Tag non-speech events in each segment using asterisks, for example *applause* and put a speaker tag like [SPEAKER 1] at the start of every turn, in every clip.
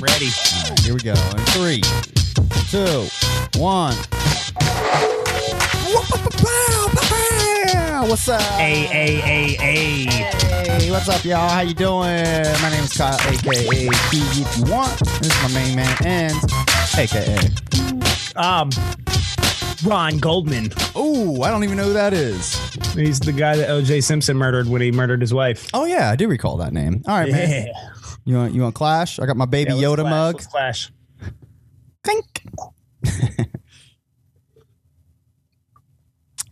[SPEAKER 1] Ready.
[SPEAKER 2] Here we go. In three, two, one. What's up?
[SPEAKER 1] A A A A.
[SPEAKER 2] Hey, what's up, y'all? How you doing? My name is Kyle, aka Key If You Want. E This is my main man, and aka.
[SPEAKER 1] Um, Ron Goldman.
[SPEAKER 2] Ooh, I don't even know who that is.
[SPEAKER 1] He's the guy that O.J. Simpson murdered when he murdered his wife.
[SPEAKER 2] Oh yeah, I do recall that name. All
[SPEAKER 1] Oh,
[SPEAKER 2] right, man. You want you want Clash? I got my baby
[SPEAKER 1] Yeah, let's
[SPEAKER 2] Yoda
[SPEAKER 1] clash,
[SPEAKER 2] mug.
[SPEAKER 1] let's clash.
[SPEAKER 2] Clink.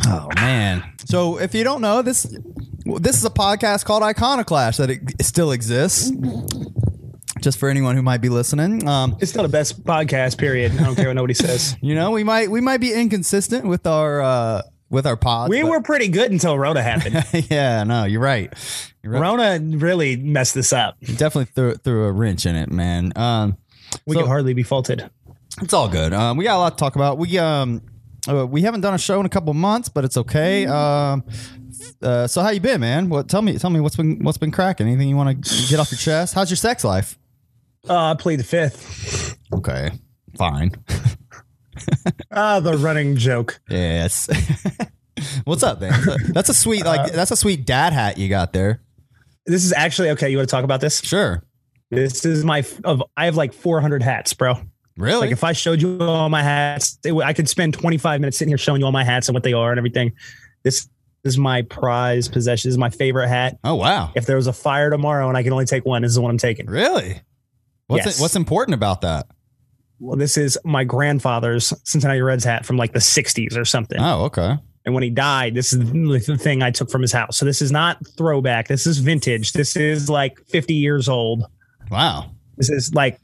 [SPEAKER 2] *laughs* oh man! So if you don't know this, well, this is a podcast called Iconoclash that it still exists. Just for anyone who might be listening, um,
[SPEAKER 1] It's still the best podcast. Period. I don't care what nobody says.
[SPEAKER 2] you know we might we might be inconsistent with our uh, with our
[SPEAKER 1] *laughs*
[SPEAKER 2] pods.
[SPEAKER 1] We
[SPEAKER 2] but-
[SPEAKER 1] were pretty good until Rona *laughs* happened.
[SPEAKER 2] *laughs* yeah, no, you're right. You're right.
[SPEAKER 1] Rona really messed this up.
[SPEAKER 2] Definitely threw threw a wrench in it, man. Um,
[SPEAKER 1] We
[SPEAKER 2] So-
[SPEAKER 1] could hardly be faulted.
[SPEAKER 2] It's all good. Um, we got a lot to talk about. We um, uh, we haven't done a show in a couple months, but it's okay. Um, uh, so how you been, man? What? Tell me, tell me what's been what's been cracking. Anything you want to get off your chest? How's your sex life?
[SPEAKER 1] Uh, I plead the fifth.
[SPEAKER 2] Okay, fine.
[SPEAKER 1] Ah, the running joke.
[SPEAKER 2] Yes. *laughs* what's up, man? That's a sweet like
[SPEAKER 1] Uh,
[SPEAKER 2] that's a sweet dad hat you got there.
[SPEAKER 1] This is actually okay. You want to talk about this?
[SPEAKER 2] Sure.
[SPEAKER 1] This is my f- of. I have like 400 hats, bro.
[SPEAKER 2] Really?
[SPEAKER 1] Like if I showed you all my hats, it would, I could spend 25 minutes sitting here showing you all my hats and what they are and everything. This is my prize possession. This is my favorite hat.
[SPEAKER 2] oh wow.
[SPEAKER 1] If there was a fire tomorrow and I can only take one, this is the one I'm taking.
[SPEAKER 2] Really? What's
[SPEAKER 1] Yes.
[SPEAKER 2] what's important about that?
[SPEAKER 1] Well, this is my grandfather's Cincinnati Reds hat from like the 60s or something.
[SPEAKER 2] Oh, okay.
[SPEAKER 1] And when he died, this is the thing I took from his house. So this is not throwback. This is vintage. This is like 50 years old.
[SPEAKER 2] Wow.
[SPEAKER 1] This is like,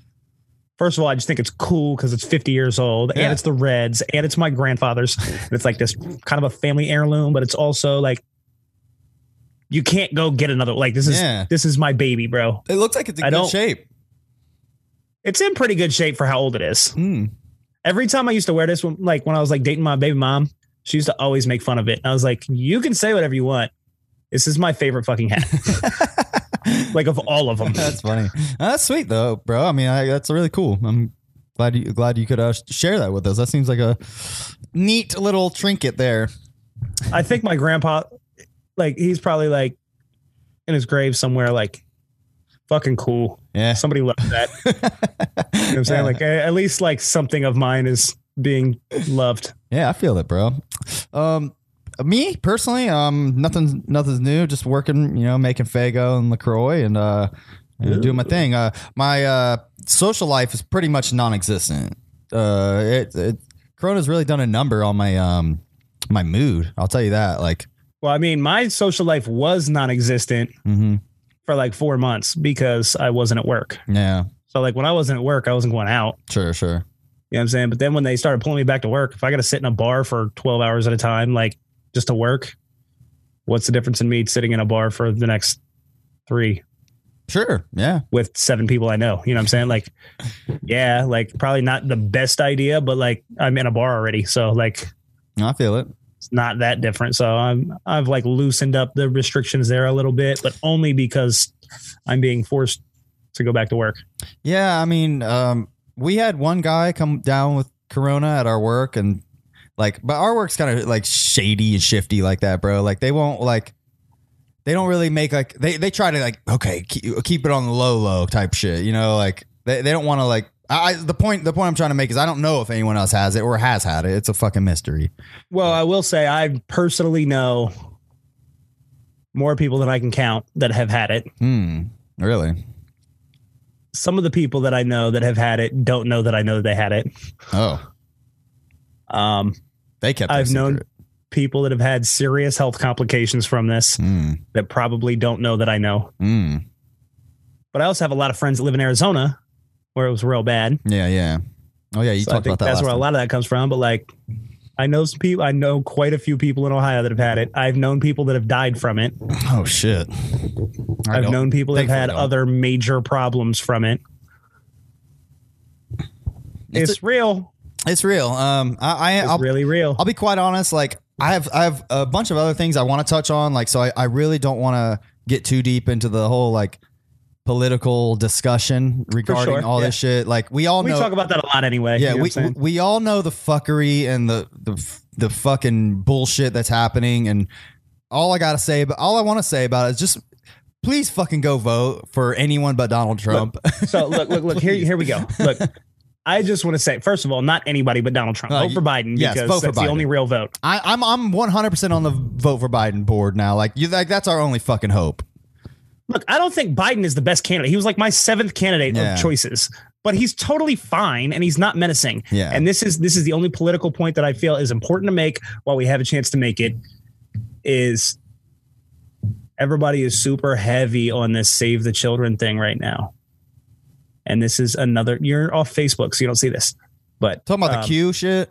[SPEAKER 1] first of all, I just think it's cool because it's 50 years old
[SPEAKER 2] Yeah.
[SPEAKER 1] and it's the Reds and it's my grandfather's. and it's like this kind of a family heirloom, but it's also like, you can't go get another. Like this is
[SPEAKER 2] Yeah.
[SPEAKER 1] this is my baby, bro.
[SPEAKER 2] It looks like it's in
[SPEAKER 1] I
[SPEAKER 2] good
[SPEAKER 1] don't-
[SPEAKER 2] shape.
[SPEAKER 1] It's in pretty good shape for how old it is. *laughs*
[SPEAKER 2] Hmm.
[SPEAKER 1] Every time I used to wear this, when, like when I was like dating my baby mom, she used to always make fun of it. And I was like, you can say whatever you want. This is my favorite fucking hat. like of all of them.
[SPEAKER 2] *laughs* that's funny. Uh, That's sweet though, bro. I mean, I, that's really cool. I'm glad you glad you could uh, sh- share that with us. That seems like a neat little trinket there.
[SPEAKER 1] I think my grandpa, like, he's probably like in his grave somewhere, like, fucking cool.
[SPEAKER 2] Yeah. *laughs*
[SPEAKER 1] Somebody loved that. You know what I'm saying? Like, a- at least, like, something of mine is being loved.
[SPEAKER 2] Yeah, I feel it, bro. Um, me personally, um, nothing, nothing's new. Just working, you know, making Fago and Lacroix and uh, and doing my thing. Uh, my uh, social life is pretty much non-existent. Uh, it, it Corona's really done a number on my um my mood. I'll tell you that. Like,
[SPEAKER 1] Well, I mean, my social life was non existent
[SPEAKER 2] mhm.
[SPEAKER 1] for like four months because I wasn't at work.
[SPEAKER 2] yeah,
[SPEAKER 1] So, like, when I wasn't at work, I wasn't going out.
[SPEAKER 2] sure, sure.
[SPEAKER 1] You know what I'm saying? But then when they started pulling me back to work, if I got to sit in a bar for 12 hours at a time, like, just to work, what's the difference in me sitting in a bar for the next three?
[SPEAKER 2] Sure. Yeah.
[SPEAKER 1] with seven people I know. You know what I'm saying? Like, yeah, like probably not the best idea, but like I'm in a bar already, so like
[SPEAKER 2] I feel it.
[SPEAKER 1] it's not that different. So I'm I've like loosened up the restrictions there a little bit, but only because I'm being forced to go back to work.
[SPEAKER 2] Yeah, I mean, um, we had one guy come down with corona at our work, and like, but our work's kind of like shady and shifty like that, bro. Like they won't like. They don't really make like they, they try to like okay keep, keep it on the low low type shit you know like they, they don't want to like I, I the point the point I'm trying to make is I don't know if anyone else has it or has had it it's a fucking mystery
[SPEAKER 1] Well, I will say I personally know more people than I can count that have had it.
[SPEAKER 2] hmm really
[SPEAKER 1] Some of the people that I know that have had it don't know that I know that they had it.
[SPEAKER 2] oh
[SPEAKER 1] Um,
[SPEAKER 2] they kept their
[SPEAKER 1] I've known-
[SPEAKER 2] secret.
[SPEAKER 1] people that have had serious health complications from this
[SPEAKER 2] Hmm.
[SPEAKER 1] that probably don't know that I know.
[SPEAKER 2] Hmm.
[SPEAKER 1] but I also have a lot of friends that live in Arizona where it was real bad.
[SPEAKER 2] yeah yeah oh yeah you
[SPEAKER 1] So I
[SPEAKER 2] talked
[SPEAKER 1] think
[SPEAKER 2] about that
[SPEAKER 1] that's
[SPEAKER 2] last
[SPEAKER 1] where a
[SPEAKER 2] time.
[SPEAKER 1] lot of that comes from. But like, I know some people, I know quite a few people in Ohio that have had it. I've known people that have died from it.
[SPEAKER 2] oh shit I
[SPEAKER 1] I've
[SPEAKER 2] don't-
[SPEAKER 1] known people that have
[SPEAKER 2] Thankfully
[SPEAKER 1] had
[SPEAKER 2] don't.
[SPEAKER 1] other major problems from it. It's,
[SPEAKER 2] It's-
[SPEAKER 1] real.
[SPEAKER 2] It's real. Um, I, I
[SPEAKER 1] It's
[SPEAKER 2] I'll,
[SPEAKER 1] really real.
[SPEAKER 2] I'll be quite honest. Like I have I have a bunch of other things I want to touch on. Like so, I, I really don't want to get too deep into the whole like political discussion regarding
[SPEAKER 1] sure,
[SPEAKER 2] all
[SPEAKER 1] yeah.
[SPEAKER 2] this shit. Like we all
[SPEAKER 1] we
[SPEAKER 2] know
[SPEAKER 1] talk about that a lot anyway.
[SPEAKER 2] yeah,
[SPEAKER 1] you know what
[SPEAKER 2] we,
[SPEAKER 1] I'm
[SPEAKER 2] *laughs*
[SPEAKER 1] saying?
[SPEAKER 2] we all know the fuckery and the the f- the fucking bullshit that's happening, and all I gotta say, but all I want to say about it is just please fucking go vote for anyone but Donald Trump. *laughs*
[SPEAKER 1] So look, look, look. Here,
[SPEAKER 2] Please.
[SPEAKER 1] here we go.
[SPEAKER 2] *laughs*
[SPEAKER 1] Look, I just want to say, first of all, not anybody but Donald Trump.
[SPEAKER 2] Uh,
[SPEAKER 1] vote for Biden
[SPEAKER 2] yes, vote
[SPEAKER 1] because
[SPEAKER 2] for
[SPEAKER 1] that's
[SPEAKER 2] Biden.
[SPEAKER 1] the only real vote.
[SPEAKER 2] I, I'm I'm 100 percent on the vote for Biden board now. Like you, like that's our only fucking hope.
[SPEAKER 1] Look, I don't think Biden is the best candidate. He was like my seventh candidate
[SPEAKER 2] Yeah.
[SPEAKER 1] of choices, but he's totally fine and he's not menacing.
[SPEAKER 2] Yeah.
[SPEAKER 1] And this is this is the only political point that I feel is important to make while we have a chance to make it. Is everybody is super heavy on this save the children thing right now. And this is another you're off Facebook, so you don't see this. But
[SPEAKER 2] Talking about
[SPEAKER 1] um,
[SPEAKER 2] the Q shit.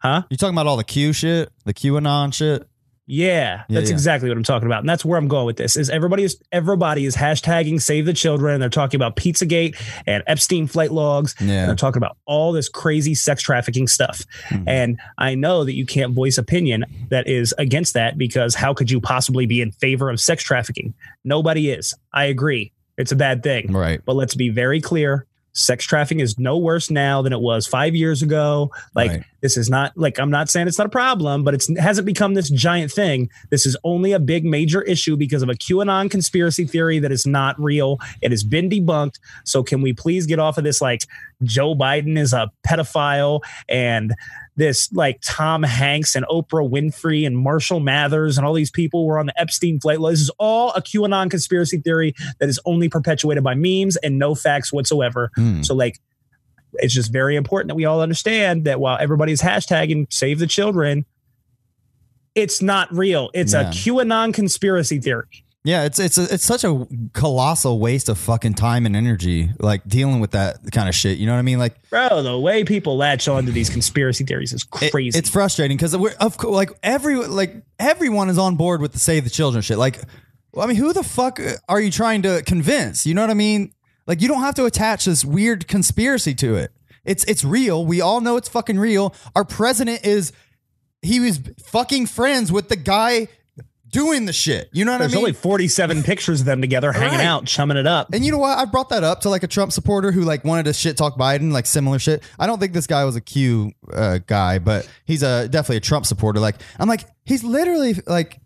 [SPEAKER 1] huh?
[SPEAKER 2] You talking about all the Q shit, the QAnon shit?
[SPEAKER 1] Yeah,
[SPEAKER 2] Yeah,
[SPEAKER 1] that's
[SPEAKER 2] yeah.
[SPEAKER 1] exactly what I'm talking about, and that's where I'm going with this. Is everybody is everybody is hashtagging Save the Children, and they're talking about PizzaGate and Epstein flight logs, and *laughs*
[SPEAKER 2] Yeah,
[SPEAKER 1] they're talking about all this crazy sex trafficking stuff.
[SPEAKER 2] Mhm.
[SPEAKER 1] And I know that you can't voice opinion that is against that because how could you possibly be in favor of sex trafficking? Nobody is. I agree, it's a bad thing.
[SPEAKER 2] right.
[SPEAKER 1] But let's be very clear: sex trafficking is no worse now than it was five years ago. Like
[SPEAKER 2] Right.
[SPEAKER 1] this is not like I'm not saying it's not a problem, but it's, it hasn't become this giant thing. This is only a big major issue because of a QAnon conspiracy theory that is not real. It has been debunked. So can we please get off of this? Like Joe Biden is a pedophile and this like Tom Hanks and Oprah Winfrey and Marshall Mathers and all these people were on the Epstein flight. This is all a QAnon conspiracy theory that is only perpetuated by memes and no facts whatsoever.
[SPEAKER 2] Hmm.
[SPEAKER 1] So like it's just very important that we all understand that while everybody's hashtagging save the children, it's not real. It's
[SPEAKER 2] Yeah.
[SPEAKER 1] a QAnon conspiracy theory.
[SPEAKER 2] Yeah, it's it's a, it's such a colossal waste of fucking time and energy, like dealing with that kind of shit. You know what I mean? Like
[SPEAKER 1] Bro, the way people latch onto these conspiracy theories is
[SPEAKER 2] it-
[SPEAKER 1] crazy.
[SPEAKER 2] it's frustrating because we're of co- like every like everyone is on board with the save the children shit. Like, well, I mean, who the fuck are you trying to convince? You know what I mean? Like, you don't have to attach this weird conspiracy to it. It's it's real. We all know it's fucking real. Our president is he was fucking friends with the guy doing the shit. You know what
[SPEAKER 1] There's
[SPEAKER 2] I mean?
[SPEAKER 1] only 47 pictures of them together hanging
[SPEAKER 2] Right.
[SPEAKER 1] out, chumming it up.
[SPEAKER 2] And you know what? I brought that up to like a Trump supporter who like wanted to shit talk Biden, like similar shit. I don't think this guy was a Q uh, guy, but he's a definitely a Trump supporter. Like I'm like he's literally like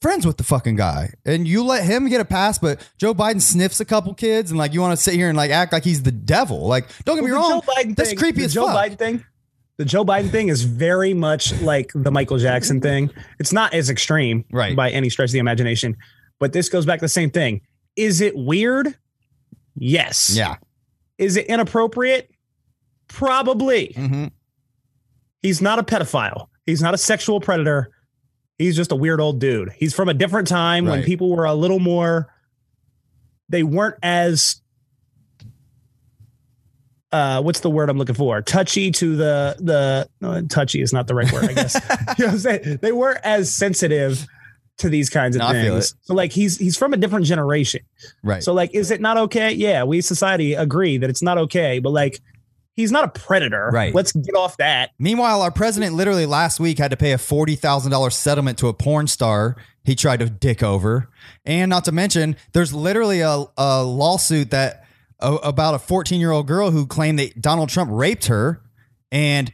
[SPEAKER 2] friends with the fucking guy, and you let him get a pass, but Joe Biden sniffs a couple kids, and like you want to sit here and like act like he's the devil. Like don't get me
[SPEAKER 1] Well, the
[SPEAKER 2] wrong,
[SPEAKER 1] Joe Biden
[SPEAKER 2] that's
[SPEAKER 1] thing-
[SPEAKER 2] creepy
[SPEAKER 1] the
[SPEAKER 2] as
[SPEAKER 1] Joe
[SPEAKER 2] fuck.
[SPEAKER 1] Biden thing. The Joe Biden thing is very much like the Michael Jackson thing. It's not as extreme
[SPEAKER 2] Right.
[SPEAKER 1] by any stretch of the imagination, but this goes back to the same thing. Is it weird? Yes.
[SPEAKER 2] Yeah,
[SPEAKER 1] Is it inappropriate? Probably.
[SPEAKER 2] hmm
[SPEAKER 1] He's not a pedophile. He's not a sexual predator. He's just a weird old dude. He's from a different time when
[SPEAKER 2] Right.
[SPEAKER 1] people were a little more they weren't as uh what's the word I'm looking for? Touchy to the the no, touchy is not the right word, I
[SPEAKER 2] *laughs*
[SPEAKER 1] guess. you know what I'm saying? They weren't as sensitive to these kinds of
[SPEAKER 2] No, I feel
[SPEAKER 1] things. So like he's he's from a different generation.
[SPEAKER 2] right.
[SPEAKER 1] So like, is it not okay? Yeah, we society agree that it's not okay, but like, he's not a predator.
[SPEAKER 2] Right.
[SPEAKER 1] Let's get off that.
[SPEAKER 2] Meanwhile, our president literally last week had to pay a forty thousand dollars settlement to a porn star he tried to dick over, and not to mention, there's literally a, a lawsuit that a, about a fourteen year old girl who claimed that Donald Trump raped her, and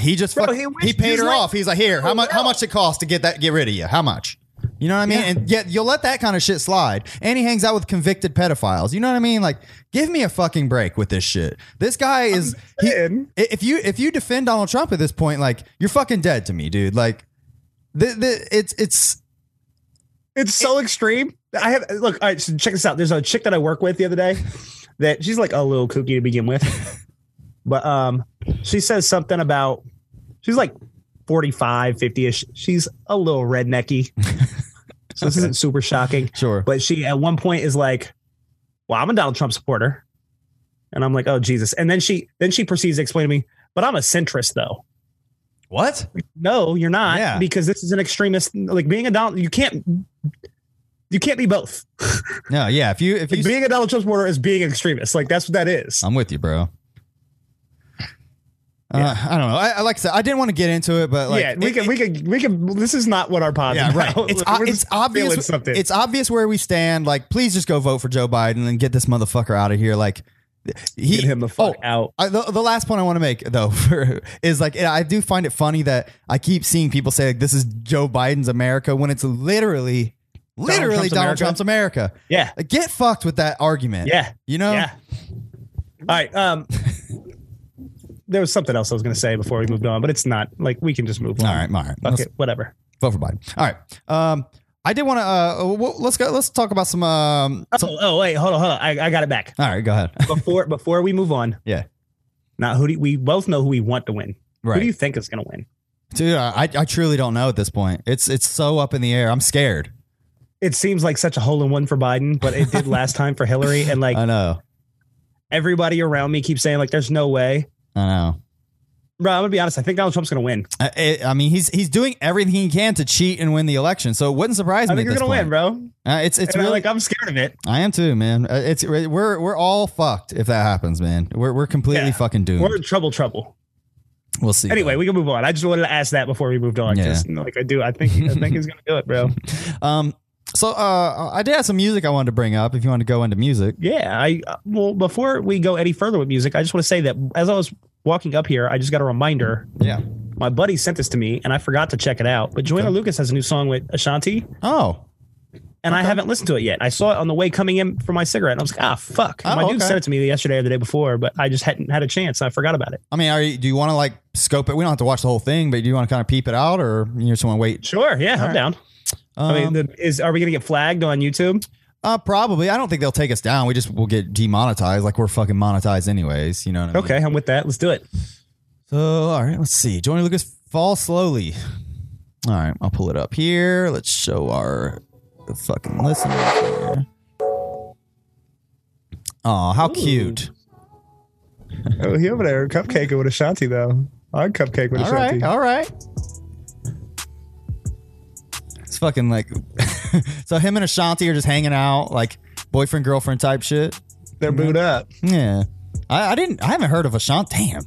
[SPEAKER 2] he just
[SPEAKER 1] Bro,
[SPEAKER 2] fuck-
[SPEAKER 1] he
[SPEAKER 2] he,
[SPEAKER 1] wished- Oh,
[SPEAKER 2] paid
[SPEAKER 1] he's
[SPEAKER 2] her
[SPEAKER 1] like-
[SPEAKER 2] off. He's like, here, how much how much it cost to get that get rid of you? How much? You know what I mean?
[SPEAKER 1] Yeah.
[SPEAKER 2] And yet you'll let that kind of shit slide. And he hangs out with convicted pedophiles. You know what I mean? Like, give me a fucking break with this shit. This guy is he,
[SPEAKER 1] saying.
[SPEAKER 2] i- if you if you defend Donald Trump at this point, like you're fucking dead to me, dude. Like the, the it's it's
[SPEAKER 1] It's so extreme. I have look. All right, so check this out. There's a chick that I work with the other day that she's like a little kooky to begin with, but um, she says something about she's like 45, 50 ish. She's a little rednecky. so this isn't super shocking.
[SPEAKER 2] sure.
[SPEAKER 1] But she at one point is like, "Well, I'm a Donald Trump supporter," and I'm like, "Oh Jesus!" And then she then she proceeds to explain to me, "But I'm a centrist, though."
[SPEAKER 2] what?
[SPEAKER 1] No, you're not,
[SPEAKER 2] Yeah.
[SPEAKER 1] because this is an extremist. Like being a Donald, you can't you can't be both.
[SPEAKER 2] No, yeah. If you if
[SPEAKER 1] Like,
[SPEAKER 2] you,
[SPEAKER 1] being a
[SPEAKER 2] Um,
[SPEAKER 1] Donald Trump supporter is being an extremist. Like that's what that is.
[SPEAKER 2] I'm with you, bro. Uh, I don't know. I, I like I said, I didn't want to get into it, but like,
[SPEAKER 1] yeah, we
[SPEAKER 2] it-
[SPEAKER 1] can, we can, we can. This is not what our pod's
[SPEAKER 2] Yeah, right.
[SPEAKER 1] about.
[SPEAKER 2] It's
[SPEAKER 1] *laughs* We're
[SPEAKER 2] o- it's
[SPEAKER 1] just feeling
[SPEAKER 2] obvious.
[SPEAKER 1] Something.
[SPEAKER 2] It's obvious where we stand. Like, please just go vote for Joe Biden and get this motherfucker out of here. Like, he
[SPEAKER 1] get him the fuck
[SPEAKER 2] oh,
[SPEAKER 1] out.
[SPEAKER 2] I, the, the last point I want to make though *laughs* for, is like I do find it funny that I keep seeing people say like this is Joe Biden's America when it's literally, literally Donald
[SPEAKER 1] Trump's America?
[SPEAKER 2] Trump's America.
[SPEAKER 1] Yeah,
[SPEAKER 2] Like, get fucked with that argument.
[SPEAKER 1] yeah,
[SPEAKER 2] you know.
[SPEAKER 1] yeah. All right.
[SPEAKER 2] *laughs*
[SPEAKER 1] Um, there was something else I was going to say before we moved on, but it's not like we can just move on.
[SPEAKER 2] All right, all right.
[SPEAKER 1] Fuck
[SPEAKER 2] Let's
[SPEAKER 1] it, whatever.
[SPEAKER 2] vote for Biden. All right. Um, I did want to. Uh, w- let's go. Let's talk about some. Um, some-
[SPEAKER 1] Oh, oh, wait, hold on, hold on. I, I got it back.
[SPEAKER 2] all right, go ahead.
[SPEAKER 1] Before before we move on.
[SPEAKER 2] Yeah.
[SPEAKER 1] Now, who do we both know who we want to win? Who
[SPEAKER 2] Right.
[SPEAKER 1] do you think is going to win?
[SPEAKER 2] Dude, I, I truly don't know at this point. It's it's so up in the air. I'm scared.
[SPEAKER 1] It seems like such a hole in one for Biden, but it did last time for Hillary, and
[SPEAKER 2] *laughs*
[SPEAKER 1] like
[SPEAKER 2] I know.
[SPEAKER 1] everybody around me keeps saying like, "There's no way."
[SPEAKER 2] I know.
[SPEAKER 1] Bro, I'm gonna be honest. I think Donald Trump's gonna win.
[SPEAKER 2] I, Uh, I- I mean, he's he's doing everything he can to cheat and win the election. So it wouldn't surprise
[SPEAKER 1] I think
[SPEAKER 2] me. at
[SPEAKER 1] you're
[SPEAKER 2] this
[SPEAKER 1] gonna win,
[SPEAKER 2] point.
[SPEAKER 1] bro.
[SPEAKER 2] Uh, it's it's
[SPEAKER 1] And I'm
[SPEAKER 2] really.
[SPEAKER 1] like I'm scared of it.
[SPEAKER 2] I am too, man. Uh, It's we're we're all fucked if that happens, man. We're we're completely
[SPEAKER 1] Yeah.
[SPEAKER 2] fucking doomed.
[SPEAKER 1] We're in trouble, trouble.
[SPEAKER 2] we'll see.
[SPEAKER 1] Anyway, we can move on. I just wanted to ask that before we moved on.
[SPEAKER 2] Yeah.
[SPEAKER 1] Just like I do, I think I think he's gonna do it,
[SPEAKER 2] *laughs*
[SPEAKER 1] bro.
[SPEAKER 2] um, so uh, I did have some music I wanted to bring up. If you want to go into music,
[SPEAKER 1] Yeah, I uh, well before we go any further with music, I just want to say that as I was walking up here, I just got a reminder.
[SPEAKER 2] yeah.
[SPEAKER 1] My buddy sent this to me, and I forgot to check it out. But Joanna Lucas has a new song with Ashanti,
[SPEAKER 2] Oh,
[SPEAKER 1] and I haven't listened to it yet. I saw it on the way coming in for my cigarette, and I was like, ah, fuck.
[SPEAKER 2] Oh,
[SPEAKER 1] my dude
[SPEAKER 2] okay.
[SPEAKER 1] sent it to me yesterday or the day before, but I just hadn't had a chance. And I forgot about it.
[SPEAKER 2] I mean, are you, do you want to like scope it? We don't have to watch the whole thing, but do you want to kind of peep it out, or you just want to wait?
[SPEAKER 1] Sure, yeah, I'm
[SPEAKER 2] right.
[SPEAKER 1] down.
[SPEAKER 2] Um,
[SPEAKER 1] I mean, the, is are we gonna get flagged on YouTube?
[SPEAKER 2] Uh, probably. I don't think they'll take us down. We just will get demonetized. Like we're fucking monetized anyways. You know what I mean?
[SPEAKER 1] Okay, I'm with that. Let's do it.
[SPEAKER 2] So all right, let's see. Johnny Lucas, fall slowly. All right, I'll pull it up here. Let's show our fucking listeners. Here. Oh, how cute!
[SPEAKER 1] Oh, he over there cupcake with Ashanti though. Our cupcake with
[SPEAKER 2] All right, all right. It's fucking like. *laughs* so him and Ashanti are just hanging out, like boyfriend girlfriend type shit.
[SPEAKER 1] They're booed up.
[SPEAKER 2] Yeah, I, I didn't. I haven't heard of Ashanti. Damn.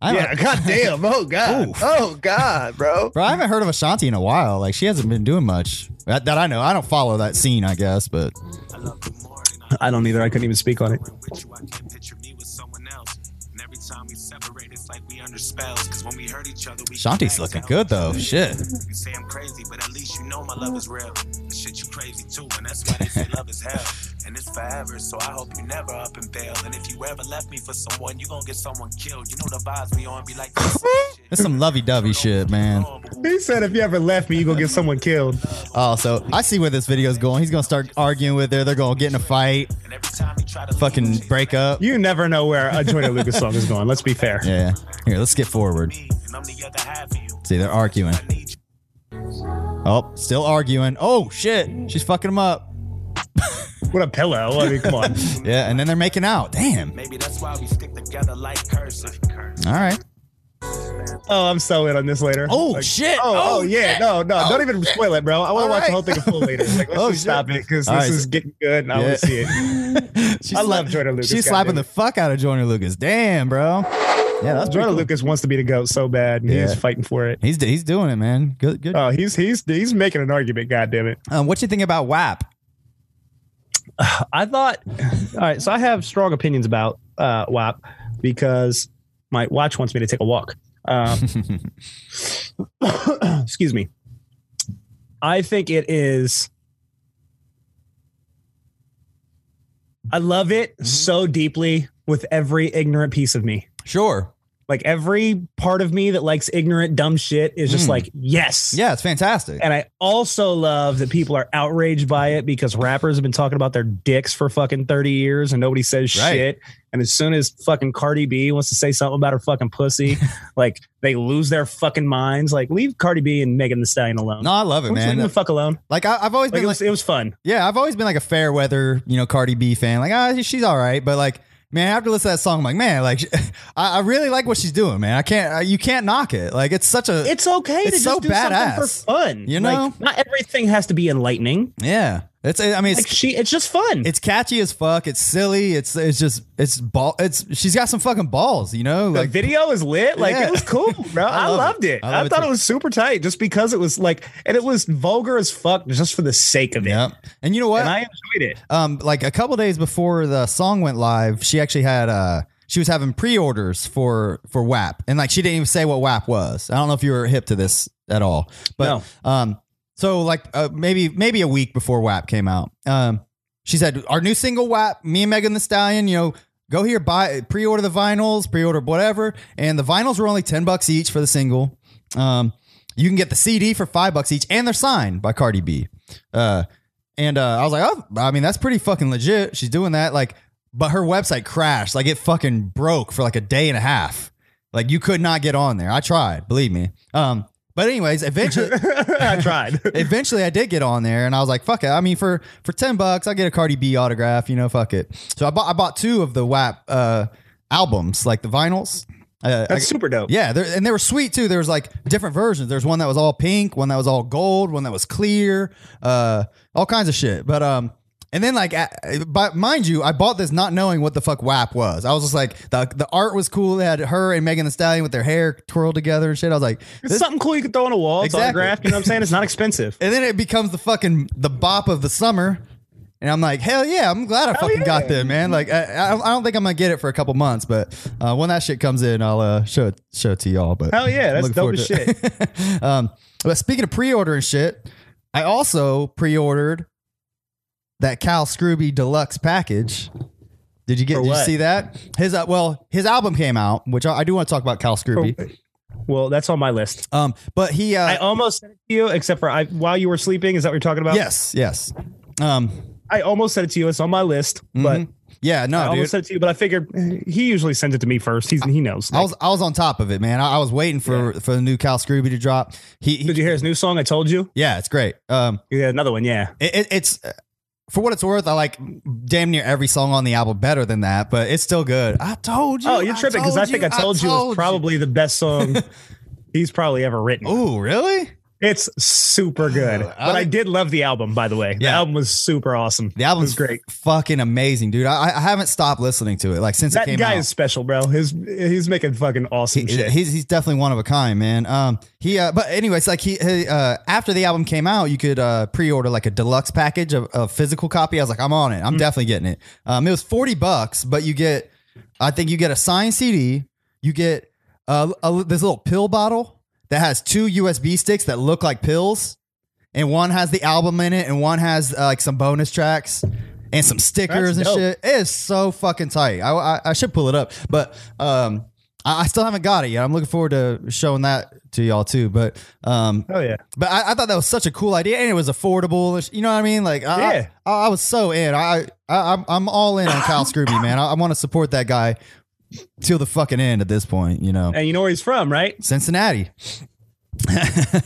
[SPEAKER 2] I haven't-
[SPEAKER 1] God damn. Oh god. Oh god, bro.
[SPEAKER 2] Bro, I haven't heard of Ashanti in a while. Like she hasn't been doing much that, that I know. I don't follow that scene, I guess, but *laughs*
[SPEAKER 1] I don't either. I couldn't even speak on it.
[SPEAKER 3] with you, I can't picture me with someone else. And every time we separate, it's like we under spells. Cause when we hurt each other, we
[SPEAKER 2] Ashanti's
[SPEAKER 3] connect.
[SPEAKER 2] looking good though. Shit.
[SPEAKER 3] You say I'm crazy, but at least you know my love is real. And shit, you crazy too, and that's why
[SPEAKER 2] *laughs*
[SPEAKER 3] they say love is hell. And it's forever, so I hope you never up and fail. And if you ever left me for someone, you gon' get someone killed. You know the vibes we on be like this.
[SPEAKER 2] That's some lovey dovey shit, man.
[SPEAKER 1] He said if you ever left me, you gonna get someone killed.
[SPEAKER 2] Oh, so I see where this video's going. He's gonna start arguing with her. They're gonna get in a fight,
[SPEAKER 3] And every time you try to
[SPEAKER 2] fucking
[SPEAKER 3] leave,
[SPEAKER 2] break up.
[SPEAKER 1] You never know where a Joyner Lucas song is going. Let's be fair.
[SPEAKER 2] Yeah. Here, let's skip forward.
[SPEAKER 3] me, and I'm the other half of you.
[SPEAKER 2] See, they're arguing.
[SPEAKER 3] I need you.
[SPEAKER 2] Oh, still arguing. Oh shit. She's fucking him up.
[SPEAKER 1] What a pillow. I mean, come on.
[SPEAKER 2] Yeah, and then they're making out. Damn.
[SPEAKER 3] Maybe that's why we stick together like cursive.
[SPEAKER 2] All right. *laughs*
[SPEAKER 1] Oh, I'm so in on this later.
[SPEAKER 2] Oh,
[SPEAKER 1] Like,
[SPEAKER 2] shit.
[SPEAKER 1] Oh, oh
[SPEAKER 2] Oh,
[SPEAKER 1] yeah. No, no. don't even spoil it, bro. I want
[SPEAKER 2] All
[SPEAKER 1] to watch
[SPEAKER 2] right.
[SPEAKER 1] the whole thing in full later. Like, *laughs* let's
[SPEAKER 2] Oh,
[SPEAKER 1] just stop
[SPEAKER 2] shit.
[SPEAKER 1] it because this
[SPEAKER 2] All right.
[SPEAKER 1] is getting good and I
[SPEAKER 2] Yeah.
[SPEAKER 1] want to see *laughs* it.
[SPEAKER 2] She's
[SPEAKER 1] I love
[SPEAKER 2] slap-
[SPEAKER 1] Jordan Lucas,
[SPEAKER 2] She's slapping
[SPEAKER 1] goddammit.
[SPEAKER 2] the fuck out of Jordan Lucas. Damn, bro. Yeah, that's
[SPEAKER 1] Joyner
[SPEAKER 2] Jordan Lucas.
[SPEAKER 1] Lucas wants to be the goat so bad, and
[SPEAKER 2] Yeah.
[SPEAKER 1] he's fighting for it.
[SPEAKER 2] He's he's doing it, man. Good, good.
[SPEAKER 1] Oh, he's he's he's making an argument. God damn it!
[SPEAKER 2] Um, what you think about WAP?
[SPEAKER 1] I thought. All right, so I have strong opinions about uh, WAP because my watch wants me to take a walk. Um, *coughs* excuse me. I think it is. I love it so deeply with every ignorant piece of me.
[SPEAKER 2] *laughs* Sure.
[SPEAKER 1] Like every part of me that likes ignorant, dumb shit is just
[SPEAKER 2] Mm.
[SPEAKER 1] like, yes.
[SPEAKER 2] Yeah, it's fantastic.
[SPEAKER 1] And I also love that people are outraged by it because rappers have been talking about their dicks for fucking 30 years and nobody says
[SPEAKER 2] Right.
[SPEAKER 1] shit. And as soon as fucking Cardi B wants to say something about her fucking
[SPEAKER 2] *laughs*
[SPEAKER 1] pussy, like they lose their fucking minds. Like leave Cardi B and Megan the Stallion alone.
[SPEAKER 2] No, I love it,
[SPEAKER 1] Just leave them
[SPEAKER 2] man.
[SPEAKER 1] the fuck alone.
[SPEAKER 2] Like I, I've always
[SPEAKER 1] Like
[SPEAKER 2] been
[SPEAKER 1] it
[SPEAKER 2] like,
[SPEAKER 1] was, it was fun.
[SPEAKER 2] yeah, I've always been like a fair weather, you know, Cardi B fan. Like, ah, she's all right, but like, man, after listening to that song, I'm like, man, like, *laughs* I, I really like what she's doing, man. I can't, uh, you can't knock it. Like, it's such a,
[SPEAKER 1] It's okay to just
[SPEAKER 2] It's so
[SPEAKER 1] do something for
[SPEAKER 2] badass.
[SPEAKER 1] fun.
[SPEAKER 2] You know?
[SPEAKER 1] like, not everything has to be enlightening.
[SPEAKER 2] yeah, It's I mean it's
[SPEAKER 1] Like she, it's just fun.
[SPEAKER 2] it's catchy as fuck. It's silly. It's it's just it's ball. It's she's got some fucking balls, you know.
[SPEAKER 1] the
[SPEAKER 2] Like
[SPEAKER 1] video is lit. Like
[SPEAKER 2] Yeah.
[SPEAKER 1] it was cool, bro. I,
[SPEAKER 2] love
[SPEAKER 1] loved
[SPEAKER 2] it.
[SPEAKER 1] it.
[SPEAKER 2] *laughs* I
[SPEAKER 1] I,
[SPEAKER 2] love it
[SPEAKER 1] thought
[SPEAKER 2] too.
[SPEAKER 1] it was super tight just because it was like, and it was vulgar as fuck just for the sake of it.
[SPEAKER 2] yeah. And you know what?
[SPEAKER 1] And I enjoyed
[SPEAKER 2] *laughs*
[SPEAKER 1] it.
[SPEAKER 2] um, like a couple days before the song went live, she actually had uh she was having pre-orders for for WAP, and like she didn't even say what WAP was. I don't know if you were hip to this at all, but um, so like uh, maybe maybe a week before WAP came out, um, she said our new single WAP, me and Megan the Stallion, you know. Go here, buy pre-order the vinyls, pre-order whatever, and the vinyls were only ten bucks each for the single. Um, you can get the CD for five bucks each, and they're signed by Cardi B. Uh, and uh, I was like, oh, I mean, that's pretty fucking legit. She's doing that. Like, but her website crashed. Like, it fucking broke for like a day and a half. Like, you could not get on there. I tried, believe me. Um, but anyways,
[SPEAKER 1] *laughs*
[SPEAKER 2] eventually,
[SPEAKER 1] I tried.
[SPEAKER 2] eventually, I did get on there, and I was like, fuck it. I mean, for for ten bucks, I get a Cardi B autograph. You know, fuck it. So I bought I bought two of the WAP uh, albums, like the vinyls. Uh,
[SPEAKER 1] *laughs*
[SPEAKER 2] I-
[SPEAKER 1] That's super dope.
[SPEAKER 2] yeah, they're- and they were sweet too. There was like different versions. There's one that was all pink, one that was all gold, one that was clear, uh, all kinds of shit. But um, and then like, I, but mind you, I bought this not knowing what the fuck WAP was. I was just like, the the art was cool. It had her and Megan the Stallion with their hair twirled together and shit. I was like,
[SPEAKER 1] It's
[SPEAKER 2] this,
[SPEAKER 1] something cool you can throw on a wall. It's
[SPEAKER 2] Exactly.
[SPEAKER 1] autographed. You know what I'm saying? It's not expensive.
[SPEAKER 2] *laughs* and then it becomes the fucking the bop of the summer. And I'm like, hell yeah, I'm glad I fucking got that, man. Like, I, I don't- I don't think I'm gonna get it for a couple months, but uh, when that shit comes in, I'll uh, show it, show it to y'all. But
[SPEAKER 1] Hell yeah, that's
[SPEAKER 2] Looking
[SPEAKER 1] dope
[SPEAKER 2] forward
[SPEAKER 1] as
[SPEAKER 2] to it.
[SPEAKER 1] shit.
[SPEAKER 2] *laughs* um, but speaking of pre-order and shit, I also pre-ordered that Cal Scrooby deluxe package. Did you get?
[SPEAKER 1] For
[SPEAKER 2] Did you
[SPEAKER 1] what?
[SPEAKER 2] see that? His uh, well, his album came out, which I, I do want to talk about Cal Scrooby.
[SPEAKER 1] Well, that's on my list.
[SPEAKER 2] Um, but he, uh,
[SPEAKER 1] Oh. I oh, almost said it to you, except for I while you were sleeping. Is that what you're talking about?
[SPEAKER 2] yes, yes, um,
[SPEAKER 1] I almost said it to you. It's on my list, but
[SPEAKER 2] mhm. yeah,
[SPEAKER 1] I
[SPEAKER 2] no, dude.
[SPEAKER 1] almost said it to you. But I figured eh, he usually sends it to me first. He's, he knows.
[SPEAKER 2] I was I was on top of it, man. I, I was waiting for for the new Cal Scrooby to drop. He, he-
[SPEAKER 1] Did you hear his new song? I told you.
[SPEAKER 2] yeah, it's great. Um,
[SPEAKER 1] Yeah, another one. Yeah.
[SPEAKER 2] it, it, it's uh, for what it's worth. I like damn near every song on the album better than that, but it's still good. I told you.
[SPEAKER 1] Oh, you're tripping because I
[SPEAKER 2] told
[SPEAKER 1] think I told you
[SPEAKER 2] told
[SPEAKER 1] is probably the best song
[SPEAKER 2] *laughs*
[SPEAKER 1] he's probably ever written.
[SPEAKER 2] Oh, really?
[SPEAKER 1] It's super good. But I,
[SPEAKER 2] like-
[SPEAKER 1] did love the album, by the way. The
[SPEAKER 2] Yeah.
[SPEAKER 1] album was super awesome.
[SPEAKER 2] The album's
[SPEAKER 1] was great.
[SPEAKER 2] fucking amazing, dude. I, I haven't stopped listening to it like since it
[SPEAKER 1] That
[SPEAKER 2] came
[SPEAKER 1] guy
[SPEAKER 2] out.
[SPEAKER 1] is special, bro. His he's making fucking awesome
[SPEAKER 2] He-
[SPEAKER 1] shit.
[SPEAKER 2] he's, he's definitely one of a kind, man. Um, he, uh, but anyways, like he, he uh, after the album came out, you could uh, pre-order like a deluxe package of a physical copy. I was like, I'm on it. I'm definitely getting it. Um, it was forty bucks, but you get, I think you get a signed CD. You get uh, a, this little pill bottle that has two USB sticks that look like pills, and one has the album in it, and one has uh, like some bonus tracks. And some stickers and
[SPEAKER 1] dope.
[SPEAKER 2] shit. It's so fucking tight. I, I, I should pull it up, but um, I, I still haven't got it yet. I'm looking forward to showing that to y'all too. But um,
[SPEAKER 1] oh yeah.
[SPEAKER 2] but I, I thought that was such a cool idea, and it was affordable. You know what I mean? Like, I,
[SPEAKER 1] Yeah.
[SPEAKER 2] I, I was so in. I, I I'm, I'm all in on Kyle Scrooby, man. I, I want to support that guy till the fucking end. At this point, you know,
[SPEAKER 1] And you know where he's from, right?
[SPEAKER 2] Cincinnati. *laughs*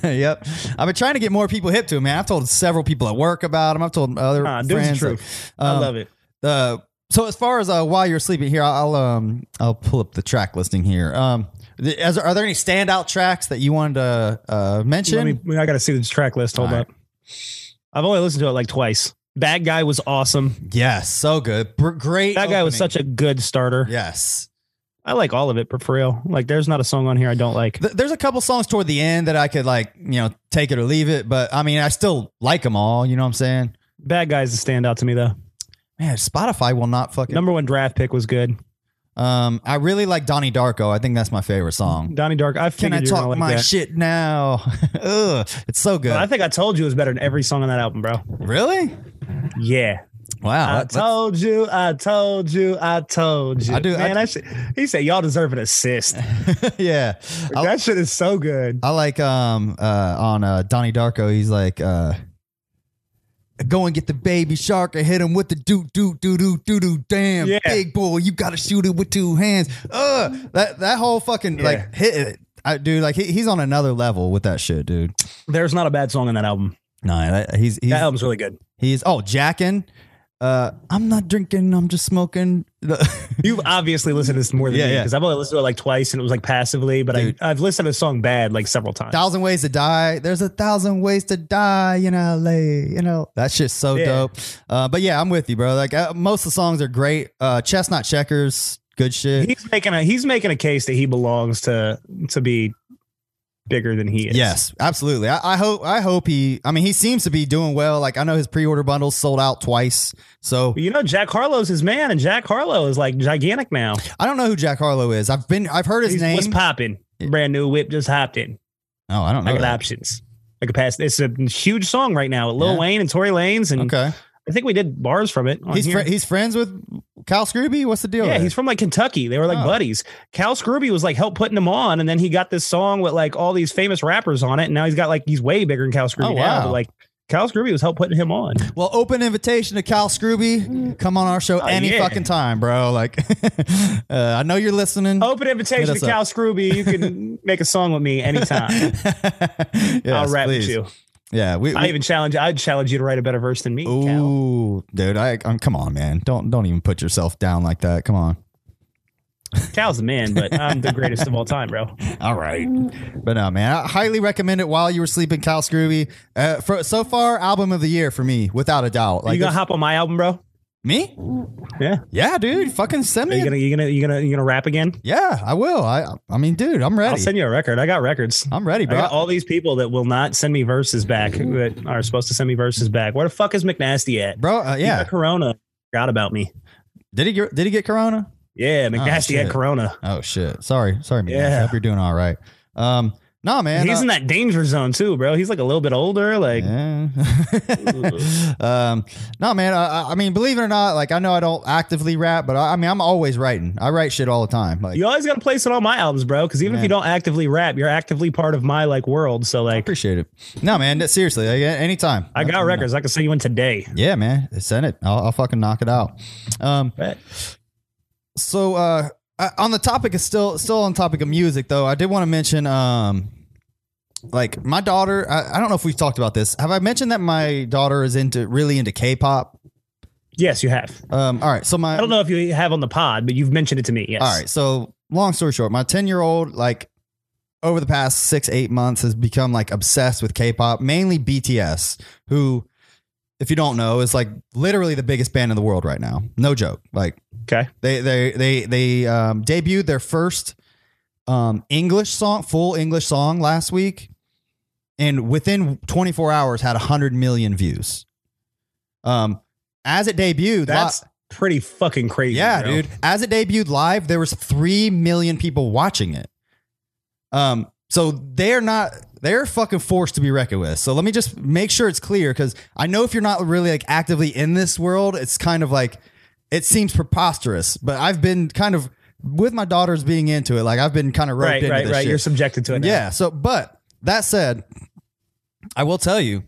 [SPEAKER 2] yep, I've been trying to get more people hip to him, man. I've told several people at work about him. I've told other
[SPEAKER 1] Ah, dude's the
[SPEAKER 2] friends.
[SPEAKER 1] truth.
[SPEAKER 2] like,
[SPEAKER 1] I
[SPEAKER 2] um,
[SPEAKER 1] love it.
[SPEAKER 2] uh, so as far as uh, while you're sleeping here, I'll um I'll pull up the track listing here. Um, th- as, are there any standout tracks that you wanted to uh,
[SPEAKER 1] Let
[SPEAKER 2] mention?
[SPEAKER 1] me, I got to see this track list. Hold
[SPEAKER 2] All
[SPEAKER 1] up. I've only listened to it like twice. Bad Guy was awesome.
[SPEAKER 2] yes, so good, Br- great.
[SPEAKER 1] That guy was
[SPEAKER 2] opening.
[SPEAKER 1] such a good starter.
[SPEAKER 2] yes.
[SPEAKER 1] I like all of it, but for real, like there's not a song on here I don't like.
[SPEAKER 2] Th- there's a couple songs toward the end that I could like you know take it or leave it, but I mean I still like them all. You know what I'm saying?
[SPEAKER 1] Bad Guy's the stand out to me though.
[SPEAKER 2] Man, Spotify will not fucking.
[SPEAKER 1] Number one draft pick was good.
[SPEAKER 2] um, I really like Donnie Darko. I think that's my favorite song.
[SPEAKER 1] Donnie Dark. I figured
[SPEAKER 2] Can I
[SPEAKER 1] you were gonna
[SPEAKER 2] talk
[SPEAKER 1] like
[SPEAKER 2] my
[SPEAKER 1] that.
[SPEAKER 2] shit now? *laughs* Ugh, it's so good.
[SPEAKER 1] But I think I told you it was better than every song on that album, bro.
[SPEAKER 2] really?
[SPEAKER 1] Yeah.
[SPEAKER 2] Wow.
[SPEAKER 1] I
[SPEAKER 2] *laughs* that-
[SPEAKER 1] told you, I told you, I told you.
[SPEAKER 2] I do- I
[SPEAKER 1] Man,
[SPEAKER 2] do-
[SPEAKER 1] I, should, he said y'all deserve an
[SPEAKER 2] *laughs*
[SPEAKER 1] assist.
[SPEAKER 2] yeah. I-
[SPEAKER 1] that shit is so good.
[SPEAKER 2] I like um uh on uh Donnie Darko, he's like uh Go and get the baby shark and hit him with the doo doo doo doo doo doo. Damn,
[SPEAKER 1] Yeah.
[SPEAKER 2] big boy, you gotta shoot it with two hands. Ugh, that that whole fucking
[SPEAKER 1] Yeah.
[SPEAKER 2] like hit it, I, dude. Like he, he's on another level with that shit, dude.
[SPEAKER 1] There's not a bad song on that album.
[SPEAKER 2] No, that, he's he's
[SPEAKER 1] That album's really good.
[SPEAKER 2] he's oh jacking. Uh, I'm not drinking. I'm just smoking. *laughs*
[SPEAKER 1] You've obviously listened to this more than
[SPEAKER 2] Yeah,
[SPEAKER 1] me
[SPEAKER 2] yeah.
[SPEAKER 1] because I've only listened to it like twice and it was like passively, but I,
[SPEAKER 2] Dude.
[SPEAKER 1] I've listened to the song bad like several times.
[SPEAKER 2] thousand ways to die. There's a thousand ways to die in LA. You know that shit's so
[SPEAKER 1] Yeah.
[SPEAKER 2] dope. Uh, but yeah, I'm with you, bro. Like uh, most of the songs are great. Uh, Chestnut Checkers, good shit.
[SPEAKER 1] He's making a he's making a case that he belongs to to be bigger than he is.
[SPEAKER 2] Yes, absolutely. I, I hope. I hope he. I mean, he seems to be doing well. Like I know his pre-order bundles sold out twice. So
[SPEAKER 1] You know, Jack Harlow's his man, and Jack Harlow is like gigantic now.
[SPEAKER 2] I don't know who Jack Harlow is. I've been. I've heard his
[SPEAKER 1] He's
[SPEAKER 2] name.
[SPEAKER 1] what's popping. Brand new whip just hopped in.
[SPEAKER 2] oh, I don't
[SPEAKER 1] I
[SPEAKER 2] know.
[SPEAKER 1] got
[SPEAKER 2] that.
[SPEAKER 1] options. I could pass. It's a huge song right now. with Lil
[SPEAKER 2] Yeah.
[SPEAKER 1] Wayne and Tory Lanez, and
[SPEAKER 2] Okay.
[SPEAKER 1] I think we did bars from it. On
[SPEAKER 2] He's
[SPEAKER 1] here.
[SPEAKER 2] fri he's friends with Cal Scrooby. What's the deal?
[SPEAKER 1] yeah,
[SPEAKER 2] there?
[SPEAKER 1] he's from like Kentucky. They were like
[SPEAKER 2] Oh.
[SPEAKER 1] buddies. Cal Scrooby was like help putting him on, and then he got this song with like all these famous rappers on it. And now he's got like he's way bigger than Cal Scrooby
[SPEAKER 2] Oh,
[SPEAKER 1] now.
[SPEAKER 2] wow.
[SPEAKER 1] But like Cal Scrooby was help putting him
[SPEAKER 2] *laughs*
[SPEAKER 1] on.
[SPEAKER 2] Well, open invitation to Cal Scrooby. Come on our show any
[SPEAKER 1] Oh, yeah.
[SPEAKER 2] fucking time, bro. Like, *laughs* uh, I know you're listening. *laughs*
[SPEAKER 1] Open
[SPEAKER 2] Hit
[SPEAKER 1] invitation
[SPEAKER 2] us
[SPEAKER 1] to Cal Scrooby. You
[SPEAKER 2] *laughs*
[SPEAKER 1] can make a song with me anytime.
[SPEAKER 2] yes,
[SPEAKER 1] I'll rap
[SPEAKER 2] please.
[SPEAKER 1] with you.
[SPEAKER 2] Yeah, we.
[SPEAKER 1] I
[SPEAKER 2] we
[SPEAKER 1] even challenge. I'd challenge you to write a better verse than me. Cal.
[SPEAKER 2] ooh, dude. I, i come on, man. Don't don't even put yourself down like that. Come on.
[SPEAKER 1] Cal's the man, but I'm the greatest of all time, bro.
[SPEAKER 2] All right, but no, man. I highly recommend it while you were sleeping, Cal Scrooby. Uh, for so far, album of the year for me, without a doubt.
[SPEAKER 1] you
[SPEAKER 2] Like
[SPEAKER 1] gonna
[SPEAKER 2] if-
[SPEAKER 1] hop on my album, bro?
[SPEAKER 2] me?
[SPEAKER 1] Yeah.
[SPEAKER 2] Yeah, dude. Fucking send
[SPEAKER 1] Are
[SPEAKER 2] me.
[SPEAKER 1] you
[SPEAKER 2] a-
[SPEAKER 1] gonna you gonna you gonna you gonna rap again?
[SPEAKER 2] yeah, I will. I I mean, dude, I'm
[SPEAKER 1] I'll
[SPEAKER 2] ready.
[SPEAKER 1] send you a record. I got records.
[SPEAKER 2] I'm ready,
[SPEAKER 1] I
[SPEAKER 2] bro.
[SPEAKER 1] got all these people that will not send me verses back that are supposed to send me verses back. Where the fuck is McNasty at?
[SPEAKER 2] bro. Uh,
[SPEAKER 1] He
[SPEAKER 2] yeah.
[SPEAKER 1] got corona. Forgot about me.
[SPEAKER 2] Did he get, did he get corona?
[SPEAKER 1] Yeah, McNasty
[SPEAKER 2] Oh, shit.
[SPEAKER 1] had corona.
[SPEAKER 2] Oh shit. Sorry. Sorry, man. I
[SPEAKER 1] Yeah.
[SPEAKER 2] hope you're doing all right. Um nah man.
[SPEAKER 1] He's
[SPEAKER 2] uh,
[SPEAKER 1] in that danger zone too, bro. He's like a little bit older. Like
[SPEAKER 2] yeah. *laughs* um no man, I, I- I mean believe it or not, like I know I don't actively rap, but I, I mean I'm always writing. I write shit all the time. Like
[SPEAKER 1] you always got to place it on my albums, bro. Because even if
[SPEAKER 2] Man.
[SPEAKER 1] you don't actively rap, you're actively part of my like world. So
[SPEAKER 2] I
[SPEAKER 1] like,
[SPEAKER 2] appreciate it. No man, that- seriously, like, a- anytime.
[SPEAKER 1] I got records. I can send you one today.
[SPEAKER 2] Yeah, man. Send it. I'll, I'll fucking knock it out. Um
[SPEAKER 1] Bet.
[SPEAKER 2] So uh I- on the topic is still still on topic of music though. I did want to mention um like my daughter I, I don't know if we've talked about this. Have I mentioned that my daughter is into really into K-pop?
[SPEAKER 1] Yes, you have.
[SPEAKER 2] Um all right. So my
[SPEAKER 1] I don't know if you have on the pod, but you've mentioned it to me. Yes.
[SPEAKER 2] All right. So long story short, my 10 year old, like over the past six, eight months has become like obsessed with K-pop, mainly BTS, who, if you don't know, is like literally the biggest band in the world right now. No joke. Like,
[SPEAKER 1] Okay.
[SPEAKER 2] they, they, they, they, um, debuted their first, um, English song, full English song last week. And within 24 hours had hundred million views. Um, as it debuted,
[SPEAKER 1] That's pretty fucking crazy.
[SPEAKER 2] yeah,
[SPEAKER 1] bro.
[SPEAKER 2] dude. As it debuted live, there was three million people watching it. Um, so they're not they're fucking forced to be reckoned with. So let me just make sure it's clear because I know if you're not really like actively in this world, it's kind of like it seems preposterous. But I've been kind of with my daughters being into it, like I've been kind of roped
[SPEAKER 1] Right,
[SPEAKER 2] into
[SPEAKER 1] right,
[SPEAKER 2] this
[SPEAKER 1] right.
[SPEAKER 2] shit.
[SPEAKER 1] You're subjected to it. now.
[SPEAKER 2] Yeah. So, but that said, I will tell you,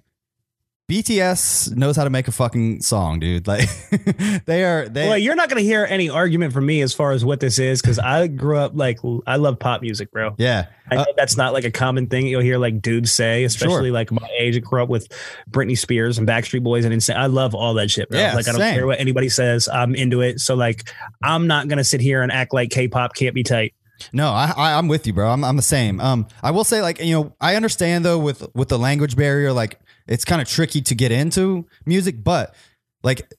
[SPEAKER 2] BTS knows how to make a fucking song, dude. Like *laughs* they are they.
[SPEAKER 1] Well, you're not going to hear any argument from me as far as what this is because I grew up like I love pop music, bro.
[SPEAKER 2] yeah.
[SPEAKER 1] I know that's not like a common thing that you'll hear like dudes say, especially like my age. I grew up with Britney Spears and Backstreet Boys and Insane. I love all that shit, bro.
[SPEAKER 2] Yeah,
[SPEAKER 1] like I don't
[SPEAKER 2] same.
[SPEAKER 1] care what anybody says. I'm into it. So like I'm not going to sit here and act like K-pop can't be tight.
[SPEAKER 2] No, I, I I'm with you, bro. I'm I'm the same. Um, I will say, like you know, I understand though with with the language barrier, like it's kind of tricky to get into music, but like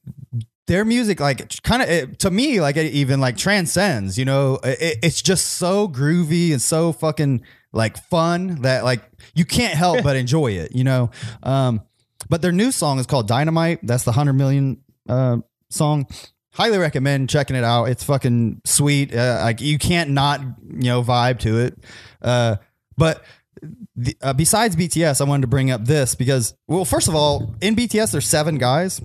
[SPEAKER 2] their music, like kind of to me, like it even like transcends. You know, It- it, it's just so groovy and so fucking like fun that like you can't help but enjoy it. You know, um, but their new song is called Dynamite. That's the hundred million uh, song. Highly recommend checking it out. It's fucking sweet. Uh, like you can't not you know vibe to it. Uh, but the, uh, besides BTS, I wanted to bring up this because well, first of all, in BTS there's seven guys.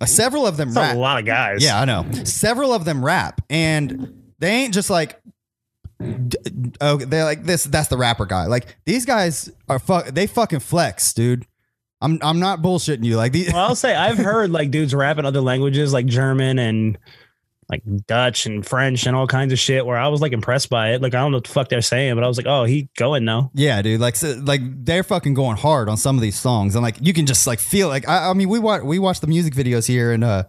[SPEAKER 2] Uh, several of them
[SPEAKER 1] That's
[SPEAKER 2] rap.
[SPEAKER 1] a lot of guys.
[SPEAKER 2] Yeah, I know. Several of them rap, and they ain't just like. d- d- Okay, they're like this. That's the rapper guy. Like these guys are fuck. They fucking flex, dude. I'm I'm not bullshitting you. Like these.
[SPEAKER 1] Well, I'll say I've heard like dudes rap in other languages like German and like Dutch and French and all kinds of shit where I was like impressed by it. Like I don't know what the fuck they're saying, but I was like, oh, he going now.
[SPEAKER 2] Yeah, dude. Like, so, like they're fucking going hard on some of these songs, and like you can just like feel like I, I mean, we watch we watch the music videos here, and uh,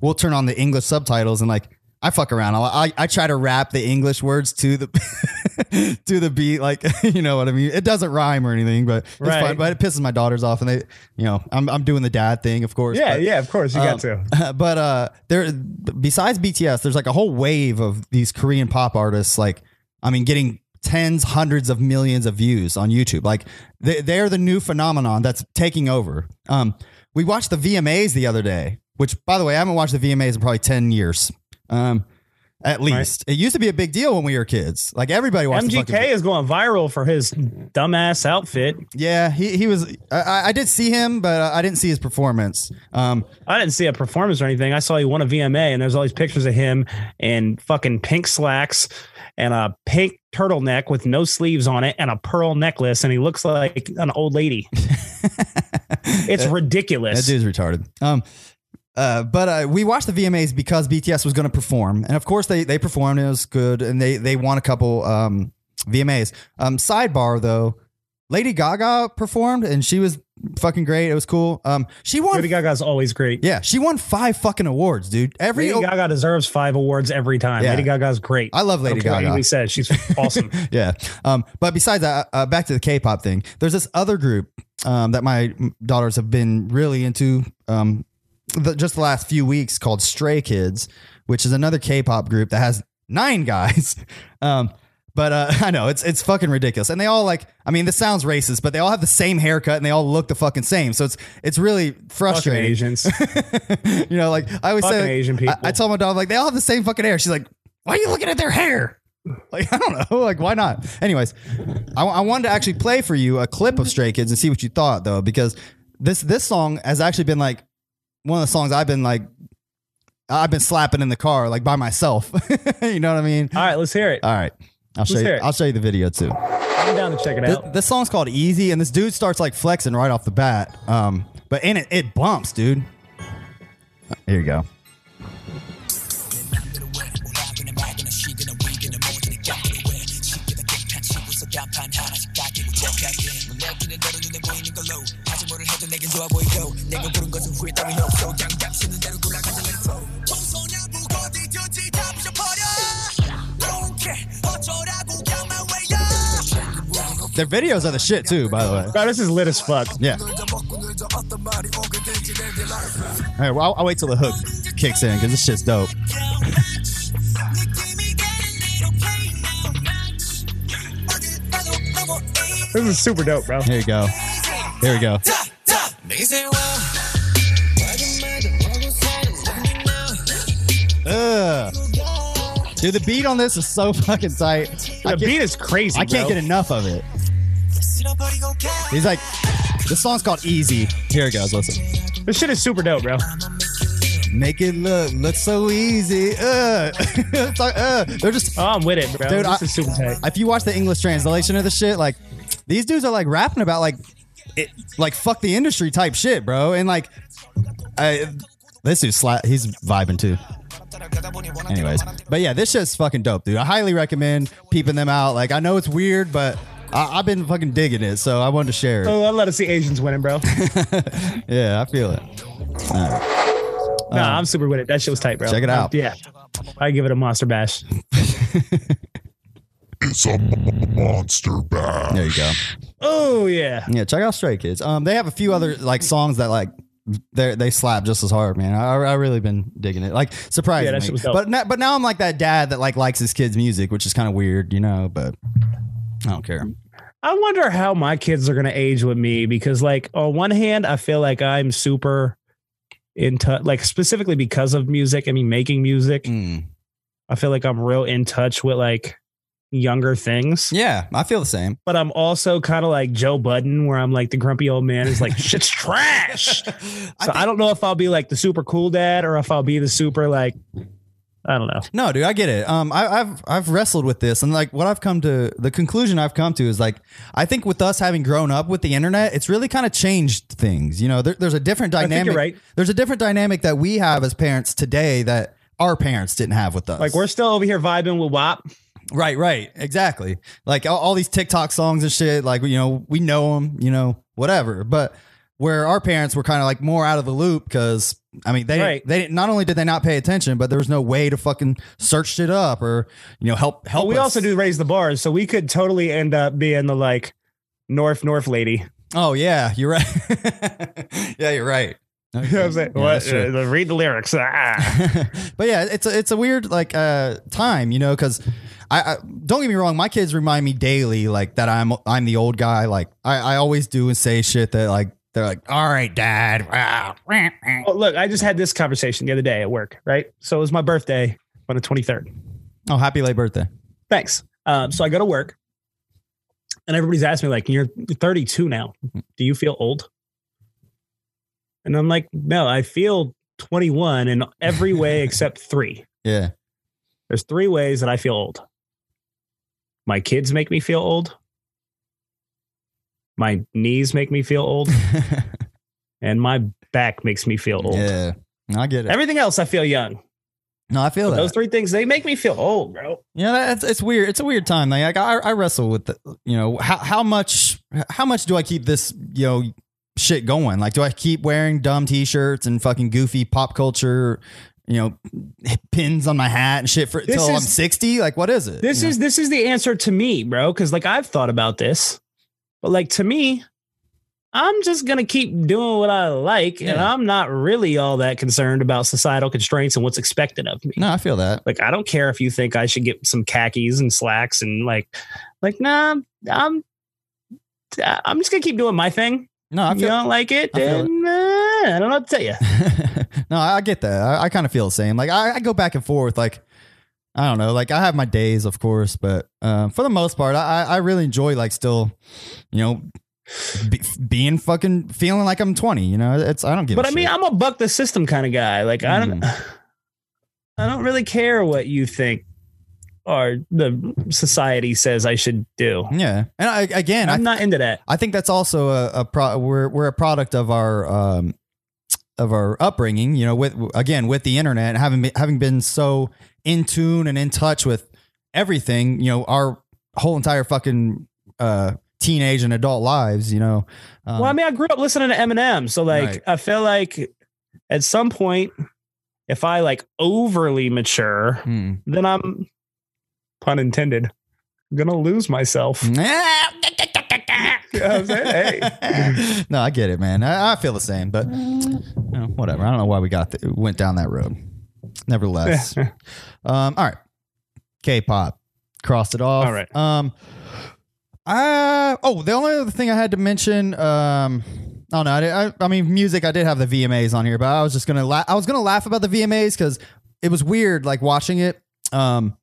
[SPEAKER 2] we'll turn on the English subtitles and like I fuck around. I'll, I I try to rap the English words to the *laughs* to the beat, like you know what I mean. It doesn't rhyme or anything, but it's
[SPEAKER 1] Right.
[SPEAKER 2] fine. But it pisses my daughters off, and they, you know, I'm I'm doing the dad thing, of course.
[SPEAKER 1] Yeah,
[SPEAKER 2] but-
[SPEAKER 1] yeah, of course you got to.
[SPEAKER 2] *laughs* but uh there besides BTS there's like a whole wave of these Korean pop artists like I mean getting tens hundreds of millions of views on YouTube like they they're the new phenomenon that's taking over um we watched the VMAs the other day which by the way I haven't watched the VMAs in probably 10 years um at least it used to be a big deal when we were kids like everybody watched the fucking-
[SPEAKER 1] MGK is going viral for his dumbass outfit.
[SPEAKER 2] yeah he he was I- I, I did see him but I didn't see his performance um
[SPEAKER 1] I didn't see a performance or anything. I saw he won a VMA, and there's all these pictures of him in fucking pink slacks and a pink turtleneck with no sleeves on it and a pearl necklace, and he looks like an old *laughs* lady. it's ridiculous.
[SPEAKER 2] That dude's retarded. Um, uh, but uh, we watched the VMAs because BTS was going to perform, and of course they they performed. And it was good, and they they won a couple um, VMAs. Um, sidebar though, Lady Gaga performed, and she was fucking great. It was cool. Um, she won.
[SPEAKER 1] Lady Gaga's always great.
[SPEAKER 2] yeah, she won five fucking awards, dude. Every
[SPEAKER 1] Lady Gaga deserves five awards every time.
[SPEAKER 2] Yeah.
[SPEAKER 1] Lady Gaga's great.
[SPEAKER 2] I love Lady
[SPEAKER 1] don't care what
[SPEAKER 2] Gaga.
[SPEAKER 1] anybody says she's awesome.
[SPEAKER 2] yeah. Um, but besides that, uh, back to the K-pop thing. There's this other group um, that my daughters have been really into um, the, just the last few weeks called Stray Kids, which is another K-pop group that has nine guys. *laughs* Um, but uh, *laughs* I know it's it's fucking ridiculous, and they all like. I mean, this sounds racist, but they all have the same haircut and they all look the fucking same. So it's it's really
[SPEAKER 1] Fucking
[SPEAKER 2] *laughs* frustrating.
[SPEAKER 1] Asians.
[SPEAKER 2] *laughs* you know, like I always say,
[SPEAKER 1] Fucking
[SPEAKER 2] like,
[SPEAKER 1] Asian people.
[SPEAKER 2] I, I tell my dog like they all have the same fucking hair. She's like, why are you looking at their hair? Like *laughs* I don't know, like why not? Anyways, I, I wanted to actually play for you a clip of Stray Kids and see what you thought though, because this this song has actually been like one of the songs I've been like I've been slapping in the car like by myself. *laughs* you know what I mean?
[SPEAKER 1] All right, let's hear it.
[SPEAKER 2] All right, I'll show
[SPEAKER 1] Let's
[SPEAKER 2] you.
[SPEAKER 1] hear it.
[SPEAKER 2] I'll show you the video too.
[SPEAKER 1] I'm down to check it
[SPEAKER 2] Th-
[SPEAKER 1] out.
[SPEAKER 2] this song's called Easy, and this dude starts like flexing right off the bat. Um, but in it, it bumps, dude. Here you go. Their videos are the shit too, by the way.
[SPEAKER 1] Bro, this is lit as fuck.
[SPEAKER 2] Yeah. All right, well, I'll, I'll wait till the hook kicks in because this shit's dope.
[SPEAKER 1] This is super dope, bro.
[SPEAKER 2] Here you go. Here we go. Ugh. Dude, the beat on this is so fucking tight. I
[SPEAKER 1] The
[SPEAKER 2] can't,
[SPEAKER 1] beat is crazy.
[SPEAKER 2] I can't
[SPEAKER 1] bro.
[SPEAKER 2] get enough of it. He's like, this song's called Easy. Here it goes. Listen.
[SPEAKER 1] This shit is super dope, bro.
[SPEAKER 2] Make it look look so easy. Ugh. *laughs* It's like, ugh. They're just
[SPEAKER 1] Oh, I'm with it, bro.
[SPEAKER 2] Dude,
[SPEAKER 1] this
[SPEAKER 2] I-
[SPEAKER 1] is super tight.
[SPEAKER 2] if you watch the English translation of the shit, like these dudes are like rapping about like it, like fuck the industry type shit, bro. And like, I, this dude's slap, he's vibing too. Anyways, but yeah, this shit's fucking dope, dude. I highly recommend peeping them out. Like, I know it's weird, but I, I've been fucking digging it, so I wanted to share it.
[SPEAKER 1] Oh, I love to see Asians winning,
[SPEAKER 2] *laughs*
[SPEAKER 1] bro.
[SPEAKER 2] Yeah, I feel it.
[SPEAKER 1] nah, I'm super with it. That shit was tight, bro.
[SPEAKER 2] Uh, Check it out.
[SPEAKER 1] Yeah. I give it a monster bash.
[SPEAKER 4] It's a m- m- monster bag.
[SPEAKER 2] There you go.
[SPEAKER 1] Oh yeah.
[SPEAKER 2] Yeah, check out Stray Kids. Um, they have a few other like songs that like they they slap just as hard, man. I I really been digging it. Like surprising,
[SPEAKER 1] shit was dope.
[SPEAKER 2] but na- but now I'm like that dad that like likes his kids' music, which is kind of weird, you know. But I don't care.
[SPEAKER 1] I wonder how my kids are gonna age with me because, like, on one hand, I feel like I'm super in touch, like specifically because of music. I mean, making music,
[SPEAKER 2] Mm.
[SPEAKER 1] I feel like I'm real in touch with like younger things.
[SPEAKER 2] Yeah, I feel the same.
[SPEAKER 1] But I'm also kind of like Joe Budden, where I'm like the grumpy old man is like
[SPEAKER 2] *laughs*
[SPEAKER 1] shit's trash.
[SPEAKER 2] I
[SPEAKER 1] So
[SPEAKER 2] think-
[SPEAKER 1] I don't know if I'll be like the super cool dad or if I'll be the super like I don't know.
[SPEAKER 2] no, dude, I get it. Um, I, I've I've wrestled with this, and like what I've come to the conclusion I've come to is like I think with us having grown up with the internet, it's really kind of changed things. You know, there, there's a different
[SPEAKER 1] think
[SPEAKER 2] dynamic.
[SPEAKER 1] you're right.
[SPEAKER 2] There's a different dynamic that we have as parents today that our parents didn't have with us.
[SPEAKER 1] Like we're still over here vibing with WAP.
[SPEAKER 2] right, right, exactly. Like all, all these TikTok songs and shit. Like you know, we know them. You know, whatever. But where our parents were kind of like more out of the loop because I mean they
[SPEAKER 1] Right.
[SPEAKER 2] they not only did they not pay attention, but there was no way to fucking search it up or you know help help.
[SPEAKER 1] But we
[SPEAKER 2] us.
[SPEAKER 1] also do raise the bars, so we could totally end up being the like North North lady. *laughs*
[SPEAKER 2] Oh yeah, you're right. *laughs* yeah, you're right.
[SPEAKER 1] *laughs* You know what I'm saying?
[SPEAKER 2] Yeah,
[SPEAKER 1] what?
[SPEAKER 2] that's true.
[SPEAKER 1] Uh, the- read the lyrics. Ah.
[SPEAKER 2] *laughs* but yeah, it's a, it's a weird like uh time, you know, because I, I don't get me wrong, my kids remind me daily like that I'm I'm the old guy. Like I, I always do and say shit that like they're like, all right, dad. Wow.
[SPEAKER 1] Oh, look, I just had this conversation the other day at work, right? So it was my birthday on the 23rd.
[SPEAKER 2] Oh, happy late birthday.
[SPEAKER 1] Thanks. Um, so I go to work and everybody's asking me, like, you're 32 now. Do you feel old? And I'm like, no, I feel 21 in every way except three.
[SPEAKER 2] Yeah. *laughs*
[SPEAKER 1] There's three ways that I feel old. My kids make me feel old. My knees make me feel old. and my back makes me feel old.
[SPEAKER 2] yeah. No, I get it.
[SPEAKER 1] Everything else, I feel young.
[SPEAKER 2] No, I feel that.
[SPEAKER 1] Those three things, they make me feel old, bro.
[SPEAKER 2] Yeah, that's it's weird. It's a weird time. Like I, I wrestle with the, you know how how much how much do I keep this you know shit going? Like, do I keep wearing dumb T-shirts and fucking goofy pop culture? You know, pins on my hat and shit for
[SPEAKER 1] This
[SPEAKER 2] until I'm
[SPEAKER 1] is-
[SPEAKER 2] sixty. Like, what is it?
[SPEAKER 1] This
[SPEAKER 2] You know?
[SPEAKER 1] is this is the answer to me, bro. Cause like I've thought about this. But like to me, I'm just gonna keep doing what I like, and
[SPEAKER 2] Yeah.
[SPEAKER 1] I'm not really all that concerned about societal constraints and what's expected of me.
[SPEAKER 2] no, I feel that.
[SPEAKER 1] Like I don't care if you think I should get some khakis and slacks and like like nah, I'm I'm just gonna keep doing my thing.
[SPEAKER 2] No, I
[SPEAKER 1] If you
[SPEAKER 2] feel.
[SPEAKER 1] don't like it,
[SPEAKER 2] I feel
[SPEAKER 1] then uh, I don't know what to tell you.
[SPEAKER 2] *laughs* no, I get that. I, I kind of feel the same. Like, I, I go back and forth. Like, I don't know. Like, I have my days, of course, but um, for the most part, I, I I really enjoy like still, you know, be, being fucking feeling like I'm 20. You know, it's I don't give. Mm-hmm.
[SPEAKER 1] but
[SPEAKER 2] I
[SPEAKER 1] I mean, I'm a buck the system kind of guy. Like I don't, *sighs* I don't really care what you think or the society says I should do.
[SPEAKER 2] yeah, and I, again, I
[SPEAKER 1] I'm not into that.
[SPEAKER 2] I think that's also a, a pro. We're we're a product of our um, of our upbringing. You know, with again with the internet having been, having been so in tune and in touch with everything. You know, our whole entire fucking uh, teenage and adult lives. You know, um,
[SPEAKER 1] well, I mean, I grew up listening to Eminem, so like
[SPEAKER 2] Right.
[SPEAKER 1] I feel like at some point, if I like overly mature,
[SPEAKER 2] hmm.
[SPEAKER 1] then I'm pun intended gonna lose myself.
[SPEAKER 2] hmm.
[SPEAKER 1] *laughs* You know what I'm saying? *laughs* Hey.
[SPEAKER 2] *laughs* no, I get it, man. I, I feel the same, but you know, whatever. I don't know why we got th- went down that road.
[SPEAKER 1] *laughs*
[SPEAKER 2] Nevertheless, um, all right. K-pop, crossed it off.
[SPEAKER 1] All right.
[SPEAKER 2] Um, I, oh, the only other thing I had to mention. Um, I don't know. I, did- I, I mean, music. I did have the VMAs on here, but I was just gonna. La- I was gonna laugh about the VMAs because it was weird, like watching it. Um,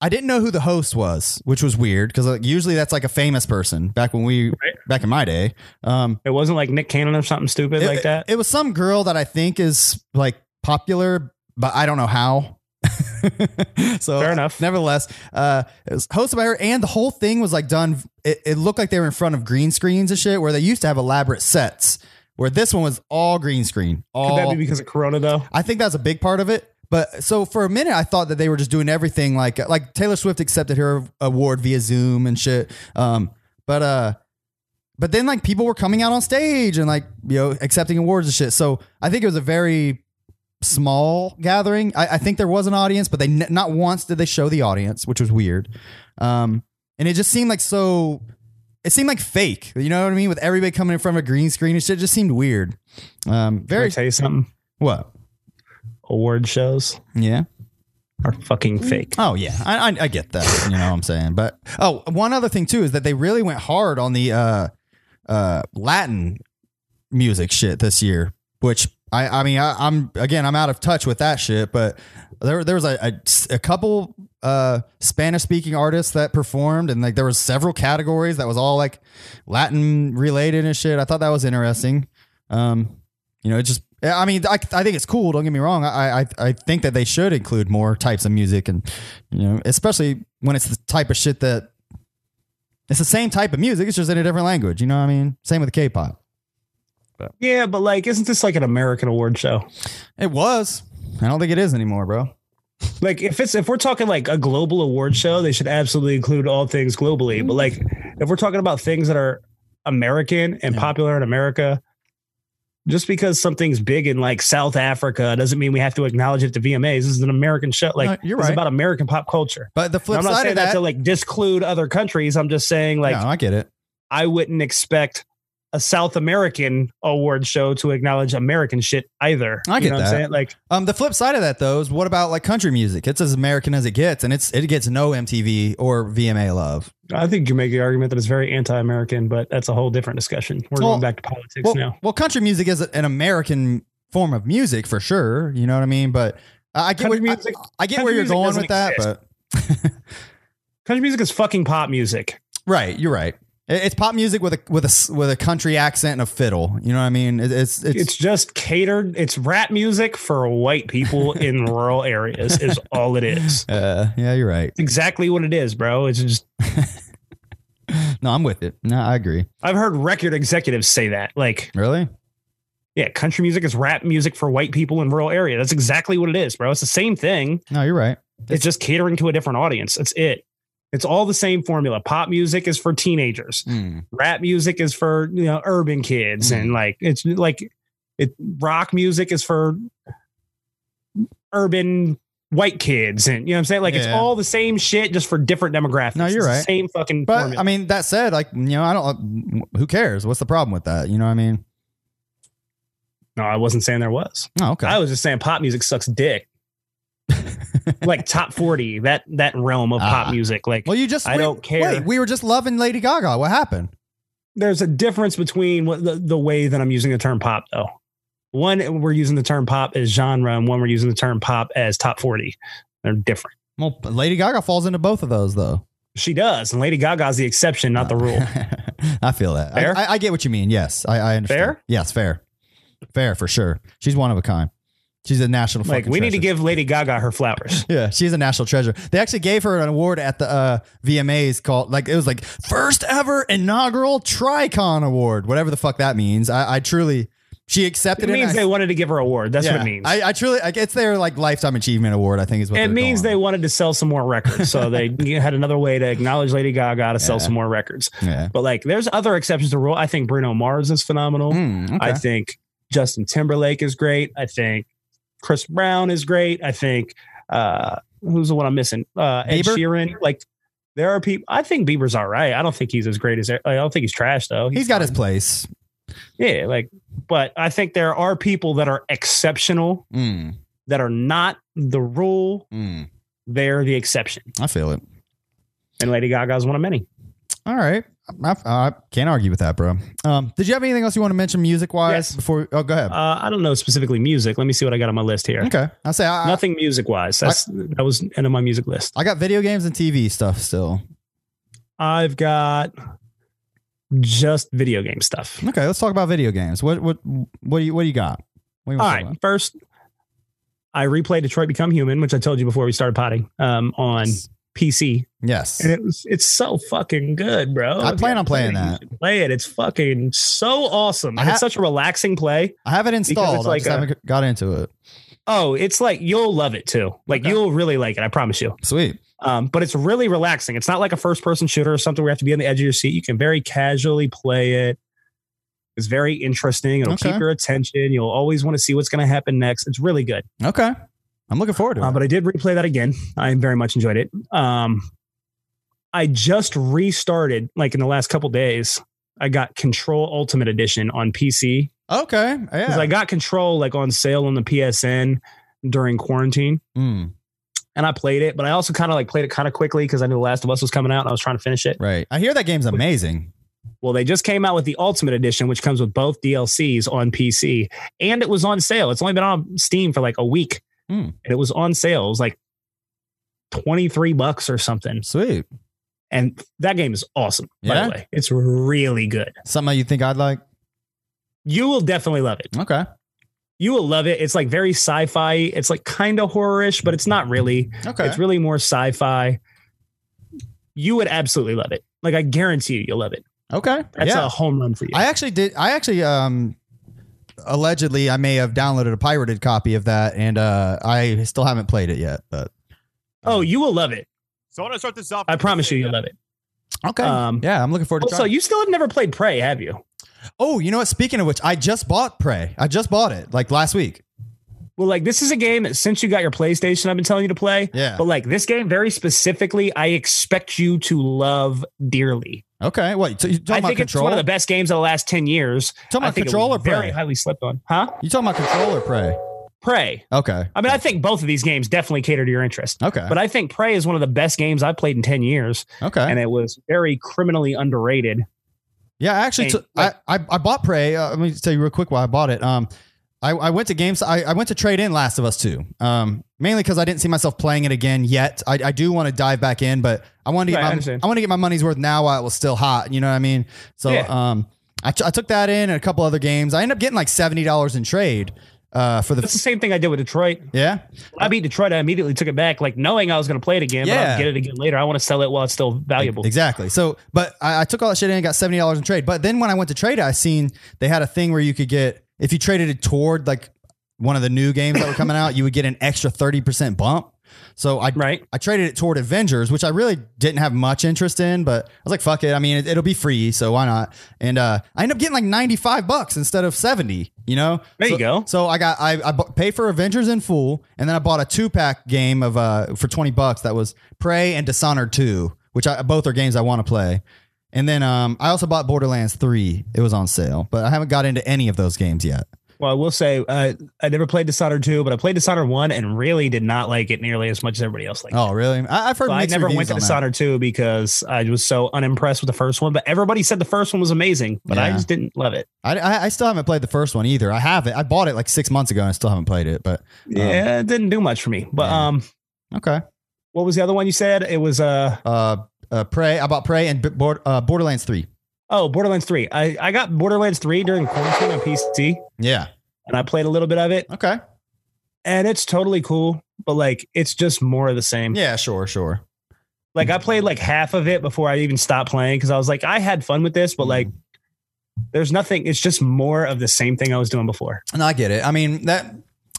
[SPEAKER 2] I didn't know who the host was, which was weird because like, usually that's like a famous person back when we back in my day. Um,
[SPEAKER 1] It wasn't like Nick Cannon or something stupid
[SPEAKER 2] it,
[SPEAKER 1] like that.
[SPEAKER 2] It, was some girl that I think is like popular, but I don't know how. *laughs* so
[SPEAKER 1] Fair enough.
[SPEAKER 2] Nevertheless, uh, it was hosted by her, and the whole thing was like done. It, it looked like they were in front of green screens and shit, where they used to have elaborate sets. Where this one was all green screen. All
[SPEAKER 1] Could that be because of Corona though?
[SPEAKER 2] I think that's a big part of it. But so for a minute, I thought that they were just doing everything like like Taylor Swift accepted her award via Zoom and shit. Um, but uh, but then like people were coming out on stage and like you know accepting awards and shit. So I think it was a very small gathering. I, I think there was an audience, but they n- not once did they show the audience, which was weird. Um, and it just seemed like so. It seemed like fake. You know what I mean? With everybody coming in front of a green screen and shit, it just seemed weird. Um,
[SPEAKER 1] Can I
[SPEAKER 2] very
[SPEAKER 1] tell you something?
[SPEAKER 2] what?
[SPEAKER 1] Award shows
[SPEAKER 2] Yeah.
[SPEAKER 1] are fucking fake.
[SPEAKER 2] Oh yeah, I, I, I get that. You know what I'm saying? But oh, one other thing too is that they really went hard on the uh, uh, Latin music shit this year, which I I mean I, I'm again I'm out of touch with that shit, but there there was a a, a couple uh Spanish speaking artists that performed and like there was several categories that was all like Latin related and shit. I thought that was interesting. Um, you know, it just I mean, I, I think it's cool. Don't get me wrong. I, I I think that they should include more types of music, and you know, especially when it's the type of shit that it's the same type of music. It's just in a different language. You know what I mean? Same with K-pop.
[SPEAKER 1] Yeah, but like, isn't this like an American award show?
[SPEAKER 2] It was. I don't think it is anymore, bro.
[SPEAKER 1] Like, if it's if we're talking like a global award show, they should absolutely include all things globally. But like, if we're talking about things that are American and
[SPEAKER 2] Yeah.
[SPEAKER 1] popular in America, just because something's big in like South Africa doesn't mean we have to acknowledge it to VMAs. This is an American show. Like
[SPEAKER 2] No, you're
[SPEAKER 1] this is
[SPEAKER 2] right.
[SPEAKER 1] about American pop culture.
[SPEAKER 2] But the
[SPEAKER 1] And
[SPEAKER 2] flip
[SPEAKER 1] I'm not
[SPEAKER 2] side
[SPEAKER 1] saying
[SPEAKER 2] of
[SPEAKER 1] that,
[SPEAKER 2] that,
[SPEAKER 1] to like disclude other countries. I'm just saying like
[SPEAKER 2] no, I get it.
[SPEAKER 1] I wouldn't expect a South American award show to acknowledge American shit either.
[SPEAKER 2] I get
[SPEAKER 1] you know What
[SPEAKER 2] that.
[SPEAKER 1] I'm saying? Like
[SPEAKER 2] Um, the flip side of that though is what about like country music? It's as American as it gets, and it's it gets no MTV or VMA love.
[SPEAKER 1] I think you make the argument that it's very anti-American, but that's a whole different discussion. We're
[SPEAKER 2] Well-
[SPEAKER 1] going back to politics
[SPEAKER 2] Well,
[SPEAKER 1] now.
[SPEAKER 2] well, country music is an American form of music for sure. You know what I mean? But I I get
[SPEAKER 1] Country
[SPEAKER 2] where
[SPEAKER 1] music-
[SPEAKER 2] I, I get
[SPEAKER 1] country
[SPEAKER 2] where you're
[SPEAKER 1] music
[SPEAKER 2] going
[SPEAKER 1] doesn't
[SPEAKER 2] with that,
[SPEAKER 1] exist.
[SPEAKER 2] but
[SPEAKER 1] Country music is fucking pop music.
[SPEAKER 2] right, you're right. It- It's pop music with a with a s- with a country accent and a fiddle. You know what I mean? It- It's it's,
[SPEAKER 1] It's, just catered. It's rap music for white
[SPEAKER 2] *laughs*
[SPEAKER 1] people in rural areas. Is all it is.
[SPEAKER 2] uh, yeah, you're right.
[SPEAKER 1] It's exactly what it is, bro. It's just
[SPEAKER 2] No, I'm with it. No, I agree.
[SPEAKER 1] I've heard record executives say that. Like,
[SPEAKER 2] Really?
[SPEAKER 1] yeah, country music is rap music for white people in rural area. That's exactly what it is, bro. It's the same thing.
[SPEAKER 2] No, you're right.
[SPEAKER 1] It's just catering to a different audience. That's it. It's all the same formula. Pop music is for teenagers. Rap music is for you know urban kids,
[SPEAKER 2] Mm-hmm.
[SPEAKER 1] and like it's like it. Rock music is for urban white kids, and you know what I'm saying. Like it's
[SPEAKER 2] Yeah.
[SPEAKER 1] all the same shit, just for different demographics.
[SPEAKER 2] No, you're
[SPEAKER 1] It's the
[SPEAKER 2] right.
[SPEAKER 1] Same fucking.
[SPEAKER 2] But
[SPEAKER 1] formula.
[SPEAKER 2] I mean, that said, like you know, I don't. Who cares? What's the problem with that? You know what I mean?
[SPEAKER 1] no, I wasn't saying there was.
[SPEAKER 2] Oh, okay.
[SPEAKER 1] I was just saying pop music sucks
[SPEAKER 2] *laughs*
[SPEAKER 1] dick. like top 40, that that realm of
[SPEAKER 2] Ah.
[SPEAKER 1] pop music. Like
[SPEAKER 2] well, you just.
[SPEAKER 1] I
[SPEAKER 2] we-
[SPEAKER 1] don't care.
[SPEAKER 2] Wait, we were just loving Lady Gaga. What happened?
[SPEAKER 1] there's a difference between what the, the way that I'm using the term pop though. One we're using the term pop as genre and one we're using the term pop as top 40. They're different.
[SPEAKER 2] Well, Lady Gaga falls into both of those, though.
[SPEAKER 1] She does, and Lady Gaga's the exception, not the rule.
[SPEAKER 2] *laughs* I feel that. I-
[SPEAKER 1] Fair?
[SPEAKER 2] I, I get what you mean. Yes, I, I understand.
[SPEAKER 1] Fair?
[SPEAKER 2] Yes, fair. Fair for sure. She's one of a kind. She's a national.
[SPEAKER 1] Like
[SPEAKER 2] fucking
[SPEAKER 1] we need to
[SPEAKER 2] treasure.
[SPEAKER 1] give Lady Gaga her
[SPEAKER 2] *laughs*
[SPEAKER 1] flowers.
[SPEAKER 2] Yeah, she's a national treasure. They actually gave her an award at the uh, VMAs called like it was like first ever inaugural Tricon Award, whatever the fuck that means. I, I truly, she accepted
[SPEAKER 1] It
[SPEAKER 2] it.
[SPEAKER 1] means
[SPEAKER 2] and I-
[SPEAKER 1] they wanted to give her a award. That's what
[SPEAKER 2] yeah,
[SPEAKER 1] it means.
[SPEAKER 2] I, I truly, like, it's their like lifetime achievement award. I think is what
[SPEAKER 1] it
[SPEAKER 2] they're
[SPEAKER 1] means they
[SPEAKER 2] going.
[SPEAKER 1] wanted to sell some more records. So
[SPEAKER 2] *laughs*
[SPEAKER 1] they had another way to acknowledge Lady Gaga to sell some more records.
[SPEAKER 2] Yeah.
[SPEAKER 1] But like, there's other exceptions to the rule. I think Bruno Mars is phenomenal.
[SPEAKER 2] Mm, okay.
[SPEAKER 1] I think Justin Timberlake is great. I think Chris Brown is great. I think uh, who's the one I'm missing? Uh, Ed
[SPEAKER 2] Bieber?
[SPEAKER 1] Sheeran. Like, there are people. I think Bieber's all right. I don't think he's as great as. I don't think he's trash though.
[SPEAKER 2] He's got his
[SPEAKER 1] fine.
[SPEAKER 2] place.
[SPEAKER 1] yeah. Like, but I think there are people that are exceptional
[SPEAKER 2] Mm,
[SPEAKER 1] that are not the rule.
[SPEAKER 2] mm.
[SPEAKER 1] They're the exception,
[SPEAKER 2] I feel it.
[SPEAKER 1] and Lady Gaga's one of many.
[SPEAKER 2] All right. I, I can't argue with that, bro. Um, did you have anything else you want to mention music wise
[SPEAKER 1] Yes.
[SPEAKER 2] before? Oh, go ahead.
[SPEAKER 1] Uh, I don't know specifically music. Let me see what I got on my list here.
[SPEAKER 2] okay. I'll say I,
[SPEAKER 1] Nothing music wise. That's that was end of my music list.
[SPEAKER 2] I got video games and TV stuff still.
[SPEAKER 1] I've got just video game stuff.
[SPEAKER 2] Okay, let's talk about video games. What what what do you what do you got? What do you
[SPEAKER 1] All
[SPEAKER 2] want to
[SPEAKER 1] right.
[SPEAKER 2] talk
[SPEAKER 1] First, I replayed Detroit Become Human, which I told you before we started potting um, on PC,
[SPEAKER 2] about? Yes.
[SPEAKER 1] and it was it's so fucking good, bro.
[SPEAKER 2] I plan on playing
[SPEAKER 1] You
[SPEAKER 2] that.
[SPEAKER 1] should Play it. It's fucking so awesome.
[SPEAKER 2] I
[SPEAKER 1] And
[SPEAKER 2] ha-
[SPEAKER 1] it's such a relaxing play.
[SPEAKER 2] I have it installed.
[SPEAKER 1] it's like
[SPEAKER 2] I just
[SPEAKER 1] a-
[SPEAKER 2] haven't got into it.
[SPEAKER 1] Oh, it's like you'll love it too. Like
[SPEAKER 2] Okay.
[SPEAKER 1] you'll really like it. I promise you.
[SPEAKER 2] Sweet.
[SPEAKER 1] Um, but it's really relaxing. It's not like a first person shooter or something where you have to be on the edge of your seat. You can very casually play it. It's very interesting. It'll
[SPEAKER 2] Okay.
[SPEAKER 1] keep your attention. You'll always want to see what's going to happen next. It's really good.
[SPEAKER 2] Okay. I'm looking forward to it.
[SPEAKER 1] Uh, but I did replay that again. I very much enjoyed it. Um, I just restarted, like in the last couple days, I got Control Ultimate Edition on PC
[SPEAKER 2] okay.
[SPEAKER 1] because
[SPEAKER 2] Yeah.
[SPEAKER 1] I got Control like on sale on the PSN during quarantine
[SPEAKER 2] Mm,
[SPEAKER 1] and I played it, but I also kind of like played it kind of quickly because I knew The Last of Us was coming out and I was trying to finish it.
[SPEAKER 2] right. I hear that game's amazing.
[SPEAKER 1] Well, they just came out with the Ultimate Edition, which comes with both DLCs on PC, and it was on sale. It's only been on Steam for like a week,
[SPEAKER 2] Hmm.
[SPEAKER 1] and it was on sale. It was like twenty three bucks or something,
[SPEAKER 2] Sweet.
[SPEAKER 1] and that game is awesome. By
[SPEAKER 2] Yeah?
[SPEAKER 1] the way, it's really good.
[SPEAKER 2] Something you think I'd like?
[SPEAKER 1] You will definitely love it.
[SPEAKER 2] Okay.
[SPEAKER 1] You will love it. It's like very sci fi. It's like kind of horror-ish, but it's not really.
[SPEAKER 2] Okay.
[SPEAKER 1] It's really more sci-fi. You would absolutely love it. Like I guarantee you, you'll love it.
[SPEAKER 2] okay.
[SPEAKER 1] That's
[SPEAKER 2] yeah.
[SPEAKER 1] a home run for you.
[SPEAKER 2] I actually did. I actually, um, allegedly, I may have downloaded a pirated copy of that, and uh, I still haven't played it yet. But
[SPEAKER 1] oh, you will love it.
[SPEAKER 5] So I want to start this off.
[SPEAKER 1] I promise you, you'll love it.
[SPEAKER 2] okay,
[SPEAKER 1] Um,
[SPEAKER 2] yeah, I'm looking forward to.
[SPEAKER 1] Also,
[SPEAKER 2] trying.
[SPEAKER 1] you still have never played Prey, have you?
[SPEAKER 2] Oh, you know what? Speaking of which, I just bought Prey. I just bought it like last week.
[SPEAKER 1] Well, like this is a game that since you got your PlayStation, I've been telling you to play.
[SPEAKER 2] Yeah.
[SPEAKER 1] But like this game, very specifically, I expect you to love dearly.
[SPEAKER 2] Okay, what? So you
[SPEAKER 1] I
[SPEAKER 2] talking about
[SPEAKER 1] think it's
[SPEAKER 2] control?
[SPEAKER 1] one of the best games of the last ten years.
[SPEAKER 2] talking
[SPEAKER 1] I
[SPEAKER 2] about
[SPEAKER 1] think it
[SPEAKER 2] control or
[SPEAKER 1] was very
[SPEAKER 2] Prey?
[SPEAKER 1] highly slept on, huh?
[SPEAKER 2] You talking about control or Prey?
[SPEAKER 1] Prey.
[SPEAKER 2] Okay,
[SPEAKER 1] I mean, I think both of these games definitely cater to your interest.
[SPEAKER 2] okay,
[SPEAKER 1] But I think Prey is one of the best games I've played in ten years,
[SPEAKER 2] okay.
[SPEAKER 1] and it was very criminally underrated.
[SPEAKER 2] Yeah, I actually,
[SPEAKER 1] Hey,
[SPEAKER 2] took I, I I bought Prey. Uh, let me tell you real quick why I bought it. Um, I, I went to games. I, I went to trade in Last of Us Two. Um, mainly because I didn't see myself playing it again yet. I, I do want to dive back in, but I wanted to
[SPEAKER 1] Right, I
[SPEAKER 2] get my
[SPEAKER 1] understand.
[SPEAKER 2] I, want to get my money's worth now while it was still hot. You know what I mean? So
[SPEAKER 1] Yeah.
[SPEAKER 2] um, I, t- I took that in and a couple other games. I ended up getting like seventy dollars in trade. Uh,
[SPEAKER 1] *laughs*
[SPEAKER 2] for the
[SPEAKER 1] That's the same thing I did with Detroit.
[SPEAKER 2] yeah
[SPEAKER 1] When I beat Detroit. I immediately took it back, like knowing I was going to play it again, but
[SPEAKER 2] Yeah.
[SPEAKER 1] I'll get it again later. I want to sell it while it's still valuable.
[SPEAKER 2] Exactly. So, but I, I took all that shit in and got seventy dollars in trade. But then when I went to trade, it, I seen they had a thing where you could get if you traded it toward like one of the new games that were coming out, you would get an extra thirty percent bump. So I
[SPEAKER 1] Right.
[SPEAKER 2] I traded it toward Avengers, which I really didn't have much interest in, but I was like, fuck it. I mean, it, it'll be free, so why not? And uh, I ended up getting like ninety five bucks instead of seventy. You know,
[SPEAKER 1] There you
[SPEAKER 2] So-
[SPEAKER 1] go.
[SPEAKER 2] So I got I, I bu- paid for Avengers in full, and then I bought a two pack game of uh for twenty bucks that was Prey and Dishonored two, which I both are games I want to play. And then um I also bought Borderlands three. It was on sale, but I haven't got into any of those games yet.
[SPEAKER 1] Well, I will say uh, I never played Dishonored 2, but I played Dishonored 1 and really did not like it nearly as much as everybody else liked it.
[SPEAKER 2] Oh really? I, I've heard
[SPEAKER 1] So I
[SPEAKER 2] mixed
[SPEAKER 1] never
[SPEAKER 2] reviews
[SPEAKER 1] went to
[SPEAKER 2] on that.
[SPEAKER 1] Dishonored 2 because I was so unimpressed with the first one, but everybody said the first one was amazing, but I
[SPEAKER 2] Yeah.
[SPEAKER 1] just didn't love it.
[SPEAKER 2] I, I I still haven't played the first one either. I have it. I bought it like six months ago, and I still haven't played it. But
[SPEAKER 1] yeah, it didn't do much for me. But
[SPEAKER 2] Um,
[SPEAKER 1] um
[SPEAKER 2] Yeah. okay,
[SPEAKER 1] what was the other one you said? It was uh
[SPEAKER 2] uh, uh Prey. I bought Prey and B- Bord- uh, Borderlands three.
[SPEAKER 1] oh, Borderlands 3. I I got Borderlands 3 during quarantine on PC
[SPEAKER 2] Yeah.
[SPEAKER 1] and I played a little bit of it
[SPEAKER 2] Okay.
[SPEAKER 1] and it's totally cool, but like it's just more of the same.
[SPEAKER 2] Yeah. Sure. Sure.
[SPEAKER 1] Like I played like half of it before I even stopped playing because I was like, I had fun with this, but like there's nothing, it's just more of the same thing I was doing before.
[SPEAKER 2] No, I get it. I mean that,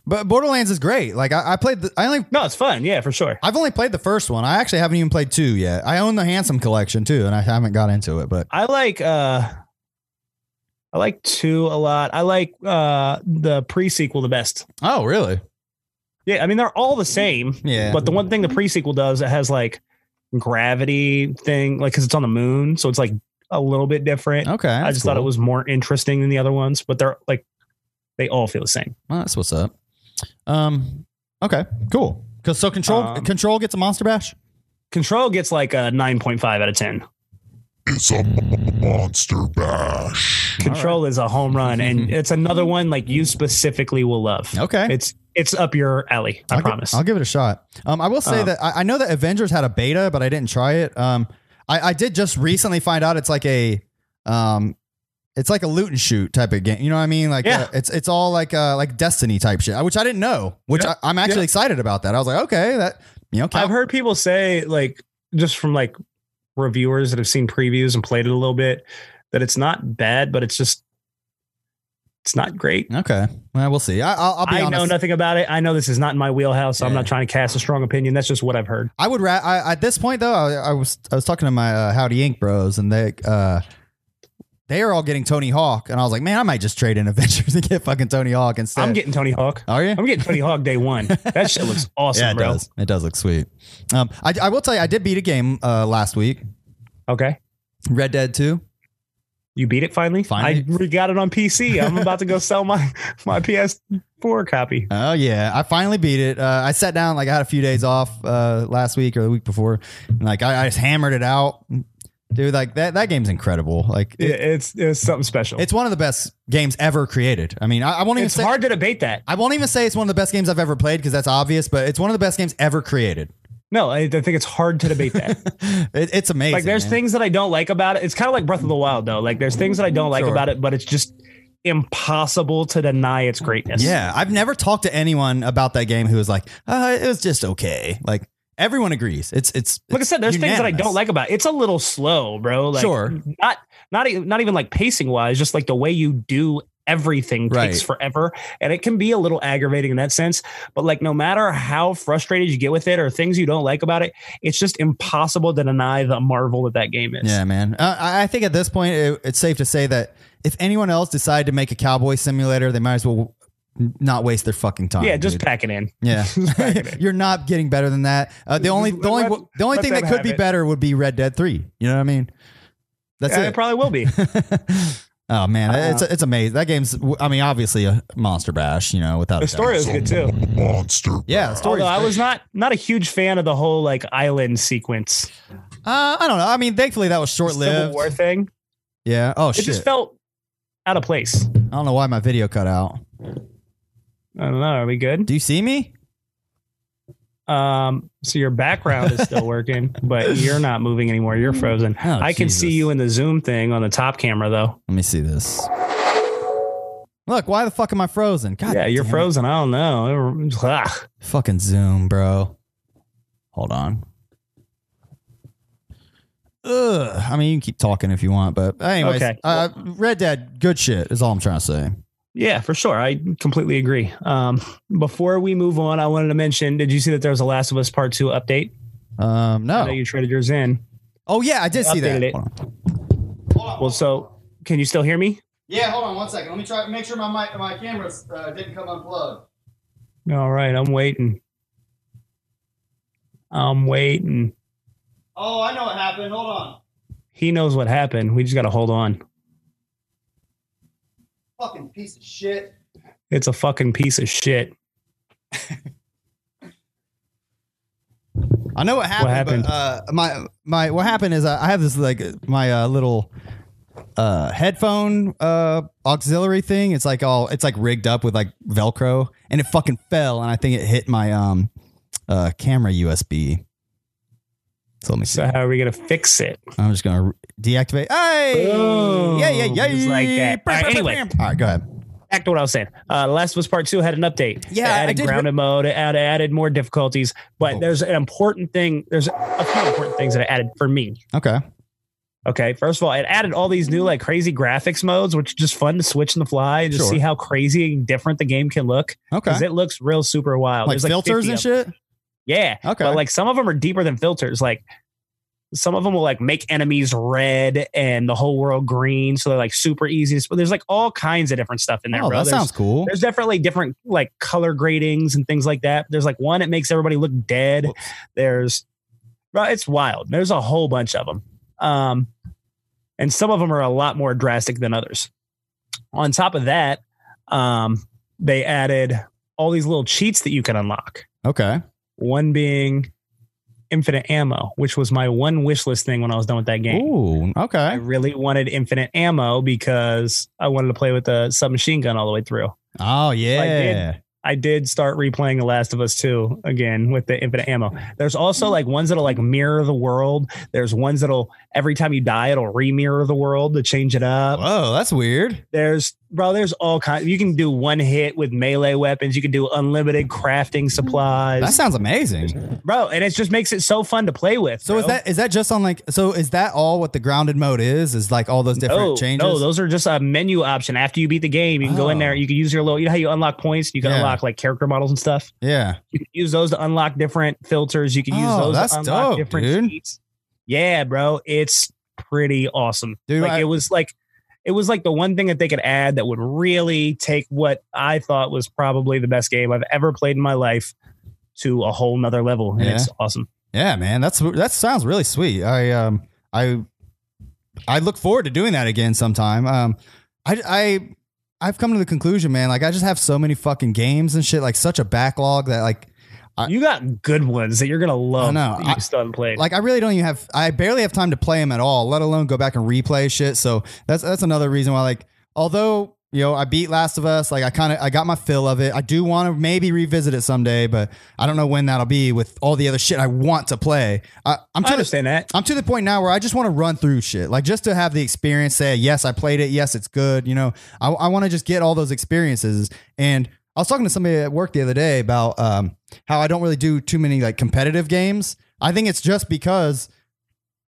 [SPEAKER 2] but Borderlands is great. Like I, I played. The, I only.
[SPEAKER 1] No, it's fun, yeah, for sure.
[SPEAKER 2] I've only played the first one. I actually haven't even played two yet. I own the Handsome Collection too, and I haven't got into it. But
[SPEAKER 1] I like uh I like two a lot. I like uh the pre sequel the best.
[SPEAKER 2] oh, really?
[SPEAKER 1] Yeah, I mean they're all the same.
[SPEAKER 2] Yeah.
[SPEAKER 1] But the one thing the pre sequel does, it has like gravity thing, like because it's on the moon, so it's like a little bit different.
[SPEAKER 2] Okay.
[SPEAKER 1] I just thought it was more interesting than the other ones, but they're like they all feel the same.
[SPEAKER 2] Well, that's what's up. Um. Okay. Cool. Cause so control
[SPEAKER 1] Um,
[SPEAKER 2] control gets a monster bash.
[SPEAKER 1] Control gets like a nine point five out of ten.
[SPEAKER 4] It's a monster bash.
[SPEAKER 1] Control is a home run, and it's another one like you specifically will love.
[SPEAKER 2] Mm-hmm. Okay.
[SPEAKER 1] It's it's up your alley. I
[SPEAKER 2] I'll gi-
[SPEAKER 1] promise.
[SPEAKER 2] I'll give it a shot. Um, I will say
[SPEAKER 1] Um,
[SPEAKER 2] that I, I know that Avengers had a beta, but I didn't try it. Um, I, I did just recently find out it's like a, um, it's like a loot and shoot type of game. You know what I mean? Like
[SPEAKER 1] Yeah.
[SPEAKER 2] uh, it's it's all like uh, like Destiny type shit, which I didn't know. Which
[SPEAKER 1] Yeah.
[SPEAKER 2] I, I'm actually
[SPEAKER 1] Yeah.
[SPEAKER 2] excited about that. I was like, okay, that you know, count-
[SPEAKER 1] I've heard people say like just from like reviewers that have seen previews and played it a little bit that it's not bad, but it's just it's not great.
[SPEAKER 2] okay. Well, we'll see. I, I'll, I'll be
[SPEAKER 1] I
[SPEAKER 2] honest.
[SPEAKER 1] know nothing about it. I know this is not in my wheelhouse. So I'm
[SPEAKER 2] Yeah.
[SPEAKER 1] not trying to cast a strong opinion. That's just what I've heard.
[SPEAKER 2] I would ra- I, at this point though. I, I was I was talking to my uh, Howdy Ink bros, and they uh, they are all getting Tony Hawk, and I was like, man, I might just trade in *laughs* Avengers and get fucking Tony Hawk instead.
[SPEAKER 1] I'm getting Tony Hawk.
[SPEAKER 2] are you?
[SPEAKER 1] I'm getting Tony Hawk day one. That shit looks awesome,
[SPEAKER 2] *laughs* yeah, it
[SPEAKER 1] bro.
[SPEAKER 2] does. It does look sweet. Um, I, I will tell you, I did beat a game uh, last week,
[SPEAKER 1] Okay.
[SPEAKER 2] Red Dead Two.
[SPEAKER 1] You beat it finally?
[SPEAKER 2] Finally.
[SPEAKER 1] I re- got it on PC. I'm about to go sell my my PS4 copy.
[SPEAKER 2] Oh yeah, I finally beat it. Uh, I sat down like I had a few days off uh, last week or the week before, and like I, I just hammered it out, dude. Like that that game's incredible. Like
[SPEAKER 1] It,
[SPEAKER 2] it,
[SPEAKER 1] it's it's something special. It's,
[SPEAKER 2] it's one of the best games ever created. I mean, I, I won't even say
[SPEAKER 1] hard to debate that.
[SPEAKER 2] I won't even say it's one of the best games I've ever played because that's obvious, but it's one of the best games ever created. *laughs*
[SPEAKER 1] No, I, I think it's hard to debate that.
[SPEAKER 2] It, it's amazing.
[SPEAKER 1] like there's
[SPEAKER 2] man.
[SPEAKER 1] things that I don't like about it. It's kind of like Breath of the Wild though. Like there's things that I don't like
[SPEAKER 2] Sure.
[SPEAKER 1] about it, but it's just impossible to deny its greatness.
[SPEAKER 2] Yeah, I've never talked to anyone about that game who was like, uh, it was just okay. Like everyone agrees. It's it's
[SPEAKER 1] Like I said, there's things that I don't
[SPEAKER 2] unanimous.
[SPEAKER 1] like about it. It's a little slow, bro. Like
[SPEAKER 2] Sure.
[SPEAKER 1] not not even not even like pacing wise, just like the way you do everything
[SPEAKER 2] Right.
[SPEAKER 1] takes forever. And it can be a little aggravating in that sense. But like no matter how frustrated you get with it or things you don't like about it, it's just impossible to deny the marvel that that game is.
[SPEAKER 2] Yeah, man. Uh, I I think at this point it, it's safe to say that if anyone else decided to make a cowboy simulator, they might as well w- not waste their fucking time.
[SPEAKER 1] yeah, just
[SPEAKER 2] dude.
[SPEAKER 1] pack it in. *laughs*
[SPEAKER 2] yeah.
[SPEAKER 1] pack
[SPEAKER 2] *laughs*
[SPEAKER 1] it in.
[SPEAKER 2] You're not getting better than that. Uh, the only the only
[SPEAKER 1] Let-
[SPEAKER 2] the only
[SPEAKER 1] let
[SPEAKER 2] thing
[SPEAKER 1] them
[SPEAKER 2] that could
[SPEAKER 1] have
[SPEAKER 2] be
[SPEAKER 1] it.
[SPEAKER 2] better would be Red Dead Three. You know what I mean? That's
[SPEAKER 1] Yeah,
[SPEAKER 2] it.
[SPEAKER 1] it probably will
[SPEAKER 2] *laughs*
[SPEAKER 1] be.
[SPEAKER 2] oh man, it's it's amazing. That game's I mean obviously a monster bash. You know without a
[SPEAKER 1] The story
[SPEAKER 2] doubt.
[SPEAKER 1] was good
[SPEAKER 2] *laughs*
[SPEAKER 1] too.
[SPEAKER 4] Monster
[SPEAKER 2] Yeah, the story's
[SPEAKER 1] Although I
[SPEAKER 2] great.
[SPEAKER 1] was not not a huge fan of the whole like island sequence
[SPEAKER 2] Uh, I don't know. I mean, thankfully that was short
[SPEAKER 1] Civil
[SPEAKER 2] lived.
[SPEAKER 1] War thing.
[SPEAKER 2] Yeah. Oh
[SPEAKER 1] It
[SPEAKER 2] shit.
[SPEAKER 1] just felt out of place.
[SPEAKER 2] I don't know why my video cut out.
[SPEAKER 1] I don't know. Are we good?
[SPEAKER 2] Do you see me?
[SPEAKER 1] Um, so your background is still
[SPEAKER 2] *laughs*
[SPEAKER 1] working, but you're not moving anymore. You're frozen.
[SPEAKER 2] Oh,
[SPEAKER 1] I can
[SPEAKER 2] Jesus.
[SPEAKER 1] see you in the Zoom thing on the top camera though.
[SPEAKER 2] Let me see this. Look, why the fuck am I frozen? God,
[SPEAKER 1] yeah, you're
[SPEAKER 2] damn it.
[SPEAKER 1] frozen. I don't know. Ugh.
[SPEAKER 2] Fucking Zoom, bro. Hold on. Ugh. I mean, you can keep talking if you want, but anyways,
[SPEAKER 1] Okay.
[SPEAKER 2] uh, Red Dead, good shit is all I'm trying to say.
[SPEAKER 1] Yeah, for sure. I completely agree. Um, before we move on, I wanted to mention, did you see that there was a Last of Us Part 2 update?
[SPEAKER 2] Um,
[SPEAKER 1] I know
[SPEAKER 2] no.
[SPEAKER 1] you traded yours in.
[SPEAKER 2] Oh yeah, I did see that.
[SPEAKER 1] Updated it.
[SPEAKER 2] Hold on.
[SPEAKER 1] Well, so can you still hear me?
[SPEAKER 2] Yeah, hold on one second. Let me try make sure my mic, my camera uh, didn't come unplugged.
[SPEAKER 1] All right, I'm waiting. I'm waiting.
[SPEAKER 2] Oh, I know what happened. Hold on.
[SPEAKER 1] He knows what happened. We just got to hold on.
[SPEAKER 2] Fucking piece of shit.
[SPEAKER 1] It's a fucking piece of shit.
[SPEAKER 2] I know what happened.
[SPEAKER 1] happened?
[SPEAKER 2] But, uh, my my what happened is I I have this like my uh, little uh, headphone uh, auxiliary thing. It's like all it's like rigged up with like Velcro, and it fucking fell, and I think it hit my um uh, camera USB. So let me see.
[SPEAKER 1] So how are we gonna fix it?
[SPEAKER 2] I'm just gonna re- deactivate. Hey,
[SPEAKER 1] Boom.
[SPEAKER 2] yeah, yeah, yeah,
[SPEAKER 1] Just like that.
[SPEAKER 2] Bam,
[SPEAKER 1] All right,
[SPEAKER 2] bam,
[SPEAKER 1] anyway.
[SPEAKER 2] bam. all right, go ahead.
[SPEAKER 1] Back to what I was saying. Uh, Last of Us Part Two had an update.
[SPEAKER 2] Yeah,
[SPEAKER 1] It
[SPEAKER 2] I
[SPEAKER 1] added
[SPEAKER 2] did re-
[SPEAKER 1] grounded mode. It added, added more difficulties. But
[SPEAKER 2] Oh.
[SPEAKER 1] there's an important thing. There's a few important things that it added for me.
[SPEAKER 2] Okay,
[SPEAKER 1] Okay, first of all, it added all these new like crazy graphics modes, which is just fun to switch in the fly and just
[SPEAKER 2] Sure.
[SPEAKER 1] see how crazy and different the game can look
[SPEAKER 2] okay.
[SPEAKER 1] because it looks real super wild.
[SPEAKER 2] like
[SPEAKER 1] There's,
[SPEAKER 2] filters
[SPEAKER 1] 50
[SPEAKER 2] and
[SPEAKER 1] of
[SPEAKER 2] shit.
[SPEAKER 1] them. Yeah,
[SPEAKER 2] Okay,
[SPEAKER 1] but like some of them are deeper than filters. Like some of them will like make enemies red and the whole world green, so they're like super easy. to- But there's like all kinds of different stuff in there,
[SPEAKER 2] oh,
[SPEAKER 1] bro.
[SPEAKER 2] that
[SPEAKER 1] There's-
[SPEAKER 2] sounds cool.
[SPEAKER 1] there's definitely different like color gradings and things like that. There's like one that makes everybody look dead.
[SPEAKER 2] Whoops.
[SPEAKER 1] There's, bro, it's wild. There's a whole bunch of them. Um, and some of them are a lot more drastic than others. On top of that, um, they added all these little cheats that you can unlock.
[SPEAKER 2] Okay,
[SPEAKER 1] One being infinite ammo, which was my one wish list thing when I was done with that game.
[SPEAKER 2] ooh,
[SPEAKER 1] I
[SPEAKER 2] okay.
[SPEAKER 1] really wanted infinite ammo because I wanted to play with the submachine gun all the way through.
[SPEAKER 2] Oh
[SPEAKER 1] I did
[SPEAKER 2] yeah.
[SPEAKER 1] I did start replaying The Last of Us 2 again with the infinite ammo. There's also like ones that'll like mirror the world. There's ones that'll every time you die, it'll re-mirror the world to change it up.
[SPEAKER 2] Whoa, that's weird.
[SPEAKER 1] There's bro, there's all kinds. You can do one hit with melee weapons. You can do unlimited
[SPEAKER 2] Hmm.
[SPEAKER 1] crafting supplies,
[SPEAKER 2] That sounds amazing.
[SPEAKER 1] bro. And it just makes it so fun to play with.
[SPEAKER 2] So is
[SPEAKER 1] bro.
[SPEAKER 2] that is that just on like so is that all what the grounded mode is? Is like all those different
[SPEAKER 1] no,
[SPEAKER 2] changes?
[SPEAKER 1] Oh, no, those are just a menu option. After you beat the game, you can go in
[SPEAKER 2] Oh.
[SPEAKER 1] there. You can use your little, you know how you unlock points. You can
[SPEAKER 2] Yeah.
[SPEAKER 1] unlock like character models and stuff.
[SPEAKER 2] yeah.
[SPEAKER 1] you can use those to unlock different filters. You can use
[SPEAKER 2] Oh,
[SPEAKER 1] those
[SPEAKER 2] that's
[SPEAKER 1] to unlock
[SPEAKER 2] dope,
[SPEAKER 1] different
[SPEAKER 2] dude.
[SPEAKER 1] sheets. Yeah, bro, it's pretty awesome.
[SPEAKER 2] Dude,
[SPEAKER 1] like
[SPEAKER 2] I-
[SPEAKER 1] it was like it was like the one thing that they could add that would really take what I thought was probably the best game I've ever played in my life to a whole nother level, and
[SPEAKER 2] Yeah.
[SPEAKER 1] it's awesome.
[SPEAKER 2] Yeah, man. That's that sounds really sweet. I um I I look forward to doing that again sometime. Um I I I've come to the conclusion, man, like I just have so many fucking games and shit, like such a backlog that like I-
[SPEAKER 1] You got good ones that you're gonna love.
[SPEAKER 2] know.
[SPEAKER 1] that you
[SPEAKER 2] I-
[SPEAKER 1] still haven't played.
[SPEAKER 2] like I really don't even have I barely have time to play them at all, let alone go back and replay shit. So that's that's another reason why like although you know I beat Last of Us, like I kind of I got my fill of it. I do want to maybe revisit it someday, but I don't know when that'll be with all the other shit I want to play. I, I'm
[SPEAKER 1] I
[SPEAKER 2] trying to
[SPEAKER 1] understand that.
[SPEAKER 2] I'm to the point now where I just want to run through shit, like just to have the experience. Say yes, I played it. Yes, it's good. You know, I, I want to just get all those experiences. And I was talking to somebody at work the other day about um, how I don't really do too many like competitive games. I think it's just because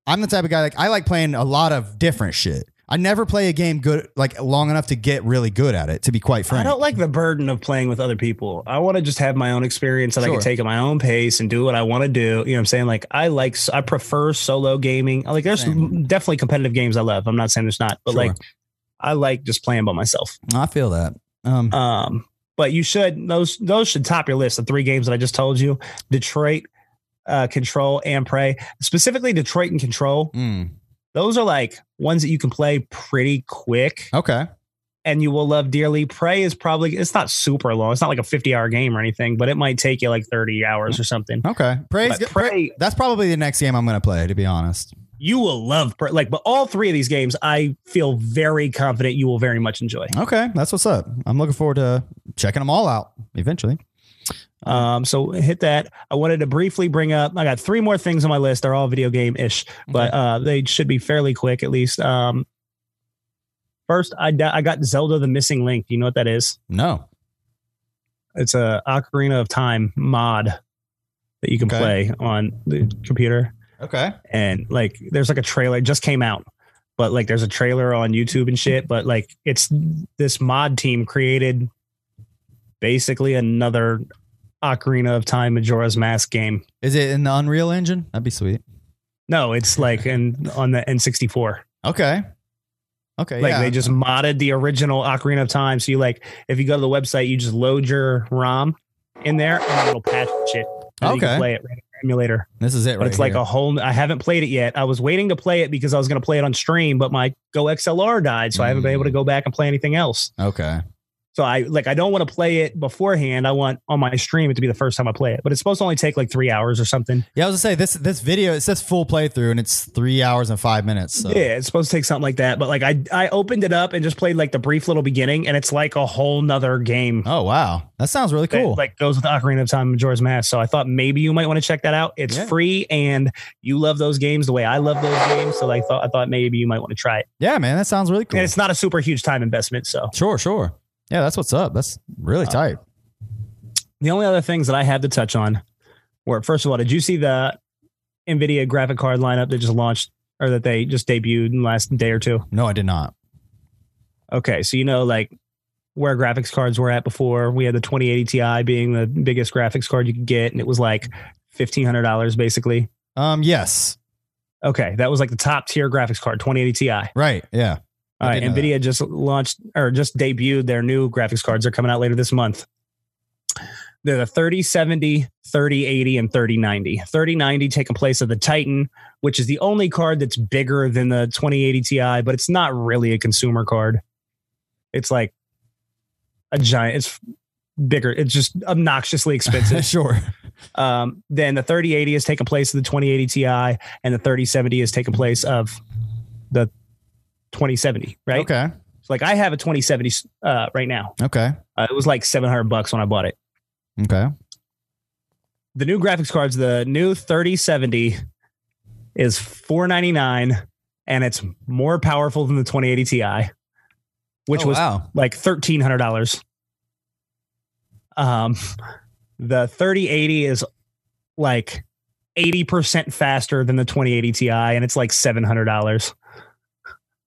[SPEAKER 2] I'm the type of guy like I like playing a lot of different shit. I never play a game good like long enough to get really good at it. To be quite frank,
[SPEAKER 1] I don't like the burden of playing with other people. I want to just have my own experience that I
[SPEAKER 2] Sure.
[SPEAKER 1] can take at my own pace and do what I want to do. You know what I'm saying? Like I like I prefer solo gaming. Like there's
[SPEAKER 2] Same.
[SPEAKER 1] definitely competitive games I love. I'm not saying there's not, but
[SPEAKER 2] Sure.
[SPEAKER 1] like I like just playing by myself.
[SPEAKER 2] I feel that. Um,
[SPEAKER 1] Um, but you should those those should top your list. The three games that I just told you: Detroit, uh, Control, and Prey. Specifically, Detroit and Control.
[SPEAKER 2] mm,
[SPEAKER 1] Those are like ones that you can play pretty quick,
[SPEAKER 2] okay.
[SPEAKER 1] and you will love dearly. Prey is probably it's not super long. It's not like a fifty hour game or anything, but it might take you like thirty hours or something.
[SPEAKER 2] Okay. Praise.
[SPEAKER 1] But
[SPEAKER 2] pra-
[SPEAKER 1] Prey-
[SPEAKER 2] that's probably the next game I'm going to play, to be honest.
[SPEAKER 1] You will love Prey. Like, but all three of these games, I feel very confident you will very much enjoy.
[SPEAKER 2] Okay. That's what's up. I'm looking forward to checking them all out eventually.
[SPEAKER 1] Um, so hit that. I wanted to briefly bring up. I got three more things on my list. They're all video game ish, but uh, they should be fairly quick at least. Um, first, I da- I got Zelda: The Missing Link. Do you know what that is?
[SPEAKER 2] No.
[SPEAKER 1] It's a Ocarina of Time mod that you can
[SPEAKER 2] Okay.
[SPEAKER 1] play on the computer.
[SPEAKER 2] Okay.
[SPEAKER 1] And like, there's like a trailer it just came out, but like, there's a trailer on YouTube and shit. But like, it's this mod team created basically another Ocarina of Time Majora's Mask game.
[SPEAKER 2] Is it in the Unreal Engine? That'd be sweet.
[SPEAKER 1] No, it's like in on the N64.
[SPEAKER 2] Okay. Okay.
[SPEAKER 1] Like
[SPEAKER 2] yeah.
[SPEAKER 1] they just modded the original Ocarina of Time. So you like if you go to the website, you just load your ROM in there and it'll patch shit. And You
[SPEAKER 2] Okay.
[SPEAKER 1] can play it right in your emulator.
[SPEAKER 2] This is it.
[SPEAKER 1] But
[SPEAKER 2] right
[SPEAKER 1] it's like
[SPEAKER 2] here.
[SPEAKER 1] a whole I haven't played it yet. I was waiting to play it because I was gonna play it on stream, but my Go XLR died, so I haven't been
[SPEAKER 2] Mm.
[SPEAKER 1] able to go back and play anything else.
[SPEAKER 2] Okay.
[SPEAKER 1] So I like I don't want to play it beforehand. I want on my stream it to be the first time I play it. But it's supposed to only take like three hours or something.
[SPEAKER 2] Yeah, I was gonna say this this video it says full playthrough and it's three hours and five minutes. So
[SPEAKER 1] Yeah, it's supposed to take something like that. But like I I opened it up and just played like the brief little beginning, and it's like a whole nother game.
[SPEAKER 2] Oh wow, that sounds really
[SPEAKER 1] that,
[SPEAKER 2] cool.
[SPEAKER 1] like goes with Ocarina of Time and Majora's Mask. So I thought maybe you might want to check that out. It's
[SPEAKER 2] Yeah.
[SPEAKER 1] free and you love those games the way I love those games. So I thought I thought maybe you might want to try it.
[SPEAKER 2] yeah, man, that sounds really cool.
[SPEAKER 1] And it's not a super huge time investment. So
[SPEAKER 2] Sure, sure. Yeah, that's what's up. That's really
[SPEAKER 1] Uh,
[SPEAKER 2] tight.
[SPEAKER 1] the only other things that I had to touch on were first of all, did you see the NVIDIA graphic card lineup that just launched or that they just debuted in the last day or two?
[SPEAKER 2] No, I did not.
[SPEAKER 1] Okay, so you know like where graphics cards were at before. We had the 2080 Ti being the biggest graphics card you could get, and it was like fifteen hundred dollars basically.
[SPEAKER 2] Um, yes,
[SPEAKER 1] Okay, that was like the top tier graphics card, 2080 Ti. All
[SPEAKER 2] right, yeah. *laughs* I
[SPEAKER 1] right,
[SPEAKER 2] didn't know
[SPEAKER 1] Uh, NVIDIA just launched or just debuted their new graphics cards. They're coming out later this month. They're the 3070, 3080, and 3090. 3090 taking place of the Titan, which is the only card that's bigger than the 2080 Ti, but it's not really a consumer card. It's like a giant, it's bigger, it's just obnoxiously
[SPEAKER 2] *laughs*
[SPEAKER 1] expensive.
[SPEAKER 2] sure.
[SPEAKER 1] Um, then the 3080 is taking place of the 2080 Ti, and the 3070 is taking place of the 2070. Right?
[SPEAKER 2] Okay,
[SPEAKER 1] So, like I have a 2070 uh, right now.
[SPEAKER 2] okay,
[SPEAKER 1] Uh, it was like 700 bucks when I bought it.
[SPEAKER 2] okay.
[SPEAKER 1] The new graphics cards, the new 3070, is 499, and it's more powerful than the 2080 Ti, which
[SPEAKER 2] Oh,
[SPEAKER 1] was
[SPEAKER 2] wow.
[SPEAKER 1] like thirteen hundred dollars. Um, the thirty eighty is like eighty percent faster than the twenty eighty Ti, and it's like seven hundred dollars.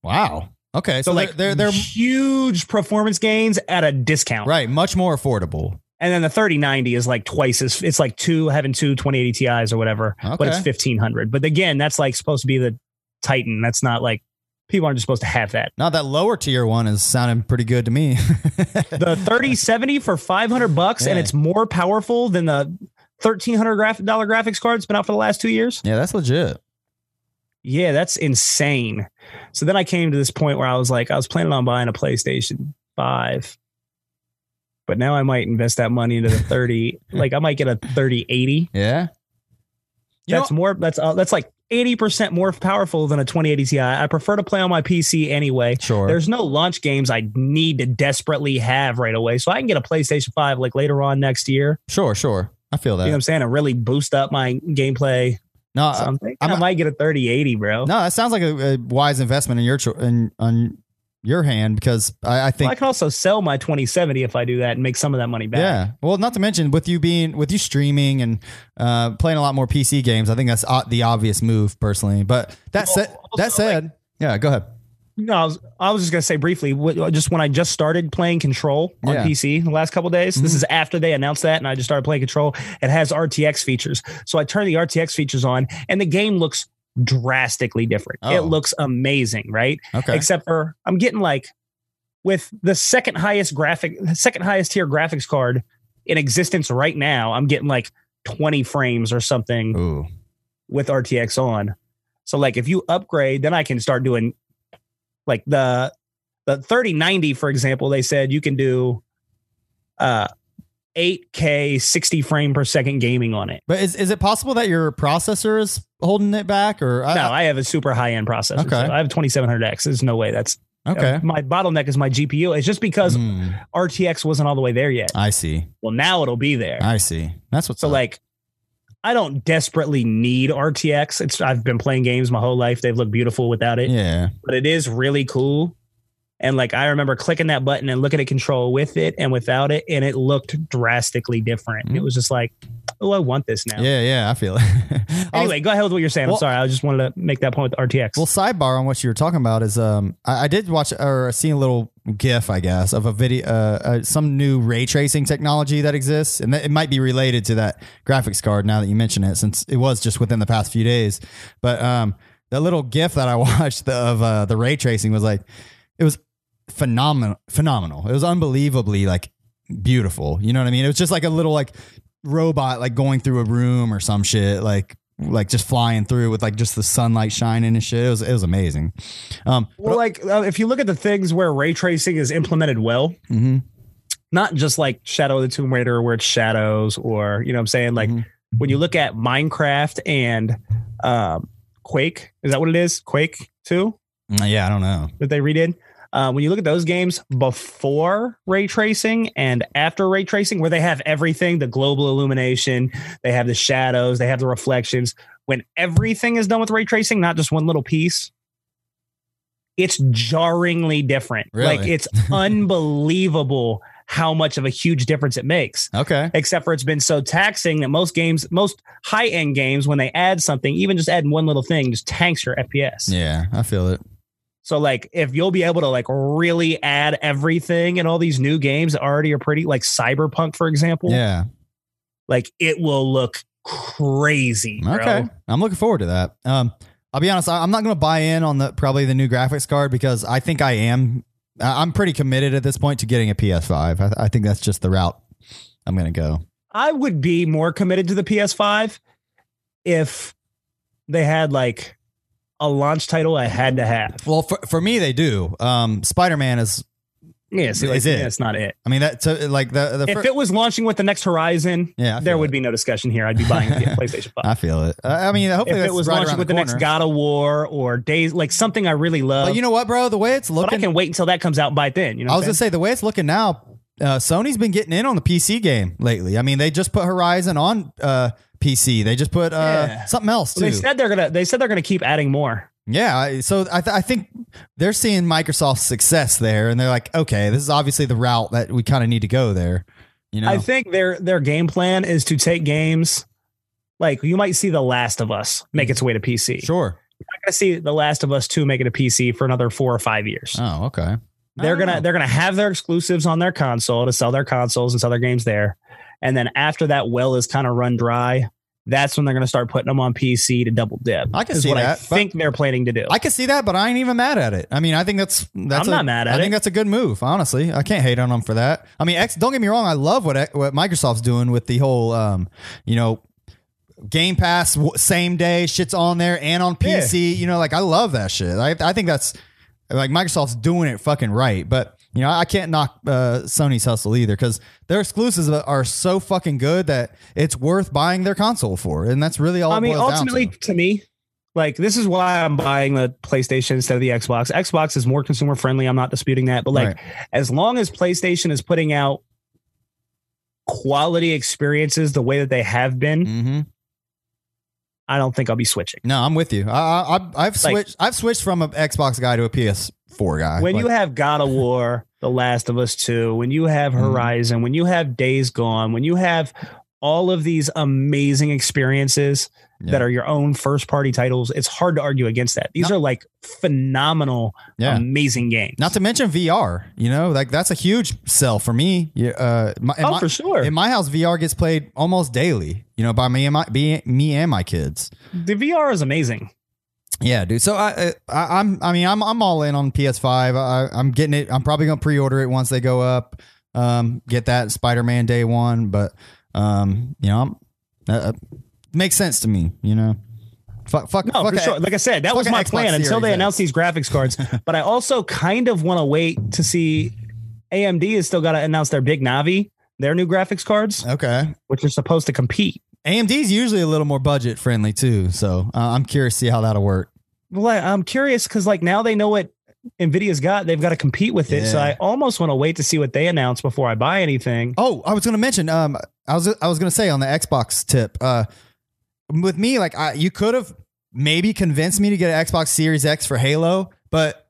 [SPEAKER 2] Wow. Okay, so,
[SPEAKER 1] So, like
[SPEAKER 2] they're, they're they're
[SPEAKER 1] huge performance gains at a discount,
[SPEAKER 2] right much more affordable.
[SPEAKER 1] And then the thirty ninety is like twice as it's like two having two 2080 Ti's or whatever,
[SPEAKER 2] Okay,
[SPEAKER 1] but it's fifteen hundred. But again, that's like supposed to be the Titan. That's not like people aren't just supposed to have that.
[SPEAKER 2] now that lower tier one is sounding pretty good to me. *laughs*
[SPEAKER 1] the 3070 for 500 bucks and
[SPEAKER 2] Yeah.
[SPEAKER 1] it's more powerful than the 1300 graph- dollar graphics card that's been out for the last two years
[SPEAKER 2] yeah, that's legit.
[SPEAKER 1] yeah that's insane so then i came to this point where i was like i was planning on buying a playstation 5 but now i might invest that money into the
[SPEAKER 2] *laughs*
[SPEAKER 1] 30 like i might get a 3080
[SPEAKER 2] Yeah. You
[SPEAKER 1] that's more that's uh, that's like 80% more powerful than a 2080 ti i prefer to play on my pc anyway
[SPEAKER 2] Sure.
[SPEAKER 1] there's no launch games I need to desperately have right away. So I can get a PlayStation 5 like later on next year.
[SPEAKER 2] sure. Sure. I feel that.
[SPEAKER 1] You know what I'm saying? And really boost up my gameplay.
[SPEAKER 2] no,
[SPEAKER 1] So
[SPEAKER 2] I-
[SPEAKER 1] I'm thinking
[SPEAKER 2] Uh, I'm
[SPEAKER 1] I
[SPEAKER 2] not-
[SPEAKER 1] might get a 3080, bro.
[SPEAKER 2] no, that sounds like a, a wise investment in your cho- in on your hand because I, I think
[SPEAKER 1] I can also sell my 2070 if I do that and make some of that money back.
[SPEAKER 2] Yeah. Well, not to mention with you being with you streaming and uh, playing a lot more PC games, I think that's o- the obvious move personally. But that
[SPEAKER 1] Well,
[SPEAKER 2] said,
[SPEAKER 1] also,
[SPEAKER 2] that said, yeah, go ahead.
[SPEAKER 1] No, I was, I was just gonna say briefly. wh- uh, Just when I just started playing Control on
[SPEAKER 2] Yeah.
[SPEAKER 1] PC the last couple days, this
[SPEAKER 2] Mhm.
[SPEAKER 1] is after they announced that, and I just started playing Control. It has RTX features, so I turned the RTX features on, and the game looks drastically different. It
[SPEAKER 2] Oh.
[SPEAKER 1] looks amazing, right?
[SPEAKER 2] Okay.
[SPEAKER 1] except for I'm getting like with the second highest graphic, second highest tier graphics card in existence right now. I'm getting like 20 frames or something
[SPEAKER 2] Ooh.
[SPEAKER 1] with RTX on. So like if you upgrade, then I can start doing like the the 3090 for example, they said you can do uh 8K 60 frame per second gaming on it.
[SPEAKER 2] But is, is it possible that your processor is holding it back or
[SPEAKER 1] No, I have a super high end processor.
[SPEAKER 2] Uh, Okay.
[SPEAKER 1] So I have 2700X. There's no way that's uh,
[SPEAKER 2] okay.
[SPEAKER 1] my bottleneck is my GPU. It's just because
[SPEAKER 2] Hmm,
[SPEAKER 1] RTX wasn't all the way there yet.
[SPEAKER 2] I see.
[SPEAKER 1] Well, now it'll be there.
[SPEAKER 2] I see. That's what's
[SPEAKER 1] So
[SPEAKER 2] up.
[SPEAKER 1] like I don't desperately need RTX. It's I've been playing games my whole life. They've looked beautiful without it.
[SPEAKER 2] yeah.
[SPEAKER 1] but it is really cool. And like I remember clicking that button and looking at control with it and without it, and it looked drastically different. It was just like, oh, I want this now.
[SPEAKER 2] Mm-hmm. Yeah, yeah, I feel it. *laughs* I was-
[SPEAKER 1] Anyway, go ahead with what you're saying.
[SPEAKER 2] Well-
[SPEAKER 1] I'm sorry, I just wanted to make that point with RTX.
[SPEAKER 2] Well, sidebar on what you were talking about is um I, I did watch or see a little GIF I guess of a video uh, uh some new ray tracing technology that exists and that, it might be related to that graphics card now that you mention it since it was just within the past few days but um that little GIF that I *laughs* watched of uh, the ray tracing was like it was phenomenal phenomenal it was unbelievably like beautiful you know what I mean it was just like a little like robot like going through a room or some shit like like just flying through with like just the sunlight shining and shit. It was it was amazing. Um,
[SPEAKER 1] Well, like uh, if you look at the things where ray tracing is implemented well,
[SPEAKER 2] mhm.
[SPEAKER 1] not just like Shadow of the Tomb Raider where it's shadows, or you know what I'm saying. Like
[SPEAKER 2] Mhm.
[SPEAKER 1] when you look at Minecraft and um, Quake, is that what it is? Quake Two.
[SPEAKER 2] Uh, yeah, I don't know.
[SPEAKER 1] that they redid. Uh, when you look at those games before ray tracing and after ray tracing, where they have everything the global illumination, they have the shadows, they have the reflections. When everything is done with ray tracing, not just one little piece, it's jarringly different.
[SPEAKER 2] Really?
[SPEAKER 1] Like it's unbelievable how much of a huge difference it makes
[SPEAKER 2] Okay.
[SPEAKER 1] except for it's been so taxing that most games, most high end games, when they add something, even just adding one little thing, just tanks your FPS.
[SPEAKER 2] Yeah, I feel it.
[SPEAKER 1] So like if you'll be able to like really add everything and all these new games that already are pretty like Cyberpunk for example,
[SPEAKER 2] Yeah.
[SPEAKER 1] like it will look crazy. Bro.
[SPEAKER 2] Okay. I'm looking forward to that. Um, I'll be honest. I, I'm not going to buy in on the probably the new graphics card because I think I am. I- I'm pretty committed at this point to getting a PS5. I, I think that's just the route I'm going to go.
[SPEAKER 1] I would be more committed to the PS5 if they had like a launch title I had to have.
[SPEAKER 2] Well, for, for me, they do. Um, Spider Man is.
[SPEAKER 1] Yes, yeah, so, like,
[SPEAKER 2] Is it?
[SPEAKER 1] yeah, it's not it.
[SPEAKER 2] I mean, that's uh, like the the.
[SPEAKER 1] If
[SPEAKER 2] fir-
[SPEAKER 1] it was launching with the next Horizon,
[SPEAKER 2] yeah, I
[SPEAKER 1] there
[SPEAKER 2] feel
[SPEAKER 1] would
[SPEAKER 2] it.
[SPEAKER 1] be no discussion here. I'd be buying
[SPEAKER 2] *laughs*
[SPEAKER 1] a PlayStation 5.
[SPEAKER 2] I feel it. I, I mean, hopefully
[SPEAKER 1] if
[SPEAKER 2] that's
[SPEAKER 1] it was
[SPEAKER 2] right
[SPEAKER 1] launching
[SPEAKER 2] around
[SPEAKER 1] with the, next
[SPEAKER 2] corner.
[SPEAKER 1] God of War or Days, like something I really love.
[SPEAKER 2] But you know what, bro? The way it's looking,
[SPEAKER 1] but I can wait until that comes out and buy it then. You know,
[SPEAKER 2] I
[SPEAKER 1] what
[SPEAKER 2] was
[SPEAKER 1] I'm
[SPEAKER 2] gonna say the way it's looking now, uh, Sony's been getting in on the PC game lately. I mean, they just put Horizon on uh, PC. They just put uh,
[SPEAKER 1] Yeah.
[SPEAKER 2] something else
[SPEAKER 1] Well,
[SPEAKER 2] too.
[SPEAKER 1] they said they're gonna. They said they're gonna keep adding more.
[SPEAKER 2] yeah, I- so I, th- I think they're seeing Microsoft's success there, and they're like, okay, this is obviously the route that we kind of need to go there. You know,
[SPEAKER 1] I think their their game plan is to take games like you might see The Last of Us make its way to PC.
[SPEAKER 2] Hmm. sure.
[SPEAKER 1] You're not gonna see The Last of Us two make it to PC for another four or five years.
[SPEAKER 2] Oh, okay.
[SPEAKER 1] they're
[SPEAKER 2] I don't
[SPEAKER 1] gonna
[SPEAKER 2] know.
[SPEAKER 1] they're gonna have their exclusives on their console to sell their consoles and sell their games there, and then after that well is kind of run dry. That's when they're going to start putting them on PC to double dip.
[SPEAKER 2] I can
[SPEAKER 1] is
[SPEAKER 2] see
[SPEAKER 1] what I
[SPEAKER 2] that, but-
[SPEAKER 1] think they're planning to do.
[SPEAKER 2] I can see that, but I ain't even mad at it. I mean, I think that's that's
[SPEAKER 1] I'm
[SPEAKER 2] a-
[SPEAKER 1] not mad at
[SPEAKER 2] I
[SPEAKER 1] it.
[SPEAKER 2] think that's a good move, honestly. I can't hate on them for that. I mean, X, don't get me wrong, I love what what Microsoft's doing with the whole, um, you know, Game Pass w- same day shit's on there and on PC. You know, like I love that shit. I I think that's like Microsoft's doing it fucking right, but. You know, I can't knock uh, Sony's hustle either because their exclusives are so fucking good that it's worth buying their console for, and that's really all.
[SPEAKER 1] I
[SPEAKER 2] it
[SPEAKER 1] mean,
[SPEAKER 2] boils down
[SPEAKER 1] ultimately,
[SPEAKER 2] to.
[SPEAKER 1] to. me, like this is why I'm buying the PlayStation instead of the Xbox. Xbox is more consumer friendly. I'm not disputing that, but like
[SPEAKER 2] Right.
[SPEAKER 1] as long as PlayStation is putting out quality experiences the way that they have been,
[SPEAKER 2] Mhm.
[SPEAKER 1] I don't think I'll be switching.
[SPEAKER 2] No, I'm with you. I, I I've- I've
[SPEAKER 1] Like-
[SPEAKER 2] switched. I've switched from an Xbox guy to a PS4 guy.
[SPEAKER 1] when
[SPEAKER 2] Like,
[SPEAKER 1] you have God of War, The Last of Us 2, when you have
[SPEAKER 2] Mhm.
[SPEAKER 1] Horizon, when you have Days Gone, when you have all of these amazing experiences
[SPEAKER 2] Yeah.
[SPEAKER 1] that are your own first party titles, it's hard to argue against that. These
[SPEAKER 2] No.
[SPEAKER 1] are like phenomenal,
[SPEAKER 2] yeah.
[SPEAKER 1] amazing games.
[SPEAKER 2] Not to mention VR. You know, like that's a huge sell for me. Yeah, uh, my, in,
[SPEAKER 1] oh,
[SPEAKER 2] my,
[SPEAKER 1] for sure.
[SPEAKER 2] in my house, VR gets played almost daily. You know, by me and my be, me and my kids.
[SPEAKER 1] the VR is amazing.
[SPEAKER 2] Yeah, dude. So I, uh, I, I'm, I mean, I'm, I'm all in on PS5. I, I'm getting it. I'm probably gonna pre-order it once they go up. Um, get that Spider-Man Day One, but um, you know, I'm, uh, uh, makes sense to me. You know, fuck, fuck,
[SPEAKER 1] No,
[SPEAKER 2] fuck
[SPEAKER 1] for
[SPEAKER 2] a-
[SPEAKER 1] sure. Like I said, that
[SPEAKER 2] fuck
[SPEAKER 1] was
[SPEAKER 2] a
[SPEAKER 1] my
[SPEAKER 2] Xbox
[SPEAKER 1] plan until
[SPEAKER 2] Series
[SPEAKER 1] they
[SPEAKER 2] X.
[SPEAKER 1] announced these graphics
[SPEAKER 2] *laughs*
[SPEAKER 1] cards. but I also kind of want to wait to see. AMD has still got to announce their big Navi, their new graphics cards,
[SPEAKER 2] Okay.
[SPEAKER 1] which are supposed to compete.
[SPEAKER 2] AMD's usually a little more budget friendly too, so uh, I'm curious to see how that'll work.
[SPEAKER 1] Well, I- I'm curious because like now they know what Nvidia's got. They've got to compete with it. So
[SPEAKER 2] Yeah.
[SPEAKER 1] I almost want to wait to see what they announce before I buy anything.
[SPEAKER 2] Oh, I was gonna mention. Um, I was I was gonna say on the Xbox tip. Uh, with me, like I, you could have maybe convinced me to get an Xbox Series X for Halo, but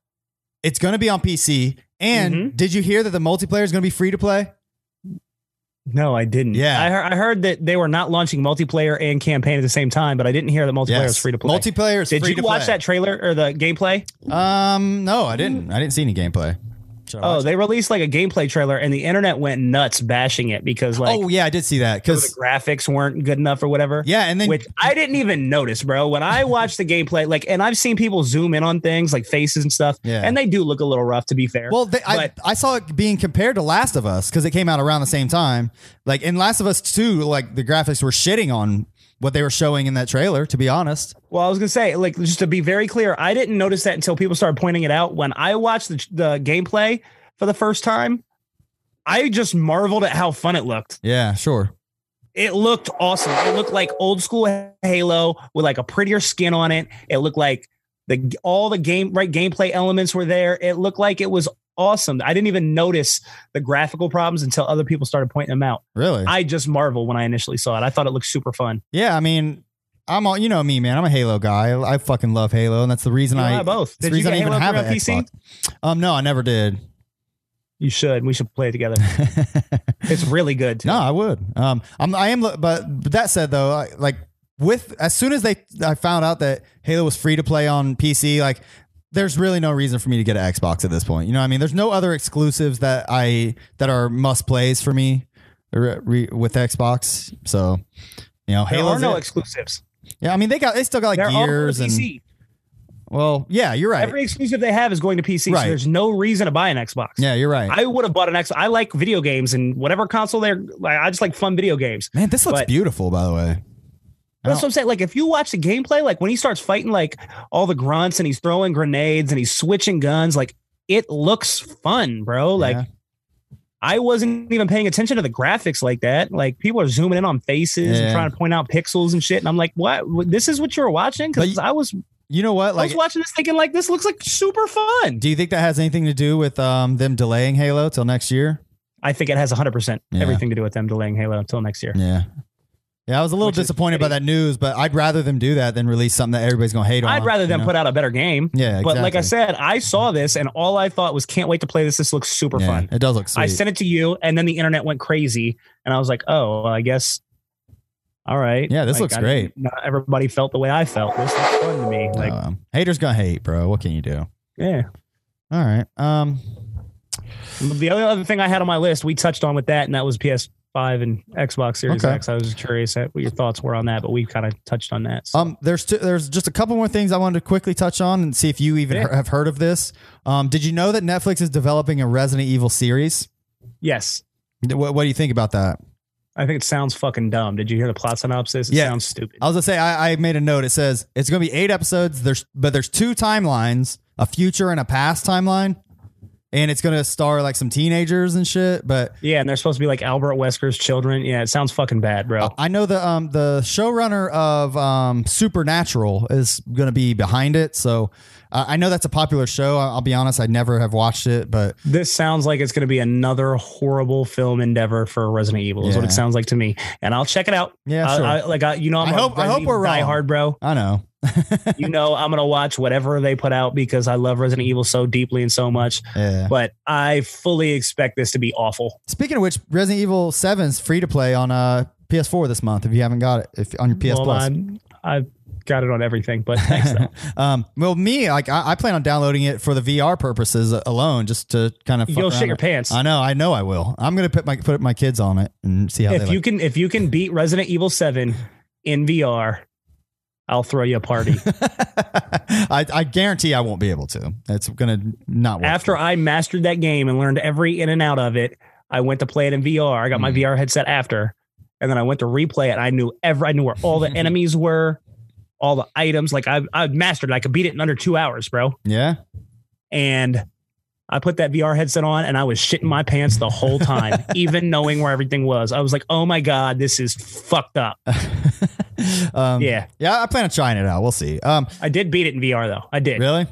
[SPEAKER 2] it's gonna be on PC. And
[SPEAKER 1] Mhm.
[SPEAKER 2] did you hear that the multiplayer is gonna be free to play?
[SPEAKER 1] No, I didn't.
[SPEAKER 2] Yeah.
[SPEAKER 1] I, heard, I heard that they were not launching multiplayer and campaign at the same time, but I didn't hear that multiplayer was free to play.
[SPEAKER 2] Multiplayer is
[SPEAKER 1] Did
[SPEAKER 2] free
[SPEAKER 1] you
[SPEAKER 2] to
[SPEAKER 1] watch
[SPEAKER 2] play.
[SPEAKER 1] that trailer or the gameplay?
[SPEAKER 2] that? Um, no, I didn't. I didn't see any gameplay. Should I
[SPEAKER 1] Oh,
[SPEAKER 2] watch it?
[SPEAKER 1] they released like a gameplay trailer, and the internet went nuts bashing it because like
[SPEAKER 2] oh yeah, I did see that
[SPEAKER 1] the
[SPEAKER 2] because
[SPEAKER 1] graphics weren't good enough or whatever.
[SPEAKER 2] yeah, and then
[SPEAKER 1] which I didn't even notice, bro. When I watched the gameplay, like, and I've seen people zoom in on things like faces and stuff,
[SPEAKER 2] Yeah.
[SPEAKER 1] and they do look a little rough, to be fair.
[SPEAKER 2] Well, they, I,
[SPEAKER 1] But-
[SPEAKER 2] I saw it being compared to Last of Us because it came out around the same time. Like in Last of Us 2, like the graphics were shitting on what they were showing in that trailer, to be honest.
[SPEAKER 1] Well, I was gonna say, like, just to be very clear, I didn't notice that until people started pointing it out. When I watched the, the gameplay for the first time, I just marveled at how fun it looked.
[SPEAKER 2] Yeah, sure.
[SPEAKER 1] It looked awesome. It looked like old school Halo with like a prettier skin on it. It looked like the all the game right gameplay elements were there. It looked like it was awesome. I didn't even notice the graphical problems until other people started pointing them out.
[SPEAKER 2] Really?
[SPEAKER 1] I just marvel when I initially saw it. I thought it looked super fun.
[SPEAKER 2] yeah, I mean, I'm all, you know me, man. I'm a Halo guy. I, I fucking love Halo, and that's the reason
[SPEAKER 1] You and
[SPEAKER 2] I,
[SPEAKER 1] I both.
[SPEAKER 2] that's e- the
[SPEAKER 1] Did you
[SPEAKER 2] reason
[SPEAKER 1] get
[SPEAKER 2] I even
[SPEAKER 1] Halo
[SPEAKER 2] have
[SPEAKER 1] 3
[SPEAKER 2] an
[SPEAKER 1] on PC?
[SPEAKER 2] Xbox. Um, no, I never did. *laughs*
[SPEAKER 1] You should. We should play it together. It's really good. too.
[SPEAKER 2] No, I would. Um, I'm, I am, but, but that said, though, I, like with as soon as they, I found out that Halo was free to play on PC. Like, there's really no reason for me to get an Xbox at this point. You know, what I mean, there's no other exclusives that I that are must plays for me re, re, with Xbox. So, you know,
[SPEAKER 1] There
[SPEAKER 2] Halo.
[SPEAKER 1] are no exclusives.
[SPEAKER 2] yeah, I mean, they got they still got
[SPEAKER 1] They're
[SPEAKER 2] like
[SPEAKER 1] all
[SPEAKER 2] years
[SPEAKER 1] for
[SPEAKER 2] and
[SPEAKER 1] PC.
[SPEAKER 2] well, yeah, you're right.
[SPEAKER 1] Every exclusive they have is going to PC.
[SPEAKER 2] Right.
[SPEAKER 1] So there's no reason to buy an Xbox.
[SPEAKER 2] yeah, you're right.
[SPEAKER 1] I would have bought an Xbox. I like video games and whatever console they're like. I just like fun video games.
[SPEAKER 2] Man, this looks
[SPEAKER 1] but-
[SPEAKER 2] beautiful, by the way. I
[SPEAKER 1] That's what
[SPEAKER 2] don't-
[SPEAKER 1] I'm saying. Like if you watch the gameplay, like when he starts fighting like all the grunts and he's throwing grenades and he's switching guns, like it looks fun, bro. Like
[SPEAKER 2] Yeah.
[SPEAKER 1] I wasn't even paying attention to the graphics like that. Like people are zooming in on faces
[SPEAKER 2] Yeah.
[SPEAKER 1] and trying to point out pixels and shit. And I'm like, what? This is what you were watching? Because
[SPEAKER 2] But
[SPEAKER 1] I was
[SPEAKER 2] you know what?
[SPEAKER 1] I
[SPEAKER 2] Like,
[SPEAKER 1] was watching this thinking like this looks like super fun.
[SPEAKER 2] do you think that has anything to do with um, them delaying Halo till next year?
[SPEAKER 1] I think it has 100%
[SPEAKER 2] Yeah.
[SPEAKER 1] everything to do with them delaying Halo until next year.
[SPEAKER 2] Yeah. Yeah, I was a little
[SPEAKER 1] Which is
[SPEAKER 2] disappointed by that news, but I'd rather them do that than release something that everybody's gonna hate on.
[SPEAKER 1] I'd rather them put out a better game.
[SPEAKER 2] Yeah,
[SPEAKER 1] But like I
[SPEAKER 2] exactly. Mm.
[SPEAKER 1] said, I saw this and all I thought was can't wait to play this. This looks super
[SPEAKER 2] Yeah,
[SPEAKER 1] fun.
[SPEAKER 2] It does look sweet.
[SPEAKER 1] I sent it to you and then the internet went crazy and I was like, "Oh, well, I guess all right.
[SPEAKER 2] Yeah, this
[SPEAKER 1] Like,
[SPEAKER 2] looks
[SPEAKER 1] I-
[SPEAKER 2] great.
[SPEAKER 1] Not everybody felt the way I felt. This looks fun to me. Like,
[SPEAKER 2] Um, haters gonna hate, bro. What can you do?
[SPEAKER 1] yeah.
[SPEAKER 2] All right. Um,
[SPEAKER 1] The only other thing I had on my list, we touched on with that, and that was PS5 and Xbox Series
[SPEAKER 2] Okay.
[SPEAKER 1] X. I was just curious at what your thoughts were on that, but we kind of touched on that. So.
[SPEAKER 2] um, there's two, there's just a couple more things I wanted to quickly touch on and see if you even
[SPEAKER 1] Yeah.
[SPEAKER 2] he- have heard of this. Um, did you know that Netflix is developing a Resident Evil series?
[SPEAKER 1] yes.
[SPEAKER 2] What, what do you think about that?
[SPEAKER 1] I think it sounds fucking dumb. Did you hear the plot synopsis? It
[SPEAKER 2] Yeah. Uh,
[SPEAKER 1] sounds stupid.
[SPEAKER 2] I was gonna say I, I made a note. It says it's gonna be eight episodes. There's but there's two timelines, a future and a past timeline, and it's gonna star like some teenagers and shit. But
[SPEAKER 1] yeah, and they're supposed to be like Albert Wesker's children. Yeah, it sounds fucking bad, bro.
[SPEAKER 2] I know the um the showrunner of um Supernatural is gonna be behind it. So uh, I know that's a popular show. I- I'll be honest, I never have watched it, but
[SPEAKER 1] this sounds like it's going to be another horrible film endeavor for Resident Evil. Is what
[SPEAKER 2] Yeah.
[SPEAKER 1] it sounds like to me. And I'll check it out.
[SPEAKER 2] Yeah,
[SPEAKER 1] I-
[SPEAKER 2] sure.
[SPEAKER 1] I, like I, you know, I'm
[SPEAKER 2] I
[SPEAKER 1] a
[SPEAKER 2] hope- I
[SPEAKER 1] Resident
[SPEAKER 2] hope we're
[SPEAKER 1] Evil
[SPEAKER 2] wrong.
[SPEAKER 1] diehard,
[SPEAKER 2] *laughs*
[SPEAKER 1] bro.
[SPEAKER 2] I know.
[SPEAKER 1] You know, I'm gonna watch whatever they put out because I love Resident Evil so deeply and so much.
[SPEAKER 2] Yeah.
[SPEAKER 1] But I fully expect this to be awful.
[SPEAKER 2] Speaking of which, Resident Evil 7 is free to play on uh PS4 this month if you haven't got it if on your PS
[SPEAKER 1] Well,
[SPEAKER 2] Plus.
[SPEAKER 1] I'm- I've got it on everything, but thanks,
[SPEAKER 2] *laughs*
[SPEAKER 1] though.
[SPEAKER 2] um, well, me, like I, I plan on downloading it for the VR purposes alone, just to kind of
[SPEAKER 1] You
[SPEAKER 2] fuck
[SPEAKER 1] go
[SPEAKER 2] around
[SPEAKER 1] shit your
[SPEAKER 2] with-
[SPEAKER 1] pants.
[SPEAKER 2] I know, I know, I will. I'm gonna put my put my kids on it and see how they
[SPEAKER 1] if you
[SPEAKER 2] like.
[SPEAKER 1] can if you can beat Resident Evil 7 in VR, I'll throw you a party.
[SPEAKER 2] *laughs* I, I guarantee I won't be able to. It's gonna not work.
[SPEAKER 1] After I mastered that game and learned every in and out of it, I went to play it in VR. I got my
[SPEAKER 2] Mhm.
[SPEAKER 1] VR headset after, and then I went to replay it. I knew every, I knew where all the enemies were, all the items. Like I, I mastered. it. I could beat it in under two hours, bro.
[SPEAKER 2] yeah. *laughs*
[SPEAKER 1] And I put that VR headset on, and I was shitting my pants the whole time, even knowing where everything was. I was like, "Oh my god, this is fucked up."
[SPEAKER 2] um,
[SPEAKER 1] Yeah.
[SPEAKER 2] Yeah. I plan on trying it out. We'll see. Um,
[SPEAKER 1] I did beat it in VR though. I did.
[SPEAKER 2] really?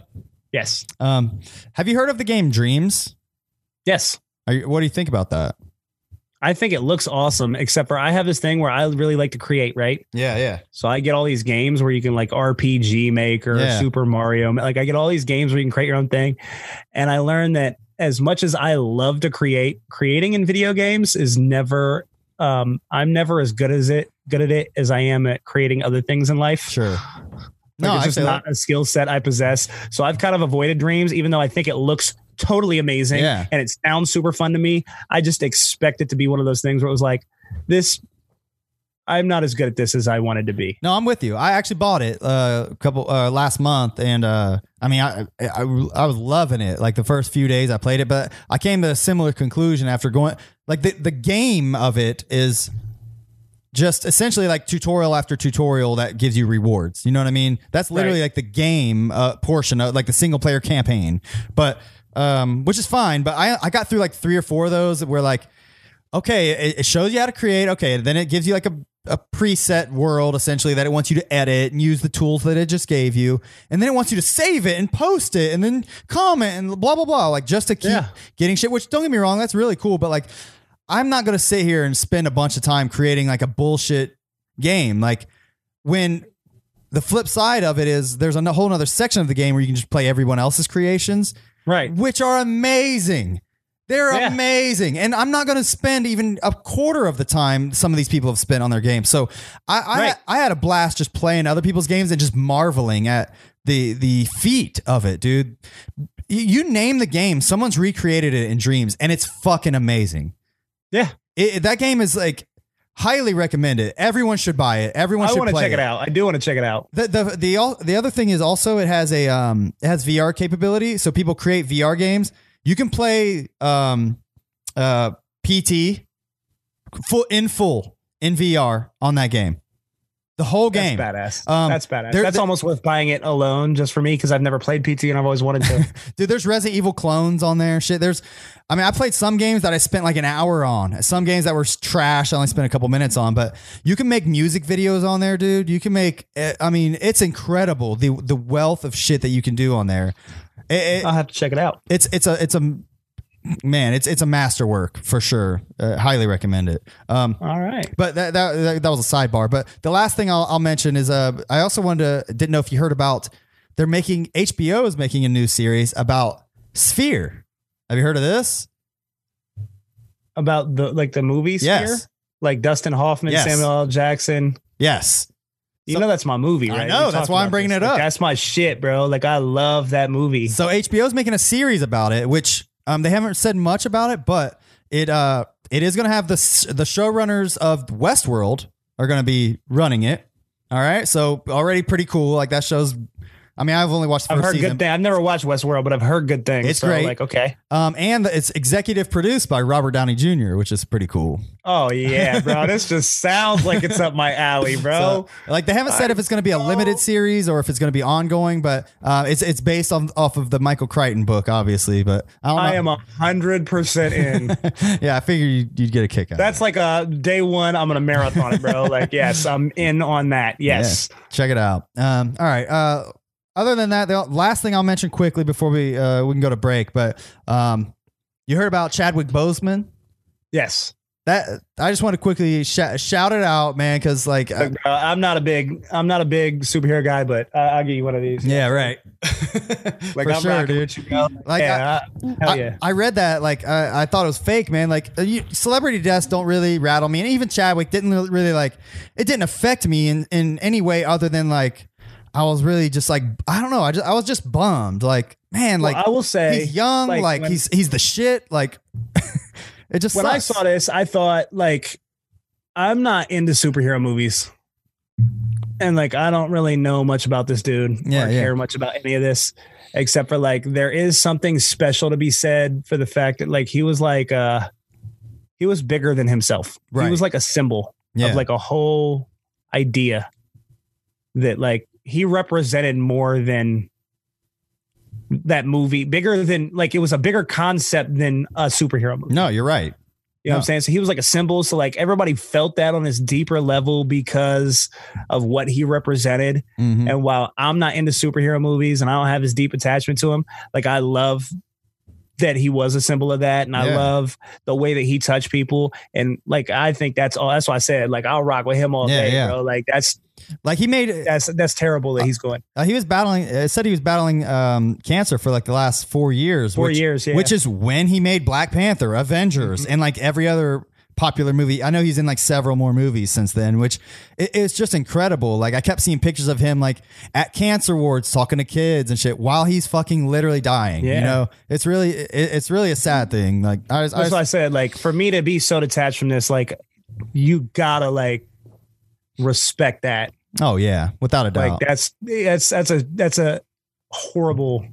[SPEAKER 1] Yes.
[SPEAKER 2] Um, have you heard of the game Dreams?
[SPEAKER 1] Yes.
[SPEAKER 2] Are you, what do you think about that?
[SPEAKER 1] I think it looks awesome, except for I have this thing where I really like to create, right?
[SPEAKER 2] Yeah. Yeah.
[SPEAKER 1] So I get all these games where you can like RPG Maker,
[SPEAKER 2] Yeah.
[SPEAKER 1] Super Mario. Like I get all these games where you can create your own thing. And I learned that as much as I love to create, creating in video games is never um I'm never as good as it good at it as I am at creating other things in life.
[SPEAKER 2] Sure.
[SPEAKER 1] Like
[SPEAKER 2] no,
[SPEAKER 1] it's
[SPEAKER 2] I
[SPEAKER 1] just
[SPEAKER 2] feel
[SPEAKER 1] not a skill set I possess. So I've kind of avoided dreams, even though I think it looks totally amazing
[SPEAKER 2] Yeah.
[SPEAKER 1] and it sounds super fun to me. I just expect it to be one of those things where it was like, this, I'm not as good at this as I wanted to be.
[SPEAKER 2] No, I'm with you. I actually bought it uh, a couple uh, last month, and uh, I mean, I, I I was loving it. Like the first few days I played it, but I came to a similar conclusion after going. Like the the game of it is just essentially like tutorial after tutorial that gives you rewards. You know what I mean? That's literally
[SPEAKER 1] Right.
[SPEAKER 2] like the game uh, portion of like the single player campaign, but um, which is fine. But I I got through like three or four of those where like okay, it, it shows you how to create. Okay, then it gives you like a, a preset world essentially that it wants you to edit and use the tools that it just gave you. And then it wants you to save it and post it and then comment and blah, blah, blah. Like just to keep
[SPEAKER 1] Yeah.
[SPEAKER 2] getting shit, which don't get me wrong, that's really cool. But like, I'm not going to sit here and spend a bunch of time creating like a bullshit game. Like, when the flip side of it is there's a whole other section of the game where you can just play everyone else's creations
[SPEAKER 1] Right.
[SPEAKER 2] which are amazing. They're
[SPEAKER 1] Yeah.
[SPEAKER 2] amazing. And I'm not going to spend even a quarter of the time some of these people have spent on their games. So I, I,
[SPEAKER 1] Right.
[SPEAKER 2] I had a blast just playing other people's games and just marveling at the, the feat of it, dude. You- You name the game, someone's recreated it in dreams and it's fucking amazing.
[SPEAKER 1] Yeah.
[SPEAKER 2] It, that game is like highly recommended. Everyone should buy it. Everyone
[SPEAKER 1] I
[SPEAKER 2] should
[SPEAKER 1] want to
[SPEAKER 2] play
[SPEAKER 1] check
[SPEAKER 2] it
[SPEAKER 1] it out. I do want to check it out.
[SPEAKER 2] the the the, al- the other thing is also it has a um it has VR capability, so people create VR games. You can play um uh PT full in full in VR on that game. The whole game.
[SPEAKER 1] That's badass.
[SPEAKER 2] Um,
[SPEAKER 1] That's badass.
[SPEAKER 2] there-
[SPEAKER 1] That's
[SPEAKER 2] there-
[SPEAKER 1] almost worth buying it alone just for me because I've never played PT and I've always wanted
[SPEAKER 2] *laughs*
[SPEAKER 1] to.
[SPEAKER 2] Dude, there's Resident Evil clones on there. Shit, there's. I mean, I played some games that I spent like an hour on. Some games that were trash. I only spent a couple minutes on. But you can make music videos on there, dude. You can make. eh, I mean, it's incredible the the wealth of shit that you can do on there. It- it-
[SPEAKER 1] I'll have to check it out.
[SPEAKER 2] it's it's a it's a man. It's it's a masterwork for sure. Uh, highly recommend it. Um,
[SPEAKER 1] All right.
[SPEAKER 2] but that, that that that was a sidebar. But the last thing I'll, I'll mention is uh, I also wanted to didn't know if you heard about they're making HBO is making a new series about Sphere. Have you heard of this?
[SPEAKER 1] About the like the movies here,
[SPEAKER 2] Yes,
[SPEAKER 1] like Dustin Hoffman,
[SPEAKER 2] Yes.
[SPEAKER 1] Samuel L. Jackson.
[SPEAKER 2] yes.
[SPEAKER 1] You
[SPEAKER 2] So-
[SPEAKER 1] know that's my movie,
[SPEAKER 2] I
[SPEAKER 1] right?
[SPEAKER 2] know,
[SPEAKER 1] We
[SPEAKER 2] that's
[SPEAKER 1] talked
[SPEAKER 2] why I'm
[SPEAKER 1] about
[SPEAKER 2] bringing
[SPEAKER 1] this.
[SPEAKER 2] it
[SPEAKER 1] Like,
[SPEAKER 2] up.
[SPEAKER 1] that's my shit, bro. Like I love that movie.
[SPEAKER 2] So HBO's making a series about it, which um, they haven't said much about it, but it uh, it is going to have the s- the showrunners of Westworld are going to be running it. All right, so already pretty cool. Like that shows. I mean, I've only watched the
[SPEAKER 1] I've
[SPEAKER 2] first
[SPEAKER 1] heard
[SPEAKER 2] season.
[SPEAKER 1] good things. I've never watched Westworld, but I've heard good things.
[SPEAKER 2] It's
[SPEAKER 1] so,
[SPEAKER 2] great.
[SPEAKER 1] Like okay,
[SPEAKER 2] Um, and it's executive produced by Robert Downey Jr., which is pretty cool.
[SPEAKER 1] oh yeah, bro. this just sounds like it's up my
[SPEAKER 2] *laughs*
[SPEAKER 1] alley, bro.
[SPEAKER 2] So, like they haven't said if it's going to be a limited series or if it's going to be ongoing, but uh, it's it's based on, off of the Michael Crichton book, obviously. But I don't know.
[SPEAKER 1] I am a hundred percent in.
[SPEAKER 2] *laughs* yeah, I figured you'd, you'd get a kick out. of it.
[SPEAKER 1] That's like a day one. I'm gonna marathon it, bro.
[SPEAKER 2] *laughs*
[SPEAKER 1] Like yes, I'm in on that. Yes.
[SPEAKER 2] check it out. Um, all right. Uh, other than that, the last thing I'll mention quickly before we uh, we can go to break, but um, you heard about Chadwick Boseman.
[SPEAKER 1] Yes,
[SPEAKER 2] That I just want to quickly sh- shout it out, man, because like, uh,
[SPEAKER 1] Look, bro, I'm not a big, I'm not a big superhero guy, but I I'll give you one of these.
[SPEAKER 2] yeah, *laughs* right,
[SPEAKER 1] Like
[SPEAKER 2] for
[SPEAKER 1] I'm
[SPEAKER 2] sure,
[SPEAKER 1] rocking
[SPEAKER 2] dude.
[SPEAKER 1] with you, bro.
[SPEAKER 2] Like, I-
[SPEAKER 1] yeah, I, hell
[SPEAKER 2] I,
[SPEAKER 1] yeah.
[SPEAKER 2] I read that like I I thought it was fake, man. Like uh, you, celebrity deaths don't really rattle me, and even Chadwick didn't really- really like it didn't affect me in in any way other than like I was really just like I don't know I just I was just bummed like man
[SPEAKER 1] Well,
[SPEAKER 2] like
[SPEAKER 1] I will say
[SPEAKER 2] he's young like,
[SPEAKER 1] when-
[SPEAKER 2] he's he's the shit like *laughs* it just
[SPEAKER 1] when I
[SPEAKER 2] sucks.
[SPEAKER 1] saw this, I thought like I'm not into superhero movies. and like I don't really know much about this dude
[SPEAKER 2] Yeah,
[SPEAKER 1] or
[SPEAKER 2] yeah.
[SPEAKER 1] care much about any of this except for like there is something special to be said for the fact that like he was like uh he was bigger than himself.
[SPEAKER 2] Right.
[SPEAKER 1] He was like a symbol
[SPEAKER 2] Yeah.
[SPEAKER 1] of like a whole idea that like he represented more than that movie bigger than like it was a bigger concept than a superhero movie.
[SPEAKER 2] no, you're right.
[SPEAKER 1] You know what
[SPEAKER 2] No.
[SPEAKER 1] I'm saying? So he was like a symbol. So like everybody felt that on this deeper level because of what he represented.
[SPEAKER 2] Mhm.
[SPEAKER 1] And while I'm not into superhero movies and I don't have this deep attachment to him, like I love that he was a symbol of that. And I
[SPEAKER 2] Yeah.
[SPEAKER 1] love the way that he touched people. And like I think that's all that's why I said like I'll rock with him all
[SPEAKER 2] Yeah,
[SPEAKER 1] day,
[SPEAKER 2] yeah.
[SPEAKER 1] bro. Like that's
[SPEAKER 2] Like he made
[SPEAKER 1] that's that's terrible that he's going.
[SPEAKER 2] Uh, he was battling. It said he was battling um, cancer for like the last four years.
[SPEAKER 1] Four
[SPEAKER 2] which,
[SPEAKER 1] years, yeah. Mm-hmm.
[SPEAKER 2] Which is when he made Black Panther, Avengers, and like every other popular movie. I know he's in like several more movies since then, which i- it's just incredible. Like I kept seeing pictures of him like at cancer wards talking to kids and shit while he's fucking literally dying. You
[SPEAKER 1] Yeah.
[SPEAKER 2] know, it's really it, it's really a sad thing. Like I, was- I,
[SPEAKER 1] That's
[SPEAKER 2] was-
[SPEAKER 1] why I said like for me to be so detached from this, like you gotta like respect that.
[SPEAKER 2] oh yeah, without a doubt.
[SPEAKER 1] Like that's that's that's a that's a horrible,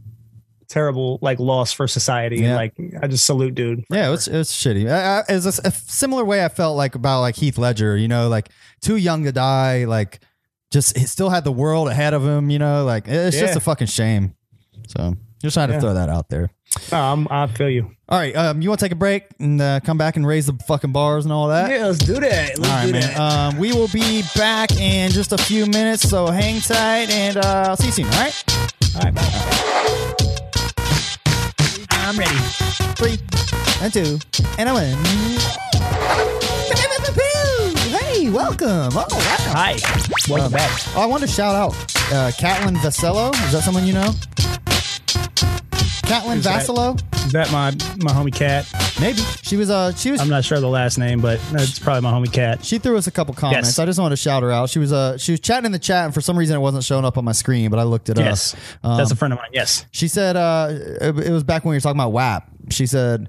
[SPEAKER 1] terrible like loss for society.
[SPEAKER 2] Yeah.
[SPEAKER 1] And like I just salute dude.
[SPEAKER 2] Yeah, it's it's shitty. I, I, it's a, s- a similar way I felt like about like Heath Ledger. You know, like too young to die. Like just he still had the world ahead of him. You know, like it's just
[SPEAKER 1] Yeah.
[SPEAKER 2] a fucking shame. So just trying to
[SPEAKER 1] Yeah.
[SPEAKER 2] throw that out there.
[SPEAKER 1] No, Oh, I'm, I feel you.
[SPEAKER 2] All right, um, you want to take a break and uh, come back and raise the fucking bars and all that.
[SPEAKER 1] yeah, let's do that. Let's
[SPEAKER 2] All right,
[SPEAKER 1] do
[SPEAKER 2] man.
[SPEAKER 1] that.
[SPEAKER 2] Um, we will be back in just a few minutes, so hang tight, and uh, I'll see you soon. All right.
[SPEAKER 1] All right, bye. I'm ready.
[SPEAKER 2] three, and two, and a win. Hey, welcome. Oh, wow.
[SPEAKER 1] Hi, welcome
[SPEAKER 2] Um,
[SPEAKER 1] back.
[SPEAKER 2] Oh, I want to shout out uh, Catlin Vasello. Is that someone you know? Catlin
[SPEAKER 1] Who's that?
[SPEAKER 2] Vasello?
[SPEAKER 1] Is that my my homie Cat?
[SPEAKER 2] Maybe. She was, uh, she was,
[SPEAKER 1] I'm not sure of the last name, but it's probably my homie Cat.
[SPEAKER 2] she threw us a couple comments.
[SPEAKER 1] Yes.
[SPEAKER 2] I just wanted to shout her out. She was, uh, she was chatting in the chat, and for some reason it wasn't showing up on my screen, but I looked it
[SPEAKER 1] Yes, Um,
[SPEAKER 2] up.
[SPEAKER 1] Uh, that's a friend of mine. Yes,
[SPEAKER 2] She said, uh, it it was back when we were talking about WAP. She said,